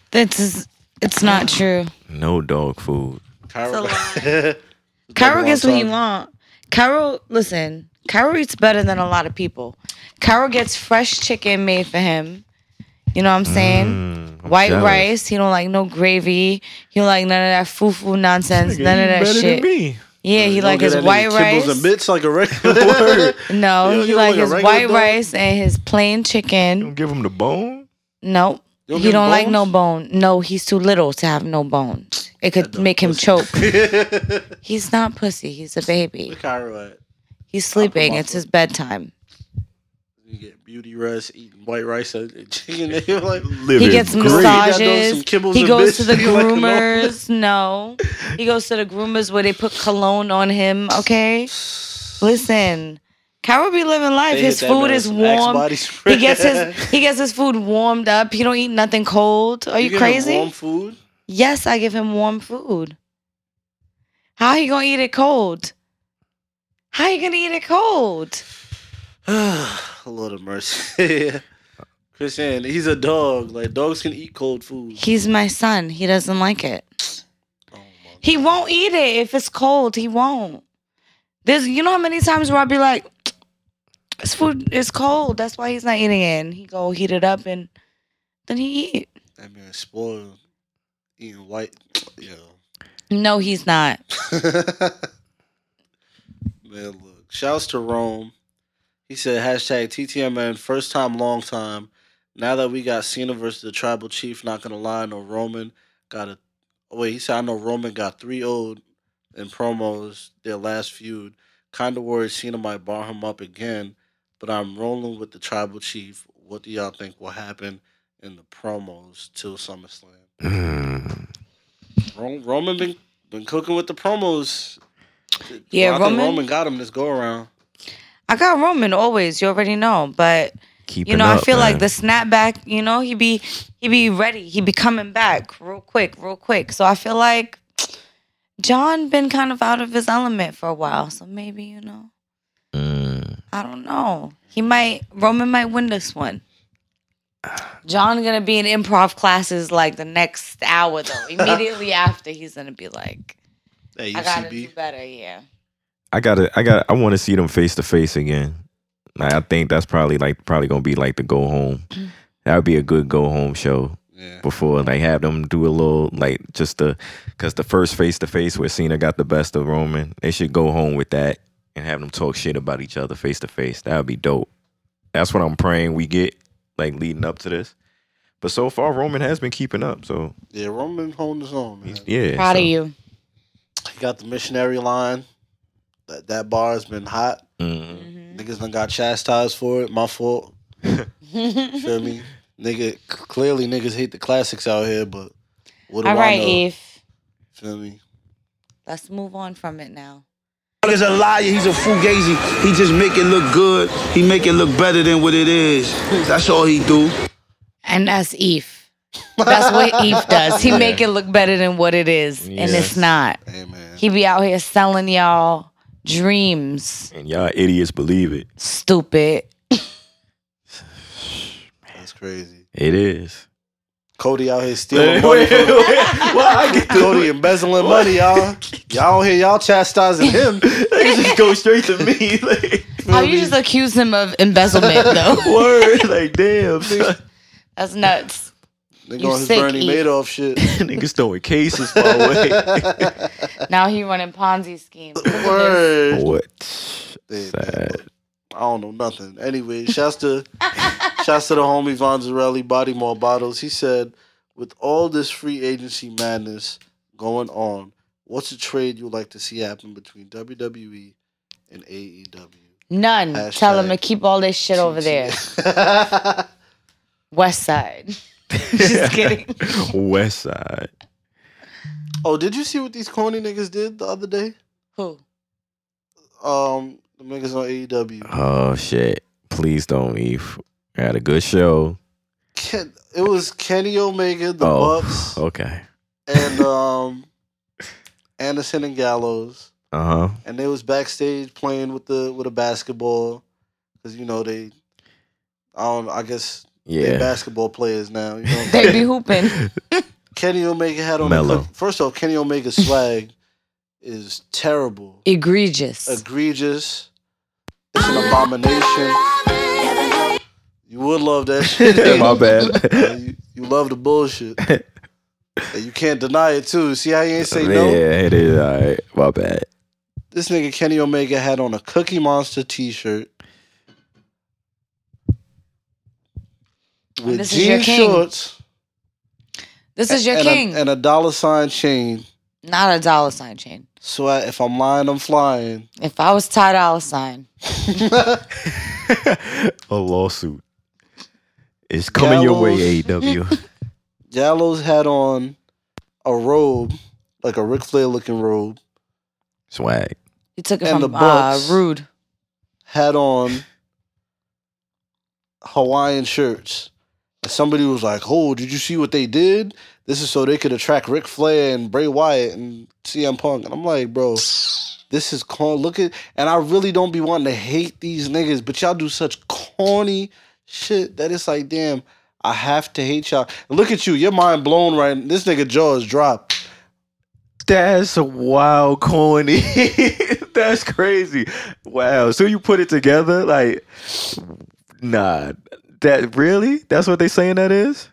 This is. It's not true.
No dog food.
Cairo,
Cairo gets what he
Double entendre.
wants. Cairo, listen. Cairo eats better than a lot of people. Cairo gets fresh chicken made for him. You know what I'm saying?
Mm, I'm
White
jealous.
rice. He don't like no gravy. He don't like none of that foo foo nonsense. None of that shit.
me.
Yeah, he
Don't
like
get
his
that nigga
white
kibbles
rice.
and bits like a regular word. You
No,
don't
he
give
like
him a
his
regular
white
dog?
rice and his plain
You don't
chicken.
give him the bone.
Nope.
You don't
he
give him
don't like no
bones?
bone. No, he's too little to have no bones. It could make him choke. he's not pussy. He's a baby.
Where Cairo at?
He's sleeping.
my
It's
foot.
his bedtime.
You get beauty rest, eating white rice and chicken. They like
He gets massages.
He got those- some kibbles
He
and
goes
bits
to the
that you like a lot.
groomers. No, he goes to the groomers where they put cologne on him. Okay, listen, Kyra be living life.
They
his
hit that man
food
with
is
some Axe
warm.
body
He
spray.
gets his he gets his food warmed up. He don't eat nothing cold. Are you,
give him
crazy?
Warm food.
Yes, I give him warm food. How he gonna eat it cold? How you gonna eat it cold?
Lord of mercy. Christian, he's a dog. Like dogs can eat cold food.
He's my son. He doesn't like it. He won't eat it if it's cold. He won't. There's, you know how many times where I be like, this food is cold. That's why he's not eating it. And he go heat it up and then he eat.
That man spoiled. Eating white. Yo.
No, he's not.
man, look. Shouts to Rome. He said hashtag TTMN, first time, long time. Now that we got Cena versus the tribal chief, not gonna lie, no Roman got a oh, wait, he said I know Roman got three old in promos their last feud. Kinda worried Cena might bar him up again, but I'm rolling with the tribal chief. What do y'all think will happen in the promos till SummerSlam? Ro- Roman been been cooking with the promos.
Yeah,
I
Roman-
Think Roman got him this go around.
I got Roman always. You already know. But,
Keeping
you know,
up,
I feel like
man.
the snapback, you know, he be, he be ready. He be coming back real quick, real quick. So I feel like John been kind of out of his element for a while. So maybe, you know.
Mm.
I don't know. He might Roman might win this one. John gonna be in improv classes like the next hour though. Immediately after he's gonna be like,
Hey,
I gotta do
UCB.
better, yeah.
I gotta. I got. I want to see them face to face again. Like, I think that's probably like probably gonna be like the go home.
Mm.
That would be a good go home show
Yeah.
before like have them do a little like just the because the first face to face where Cena got the best of Roman. They should go home with that and have them talk shit about each other face to face. That would be dope. That's what I'm praying we get like leading up to this. But so far Roman has been keeping up. So
Yeah, Roman holding his own. Man.
yeah,
Proud
so-
of you.
He got the missionary line. That that bar has been hot.
Mhm.
Mm-hmm.
Niggas done got chastised for it. My fault. Feel me? Nigga, clearly niggas hate the classics out here, but what do
All
I
right,
know?
Eve.
Feel me?
Let's move on from it now.
nigga's a liar. He's a fugazi. He just make it look good. He make it look better than what it is. That's all he do.
And that's Eve. That's what Eve does. He make it look better than what it is, and it's not.
Amen.
He be out here selling y'all dreams.
And y'all idiots believe it.
Stupid.
That's crazy.
It is.
Cody out here stealing money. from- Cody embezzling money, y'all. Y'all don't hear y'all chastising him.
They just go straight to me. Like,
Oh, you just accuse him of embezzlement, though.
word. Like, damn. son.
That's nuts.
They
You
going his
sick,
Bernie
E.
Madoff shit.
Niggas throwing cases my way.
Now he running Ponzi schemes.
Word.
What?
Damn,
Oh, Sad.
I don't know nothing. Anyway, shouts to shouts to the homie Vonzarelli, Body More Bottles. He said, with all this free agency madness going on, what's a trade you'd like to see happen between WWE and E AEW?
None.
Hashtag
Tell him to keep all this shit over there. West Side. just kidding.
West Side.
Oh, did you see what these corny niggas did the other day?
Who?
Um, the niggas on AEW.
Oh shit. Please don't Eve. I had a good show.
Ken, it was Kenny Omega, the
Oh.
Bucks,
Okay.
and um, Anderson and Gallows.
Uh huh.
and they was backstage playing with the with a basketball because you know they I don't I guess they
Yeah.
basketball players now. You know?
They be hooping.
Kenny Omega had on a
Mellow.
cook- first off, Kenny Omega's swag is terrible,
Egregious.
egregious. It's an abomination. You would love that shit.
My bad.
Yeah, you, you love the bullshit. And you can't deny it too. See how you ain't say
yeah,
no?
it is. All right. My bad.
This nigga Kenny Omega had on a Cookie Monster T-shirt. With
This is your
jean
king.
shorts
this is your
and,
king.
A, and a dollar sign chain.
Not a dollar sign chain.
So I, if I'm lying, I'm flying.
If I was Ty Dolla Sign,
A lawsuit. It's coming your way, E AEW.
Gallows had on a robe, like a Ric Flair looking robe.
Swag.
you took it
And
from
the
uh,
Bucks.
Rude.
Had on Hawaiian shirts. And Somebody was like, "Oh, did you see what they did? This is so they could attract Ric Flair and Bray Wyatt and CM Punk." And I'm like, "Bro, this is corn. Look at." And I really don't be wanting to hate these niggas, but y'all do such corny shit that it's like, damn, I have to hate y'all. And look at you, your mind blown right. This nigga jaw is dropped.
That's wild corny. That's crazy. Wow. So you put it together, like nah. That really? That's what they saying that is?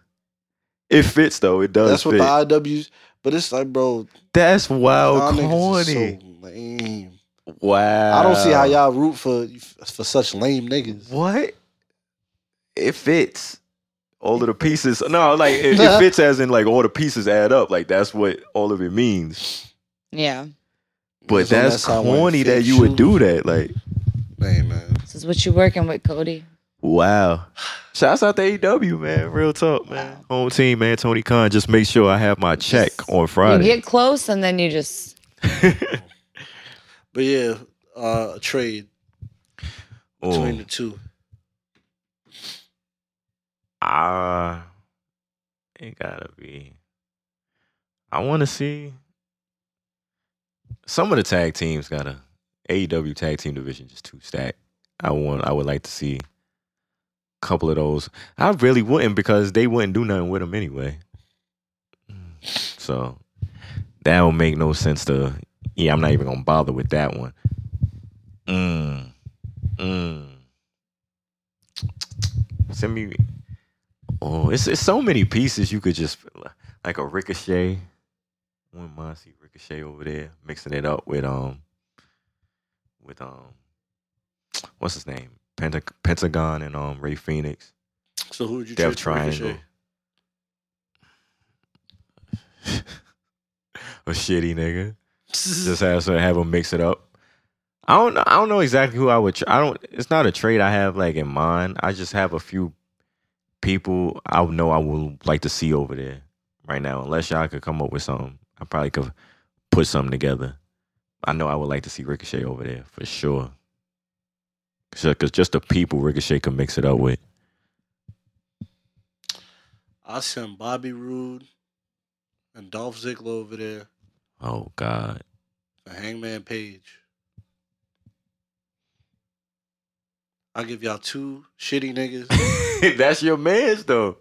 It fits though. It does
That's what
fit.
the IWs. But it's like, bro,
That's
y'all
wild
niggas is
corny.
so lame.
wow.
I don't
Uh,
see how y'all root for for such lame niggas.
What? It fits. All of the pieces. No, like it, it fits as in like all the pieces add up. Like that's what all of it means.
Yeah.
But
So
that's,
how it
corny that
fits
you would do that. Like
Hey, man.
This is what you working with, Cody.
Wow. Shouts out to AEW, man. Real talk, man. Home team, man. Tony Khan. Just make sure I have my check on Friday.
You get close and then you just
But yeah, uh, a trade
Ooh.
between the two.
Ah, it gotta be. I want to see some of the tag teams. Got a AEW tag team division just too stacked. I want. I would like to see a couple of those. I really wouldn't because they wouldn't do nothing with them anyway. So that would make no sense to. Yeah, I'm not even gonna bother with that one. Mm. Mm. Send me. Oh, it's it's so many pieces you could just like a ricochet. Wouldn't mind see ricochet over there mixing it up with um with um what's his name Penta- Pentagon and um Ray Phoenix
So who would you
Death
trade for Ricochet?
Triangle. a shitty nigga. just have so have them mix it up. I don't know. I don't know exactly who I would. Tra- I don't. It's not a trade I have like in mind. I just have a few people I would know I would like to see over there right now. Unless y'all could come up with something, I probably could put something together. I know I would like to see Ricochet over there for sure. Because just the people Ricochet can mix it up with.
I send Bobby Roode and Dolph Ziggler over there
Oh God,
for Hangman Page. I give y'all two shitty niggas.
That's your man's though.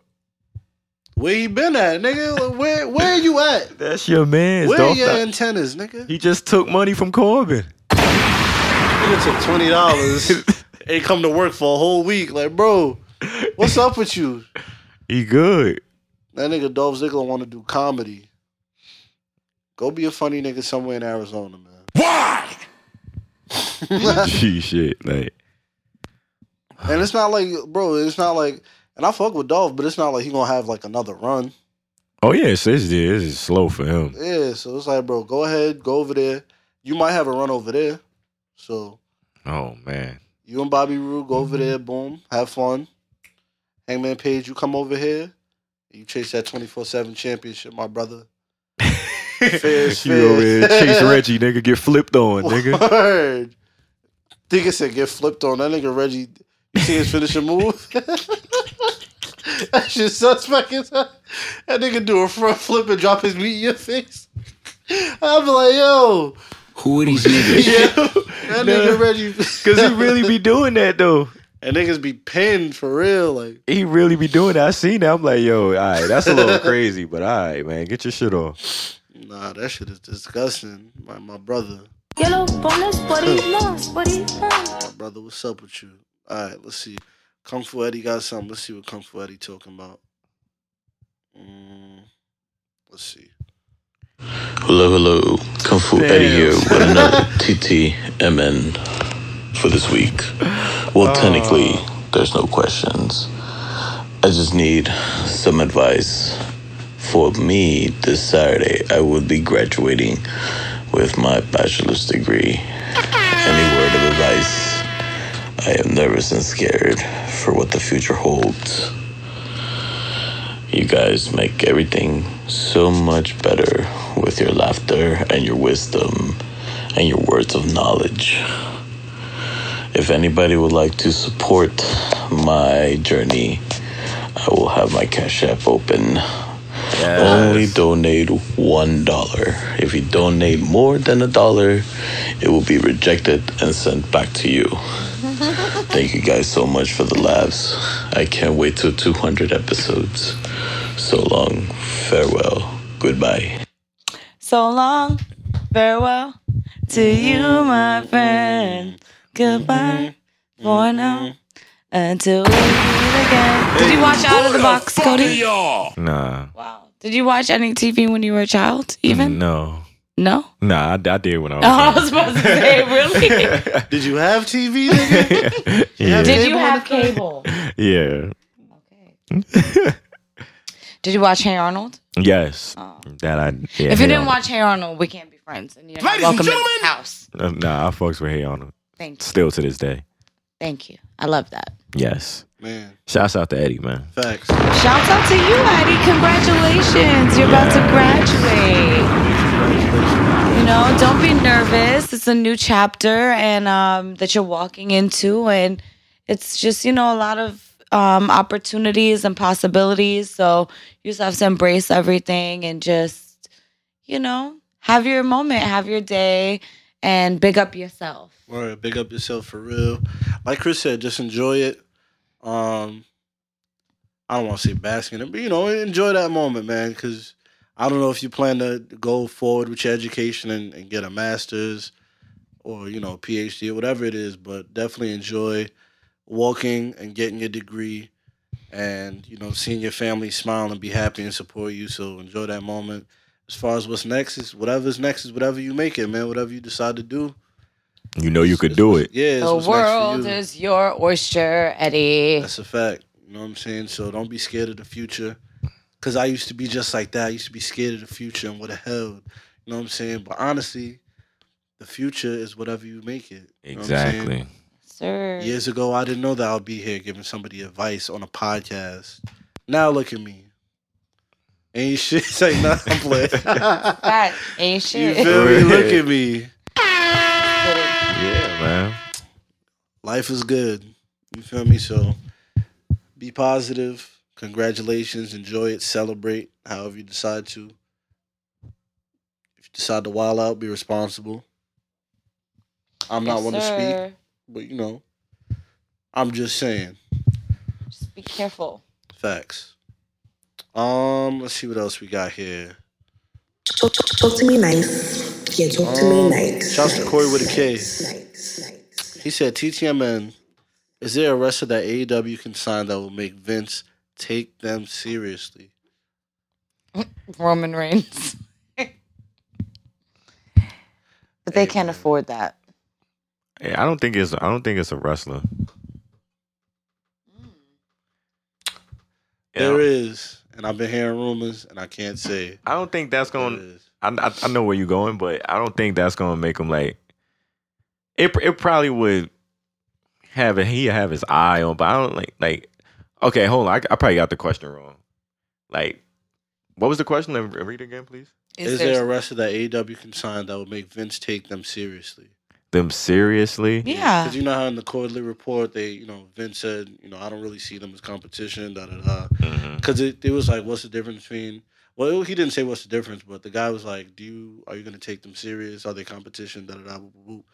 Where he been at, nigga? Like, Where where you at?
That's your man's.
Where are
Dolph
your
Ziggler.
antennas, nigga?
He just took money from Corbin.
Nigga took twenty dollars. Ain't come to work for a whole week. Like, bro, what's up with you?
He good.
That nigga Dolph Ziggler want to do comedy. Go be a funny nigga somewhere in Arizona, man.
she shit like
And it's not like, bro, it's not like, and I fuck with Dolph, but it's not like he gonna have like another run.
oh yeah, it's it's, it's just slow for him.
Yeah, so it's like, bro, go ahead, go over there. You might have a run over there. So
Oh man,
you and Bobby Roode go over
Mm-hmm.
there, boom, have fun. Hangman Page, you come over here, you chase that twenty four seven championship, my brother. Fizz,
You over there
fizz.
chase Reggie, nigga, get flipped on, nigga.
Word. Nigga said get flipped on. That nigga Reggie, you see his finishing move? That's shit suspect. as hell. That nigga do a front flip and drop his meat in your face. I'm like, yo.
Who are these niggas?
Yeah. That nigga Reggie.
Cause he really be doing that though.
And niggas be pinned for real. Like,
He really be doing that. I seen that. I'm like, yo, all right, that's a little crazy, but all right, man, get your shit off.
nah, that shit is disgusting. My, my brother.
Yellow bonus, what is love? What is love?
My brother, what's up with you? All right, let's see. Kung Fu Eddie got something. Let's see what Kung Fu Eddie talking about. Mm, let's see.
Hello, hello. Kung Fu Eddie here with another TTMN for this week. Well, technically, there's no questions. I just need some advice. For me, this Saturday, I will be graduating with my bachelor's degree. Any word of advice? I am nervous and scared for what the future holds. You guys make everything so much better with your laughter and your wisdom and your words of knowledge. If anybody would like to support my journey, I will have my Cash App open. Only donate one dollar. If you donate more than a dollar, it will be rejected and sent back to you. Thank you guys so much for the laughs. I can't wait till 200 episodes. So long. Farewell. Goodbye.
So long, farewell to you, my friend. Goodbye for now. Until we meet again. Did you watch Out of the Box, Cody?
nah,
Wow. Did you watch any TV when you were a child? Even
no,
no.
nah. I, I did when I was.
Oh, I
young.
was supposed to say, really?
Did you have TV, nigga?
yeah,
Did you have cable?
yeah,
Did you watch Hey Arnold?
yes. That I. Yeah,
Oh. if you
Hey
didn't
Arnold.
watch Hey Arnold, we can't be friends. And you're not welcome in this house.
Uh, nah, I fucks with Hey Arnold
Thank you.
still to this day.
Thank you. I love that.
Yes.
Man,
Shouts out to Eddie, man.
facts.
Shouts out to you, Eddie. Congratulations. You're about to graduate. You know, don't be nervous. It's a new chapter and um, that you're walking into, and it's just you know a lot of um, opportunities and possibilities. So you just have to embrace everything and just you know have your moment, have your day, and big up yourself.
Word, big up yourself for real. Like Chris said, just enjoy it. Um, I don't want to say bask in it, but you know, enjoy that moment, man. Because I don't know if you plan to go forward with your education and, and get a master's or you know PhD or whatever it is, but definitely enjoy walking and getting your degree, and you know, seeing your family smile and be happy and support you. So enjoy that moment. As far as what's next is whatever's next is whatever you make it, man. Whatever you decide to do.
You know you could do it.
Yeah, it's
The
what's next for
world
you.
is your oyster, Eddie.
That's a fact. You know what I'm saying? So don't be scared of the future. Cause I used to be just like that. I used to be scared of the future and what the hell. You know what I'm saying? But honestly, the future is whatever you make it. You know what I'm saying?
Exactly.
Sir.
Years ago I didn't know that I'll be here giving somebody advice on a podcast. Now look at me. Ain't shit. It's like nah, I'm playing.
That ain't
you
shit.
feel me? Look at me.
man.
Life is good. You feel me? So be positive. Congratulations. Enjoy it. Celebrate however you decide to. If you decide to wild out, be responsible. I'm not one to speak, but you know, I'm just saying
Just be careful.
facts. Um, let's see what else we got here.
Talk, talk, talk to me nice. Yeah, talk to me
Um,
nice.
Shouts to
nice,
Corey with a K.
nice, nice, nice.
He said, TTMN, is there a wrestler that AEW can sign that will make Vince take them seriously?
Roman Reigns. but they can't afford that.
Hey, I don't think it's I don't think it's a wrestler.
Mm. There is, and I've been hearing rumors, and I can't say it.
I don't think that's
There
going.
is.
I, I I know where you're going, but I don't think that's going to make him like. It it probably would have it. He have his eye on, but I don't like like. Okay, hold on. I, I probably got the question wrong. Like, what was the question? Let me Read it again, please.
Is, there a wrestler that AEW can sign that would make Vince take them seriously?
Them seriously?
Yeah.
Because you know how in the quarterly report they, you know, Vince said, you know, I don't really see them as competition, da da da. Because it, it was like, what's the difference between? Well, he didn't say what's the difference, but the guy was like, do you are you going to take them serious? Are they competition? Da da da. whoop, whoop, whoop.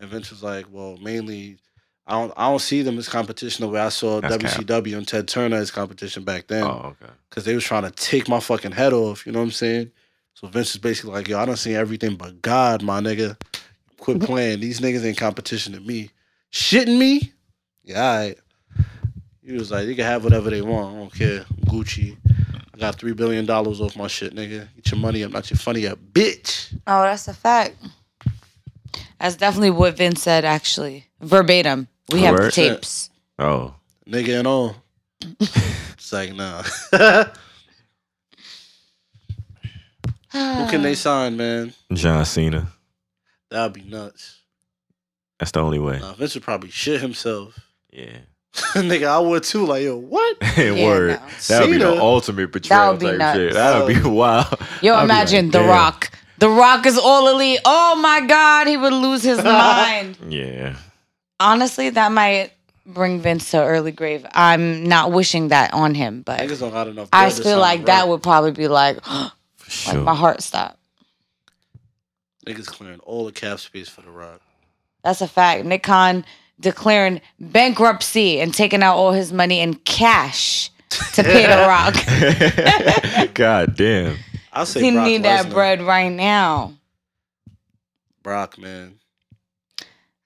And Vince was like, well, mainly, I don't I don't see them as competition the way I saw
That's cap.
WCW and Ted Turner as competition back then
Oh, okay.
because they was trying to take my fucking head off. You know what I'm saying? So Vince is basically like, yo, I don't see everything but God, my nigga. Quit playing. These niggas ain't competition to me. Shitting me? Yeah, all right. He was like, they can have whatever they want. I don't care. I'm Gucci. I got $3 billion off my shit, nigga. Get your money up, not your funny up, bitch.
Oh, that's a fact. That's definitely what Vince said, actually. Verbatim. We have the
Word.
tapes.
Oh,
Nigga and all. it's like, nah. Who can they sign, man?
John Cena.
That'd be nuts.
That's the only way.
Nah, Vince would probably shit himself.
Yeah.
Nigga, I would too. Like, yo, what?
Yeah,
Word.
no.
That would be the
Cena?
ultimate betrayal
That would be
type
nuts.
shit. That would be wild.
Yo,
I'd be
imagine
like,
The
damn.
Rock. The Rock is all elite. Oh my God, he would lose his mind.
Yeah.
Honestly, that might bring Vince to early grave. I'm not wishing that on him, but
Niggas don't got enough.
I
bread to sign
feel like
Rock.
that would probably be like, like my heart stopped.
Niggas clearing all the cap space for the rock.
That's a fact. Nick Khan declaring bankruptcy and taking out all his money in cash to pay The Rock.
God damn.
I'll say
he
Brock
need that
Lesnar.
bread right now.
Brock, man.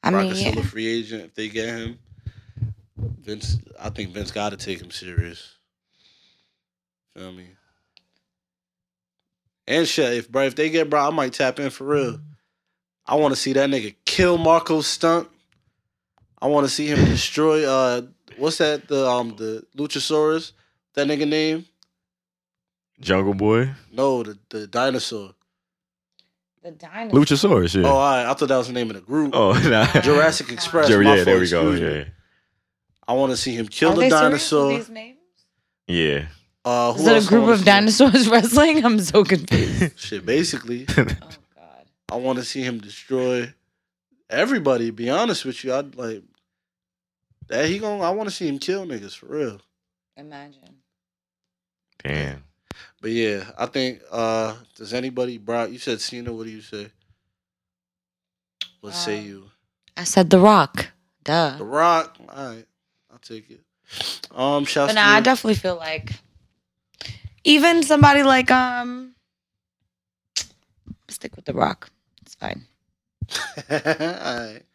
I
Brock
mean,
is still a free agent if they get him. Vince, I think Vince got to take him serious. Feel me? And shit, if bro, if they get Brock, I might tap in for real. I want to see that nigga kill Marco Stunt. I want to see him destroy. uh What's that? The um the Luchasaurus. That nigga name?
Jungle Boy.
No, the the dinosaur.
the dinosaur.
Luchasaurus, yeah.
Oh, all right. I thought that was the name of the group.
Oh, nah.
Jurassic Express.
Jer-
my
yeah,
fault,
there we go.
excuse me.
Yeah.
I want to see him
Are
kill the
they serious with
dinosaur.
these names?
Yeah.
Uh, who
Is it
else
a
I
group
wanna
of
see?
dinosaurs wrestling? I'm so confused.
Shit, basically,
oh God.
I want to see him destroy everybody. Be honest with you, I'd like that. He going I want to see him kill niggas for real.
Imagine.
Damn.
But yeah, I think. uh Does anybody, Brock? You said Cena. What do you say? What say
Um, uh.
you?
I said The Rock.
The
Duh.
Rock. All right, I'll take it. Um, shouts
But nah, I
to
definitely feel like even somebody like um stick with The Rock. It's fine.
Alright.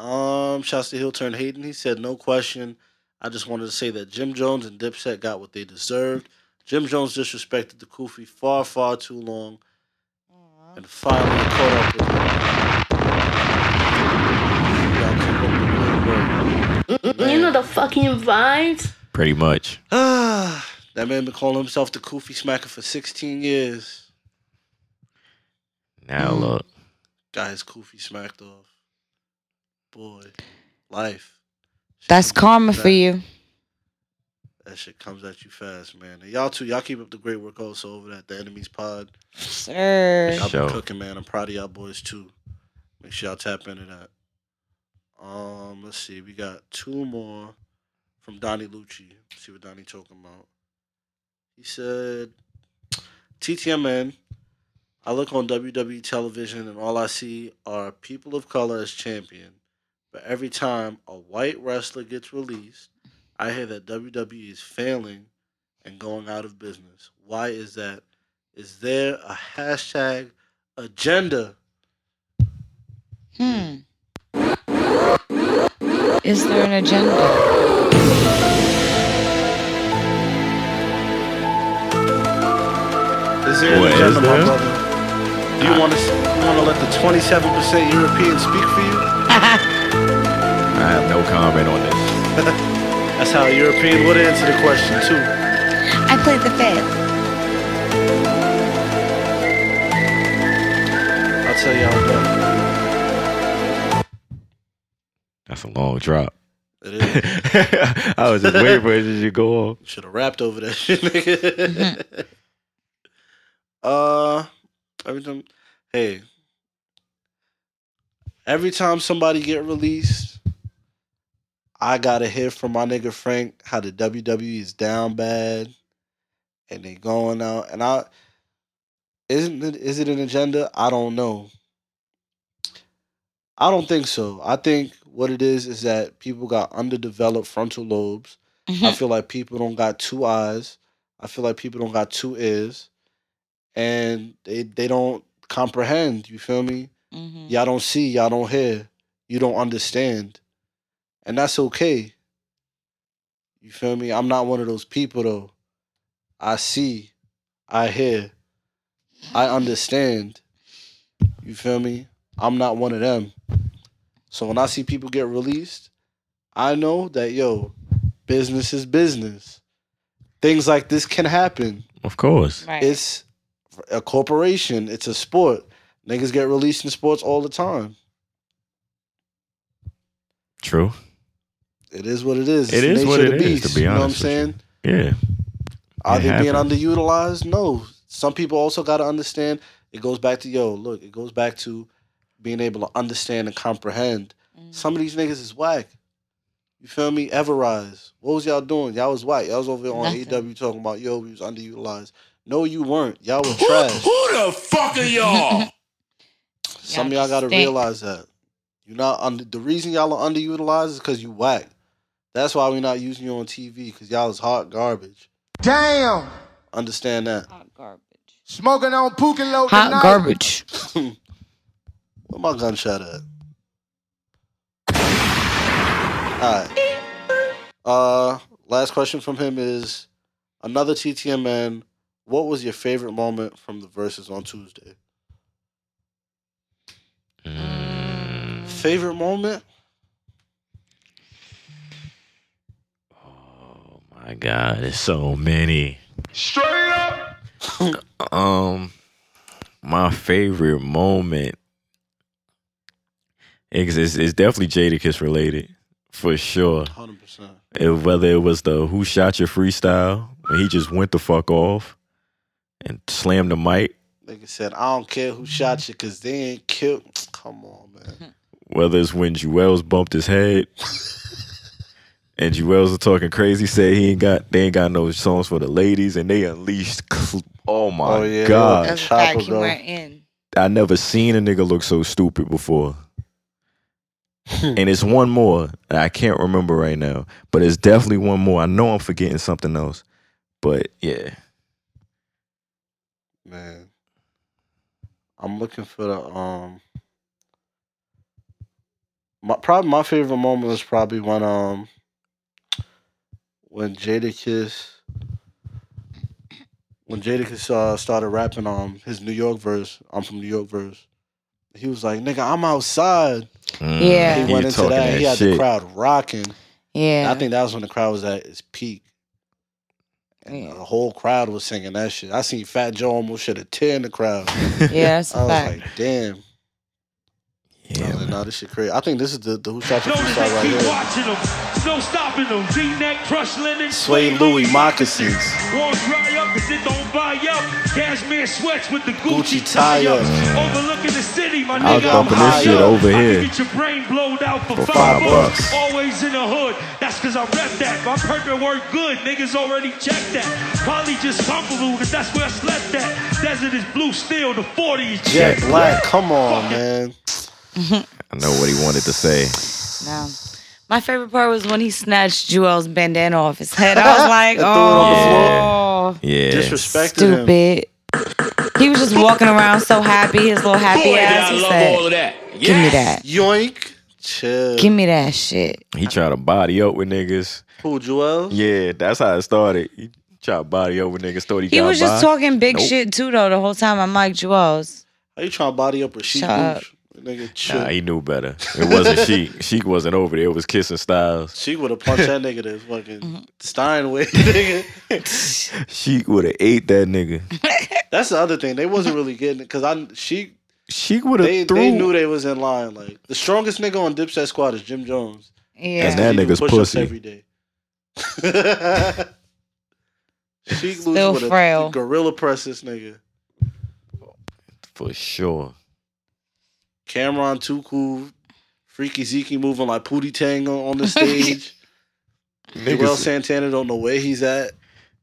Um, shouts to Hill turned Hayden. He said, No question. I just wanted to say that Jim Jones and Dipset got what they deserved. Jim Jones disrespected the Kofi far, far too long. And finally caught up with
You know the fucking vibes?
Pretty much.
that man been calling himself the Kofi Smacker for 16 years.
Now
Mm.
look.
Got his Kofi smacked off. Boy, life. Shit
That's
comes at
karma for
fast.
you.
That shit comes at you fast, man. And y'all too, y'all keep up the great work also over at the Enemies Pod.
Sir.
Y'all
Sure.
been cooking, man. I'm proud of y'all boys too. Make sure y'all tap into that. Um, let's see. We got two more from Donnie Lucci. Let's see what Donnie talking about. He said, "TTMN, I look on WWE television and all I see are people of color as champion. But every time a white wrestler gets released, I hear that WWE is failing and going out of business. Why is that? Is there a hashtag agenda?"
Hmm. Is there an agenda?
Is there
What
an
is
agenda, my
there?
brother? Do you want to you want to let the 27% European speak for you?
I have no comment on this.
That's how a European would answer the question too.
I played the fifth.
I'll tell y'all what.
That's a long drop.
It is.
I was just waiting for it to go off.
Should have rapped over that shit, nigga. uh, every time, hey, every time somebody get released, I gotta hear from my nigga Frank how the WWE is down bad, and they going out. And I isn't it, is it an agenda? I don't know. I don't think so. I think what it is is that people got underdeveloped frontal lobes.
Mm-hmm.
I feel like people don't got two eyes. I feel like people don't got two ears, and they they don't comprehend. You feel me?
Mhm.
Y'all don't see. Y'all don't hear. You don't understand, and that's okay. You feel me? I'm not one of those people though. I see, I hear, I understand. You feel me? I'm not one of them. So when I see people get released, I know that yo, business is business. Things like this can happen.
Of course.
Right.
It's a corporation. It's a sport. Niggas get released in sports all the time.
True.
It is what it is.
It
It's
is
the
what it
nature of the
is,
beast,
to be
You know what I'm
honest with you.
saying?
Yeah.
Are
It
they being
happens.
underutilized? No. Some people also got to understand. It goes back to yo. Look, it goes back to being able to understand and comprehend.
Mm.
Some of these niggas is whack. You feel me? Everrise. What was y'all doing? Y'all was whack. Y'all was over there on
Nothing.
AW talking about yo. We was underutilized. No, you weren't. Y'all was trash.
Who the fuck are y'all?
Some of
Y'all
y'all gotta
stink.
realize that. You're not under the reason y'all are underutilized is because you whack. That's why we're not using you on TV, because y'all is hot garbage.
Damn!
Understand that.
Hot garbage.
Smoking on Pookin' Low
Hot
tonight.
garbage.
Where my gunshot at? Alright. Uh last question from him is another TTMN. What was your favorite moment from the verses on Tuesday? Favorite moment?
My God, there's so many.
Straight up!
Um, my favorite moment is it's, it's definitely Jadakiss related for sure.
Hundred percent.
It- whether it was the "Who Shot Your Freestyle" when he just went the fuck off and slammed the mic,
Nigga said, I don't care who shot you because they ain't killed. Come on, man.
whether it's when Juelz bumped his head and Juelz was talking crazy, said he ain't got they ain't got no songs for the ladies, and they unleashed. cl- oh my
Oh, yeah, they
god!
were-
That's a
Chopper,
fact he
bro.
went in.
I never seen a nigga look so stupid before. and it's one more that I can't remember right now, but it's definitely one more. I know I'm forgetting something else, but yeah,
Man. I'm looking for the um my probably my favorite moment was probably when um when Jada Kiss when Jadakiss uh, started rapping um his New York verse, I'm from New York verse. He was like, "Nigga, I'm outside."
Yeah.
he
He
went
was
into
Mm, talking
that.
that
He had the
shit.
crowd rocking. And
Yeah.
I think that was when the crowd was at its peak. And
Yeah.
the whole crowd was singing that shit. I seen Fat Joe almost shed a tear in the crowd.
Yeah, that's
I
a
was
fact.
like, damn. I was like, nah, this shit crazy. I think this is the, the who shot your
Notice
shot
they
right
keep
here.
watching them. No stopping them. V-neck, crushed linen,
Sway Louis moccasins.
Won't dry up 'cause it don't buy up. Cashmere sweats with the Gucci,
Gucci
tie
tie-ups.
ups. Overlooking the city, my
I was
nigga.
bumping this
high
shit
up.
over
I can
here.
Get your brain blowed out for,
For
five,
five
bucks.
bucks.
Always in the hood. That's cause I rep that. My partner work good. Niggas already checked that. Probably just comfortable cause that's where I slept at. Desert is blue steel. The 40 is
Jet Black, come on, man.
I know what he wanted to say.
No. My favorite part was when he snatched Jewel's bandana off his head. I was like,
And threw it on the
oh,
Yeah.
Disrespected him.
stupid. He was just walking around so happy, his little happy ass. He said, Give me that.
Yoink. Chill.
Give me that shit.
He tried to body up with niggas.
Who, Joel?
Yeah, that's how it started. He tried to body up with niggas. Thought he,
He
got
was just
by.
talking big
Nope.
shit too, though, the whole time. I'm like, Jewel's.
Are you trying to body up with sheep?
Shut up.
Gooch? Nigga, chill.
Nah, he knew better. It wasn't Sheik. Sheik wasn't over there. It was Kissing Styles.
She would have punched that nigga to his
Mm-hmm.
fucking Steinway, nigga.
Sheik would have ate that nigga.
That's the other thing. They wasn't really getting it because I she
Sheik would
they,
have threw.
they knew they was in line. Like the strongest nigga on Dipset squad is Jim Jones.
Yeah.
And that
He do
nigga's
push-ups
pussy.
every day. she
Still
with
frail.
a gorilla press this nigga.
For sure.
Cameron Tuku, Freaky Zeke moving like Pootie Tang on, on the stage. Miguel
Niggas,
Santana don't know where he's at.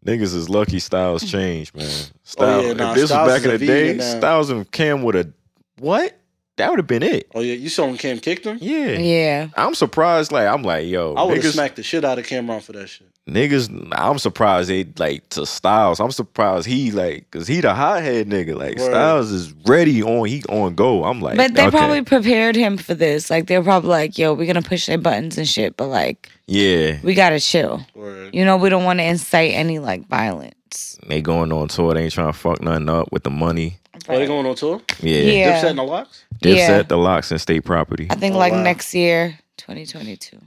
niggas is lucky Styles changed, man.
Oh,
Styles,
yeah, nah,
if this
Styles
was back
is a
in the day,
vegan now.
Styles and Cam would have. What? That would have been it.
Oh yeah, you saw him Cam kicked him.
Yeah.
Yeah.
I'm surprised. Like, I'm like, yo,
I would have
niggas,
smacked the shit out of Cameron for that shit.
niggas, I'm surprised they like to Styles. I'm surprised he like, cause he the hothead nigga. Like
Word.
Styles is ready on, he on go. I'm like,
But they
okay.
probably prepared him for this. Like, they're probably like, yo, we're going to push their buttons and shit, but like,
yeah,
we got to chill.
Word.
You know, we don't want to incite any like violence.
they going on tour. They ain't trying to fuck nothing up with the money.
Are they going on tour?
Yeah,
Yeah.
Dipset in the locks?
Dipset,
Yeah.
the locks, and state property.
I think
Oh,
like
wow.
next year, 2022.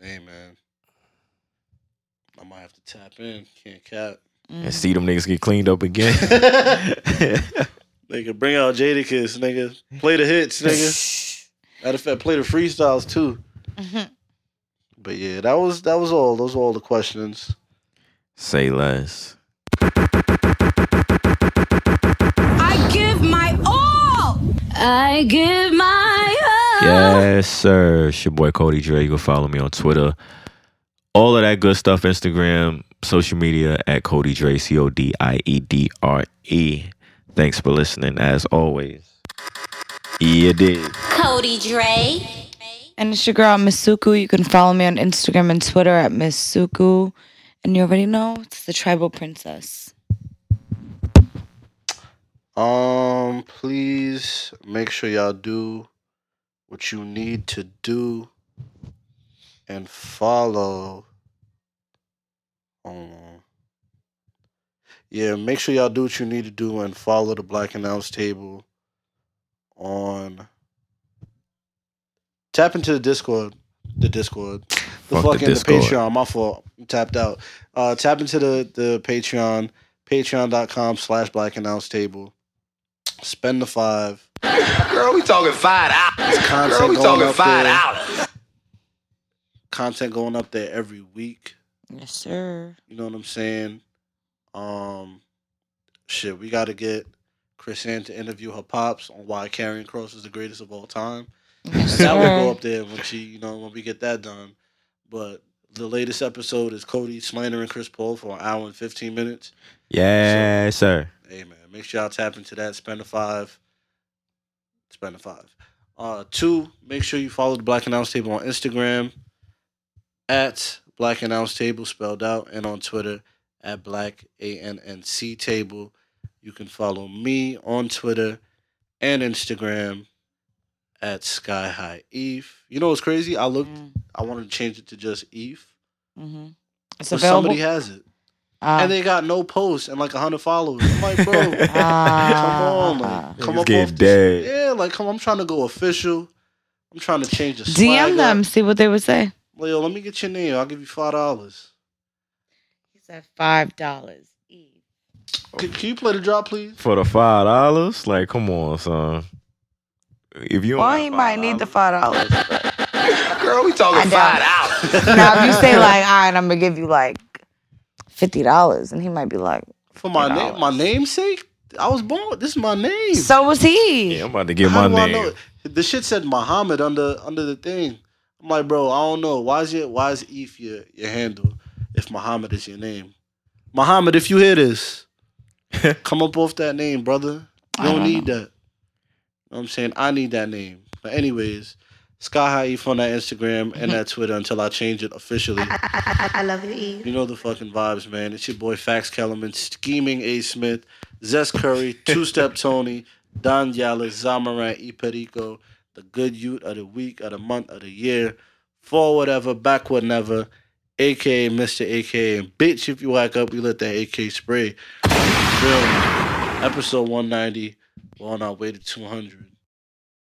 Hey man. I might have to tap in. Can't cap.
And see them niggas get cleaned up again.
Nigga, bring out Jadakiss, nigga. Play the hits, nigga. Matter of fact, play the freestyles too. But yeah, that was that was all. Those were all the questions.
Say less.
I give my all. I give my all.
Yes, sir. It's your boy Cody Dre. You can follow me on Twitter. All of that good stuff, Instagram, social media at Cody Dre, C O D I E D R E. Thanks for listening, as always. Yeah, did.
Cody Dre.
And it's your girl Misuku. You can follow me on Instagram and Twitter at Misuku. And you already know it's the tribal princess.
Um, please make sure y'all do what you need to do and follow. Um, yeah, make sure y'all do what you need to do and follow the Black Announce Table on. Tap into the Discord. The Discord. The
Fuck the
fucking
Discord.
the Patreon. My fault. I'm tapped out. Uh, tap into the the Patreon. Patreon.com slash Black Announce Table. Spend the five.
Girl, we talking five hours.
Content
Girl, we
going
talking
up
five
there.
hours.
Content going up there every week.
Yes, sir.
You know what I'm saying? Um, shit, we got to get Chris Ann to interview her pops on why Carrying Cross is the greatest of all time. And that will go up there when she, you know, when we get that done. But the latest episode is Cody slandering Chris Paul for an hour and 15 minutes.
Yes, sir.
Hey man, make sure y'all tap into that. Spend a five. Spend a five. Uh, two. Make sure you follow the Black Announce Table on Instagram at Black Announce Table spelled out, and on Twitter at Black A N N C Table. You can follow me on Twitter and Instagram at Sky High Eve. You know what's crazy? I looked. I wanted to change it to just Eve,
Mm, Mm-hmm. It's
but
available.
somebody has it,
Ah.
and they got no posts and like hundred followers. I'm like, bro. Come on,
Ah.
like, come
Niggas
up
getting
off this-
dead.
Yeah, like, come. I'm trying to go official. I'm trying to change the swag
DM them,
Up.
see what they would say.
Leo, let me get your name. I'll give you five dollars.
He said five dollars.
Can, can you play the drop, please?
For the five dollars, like, come on, son. if you don't
Well,
have
he might need the five dollars.
Girl, we talking five hours.
now, if you say like, all right, I'm gonna give you like fifty dollars, and he might be like,
For my name, my namesake, I was born. This is my name.
so was he?
Yeah, I'm about to get my
How do I know
name.
it? The shit said Muhammad under under the thing. I'm like, bro, I don't know. Why is your why is Eve your, your handle if Muhammad is your name? Muhammad, if you hear this, come up off that name, brother. You
I
don't
don't
need that. You know what I'm saying? I need that name. But anyways, Sky High Eve on that Instagram and that Twitter until I change it officially.
I, I love you, Eve.
You know the fucking vibes, man. It's your boy Fax Kellerman, Scheming A. Smith, Zest Curry, Two Step Tony, Don Yalla, Zamaran, E. Perico, the good youth of the week, of the month, of the year, forward ever, backward never, aka Mr. AKA. And bitch, if you whack up, we let that AK spray. You feel me? Episode 190, we're on our way to 200.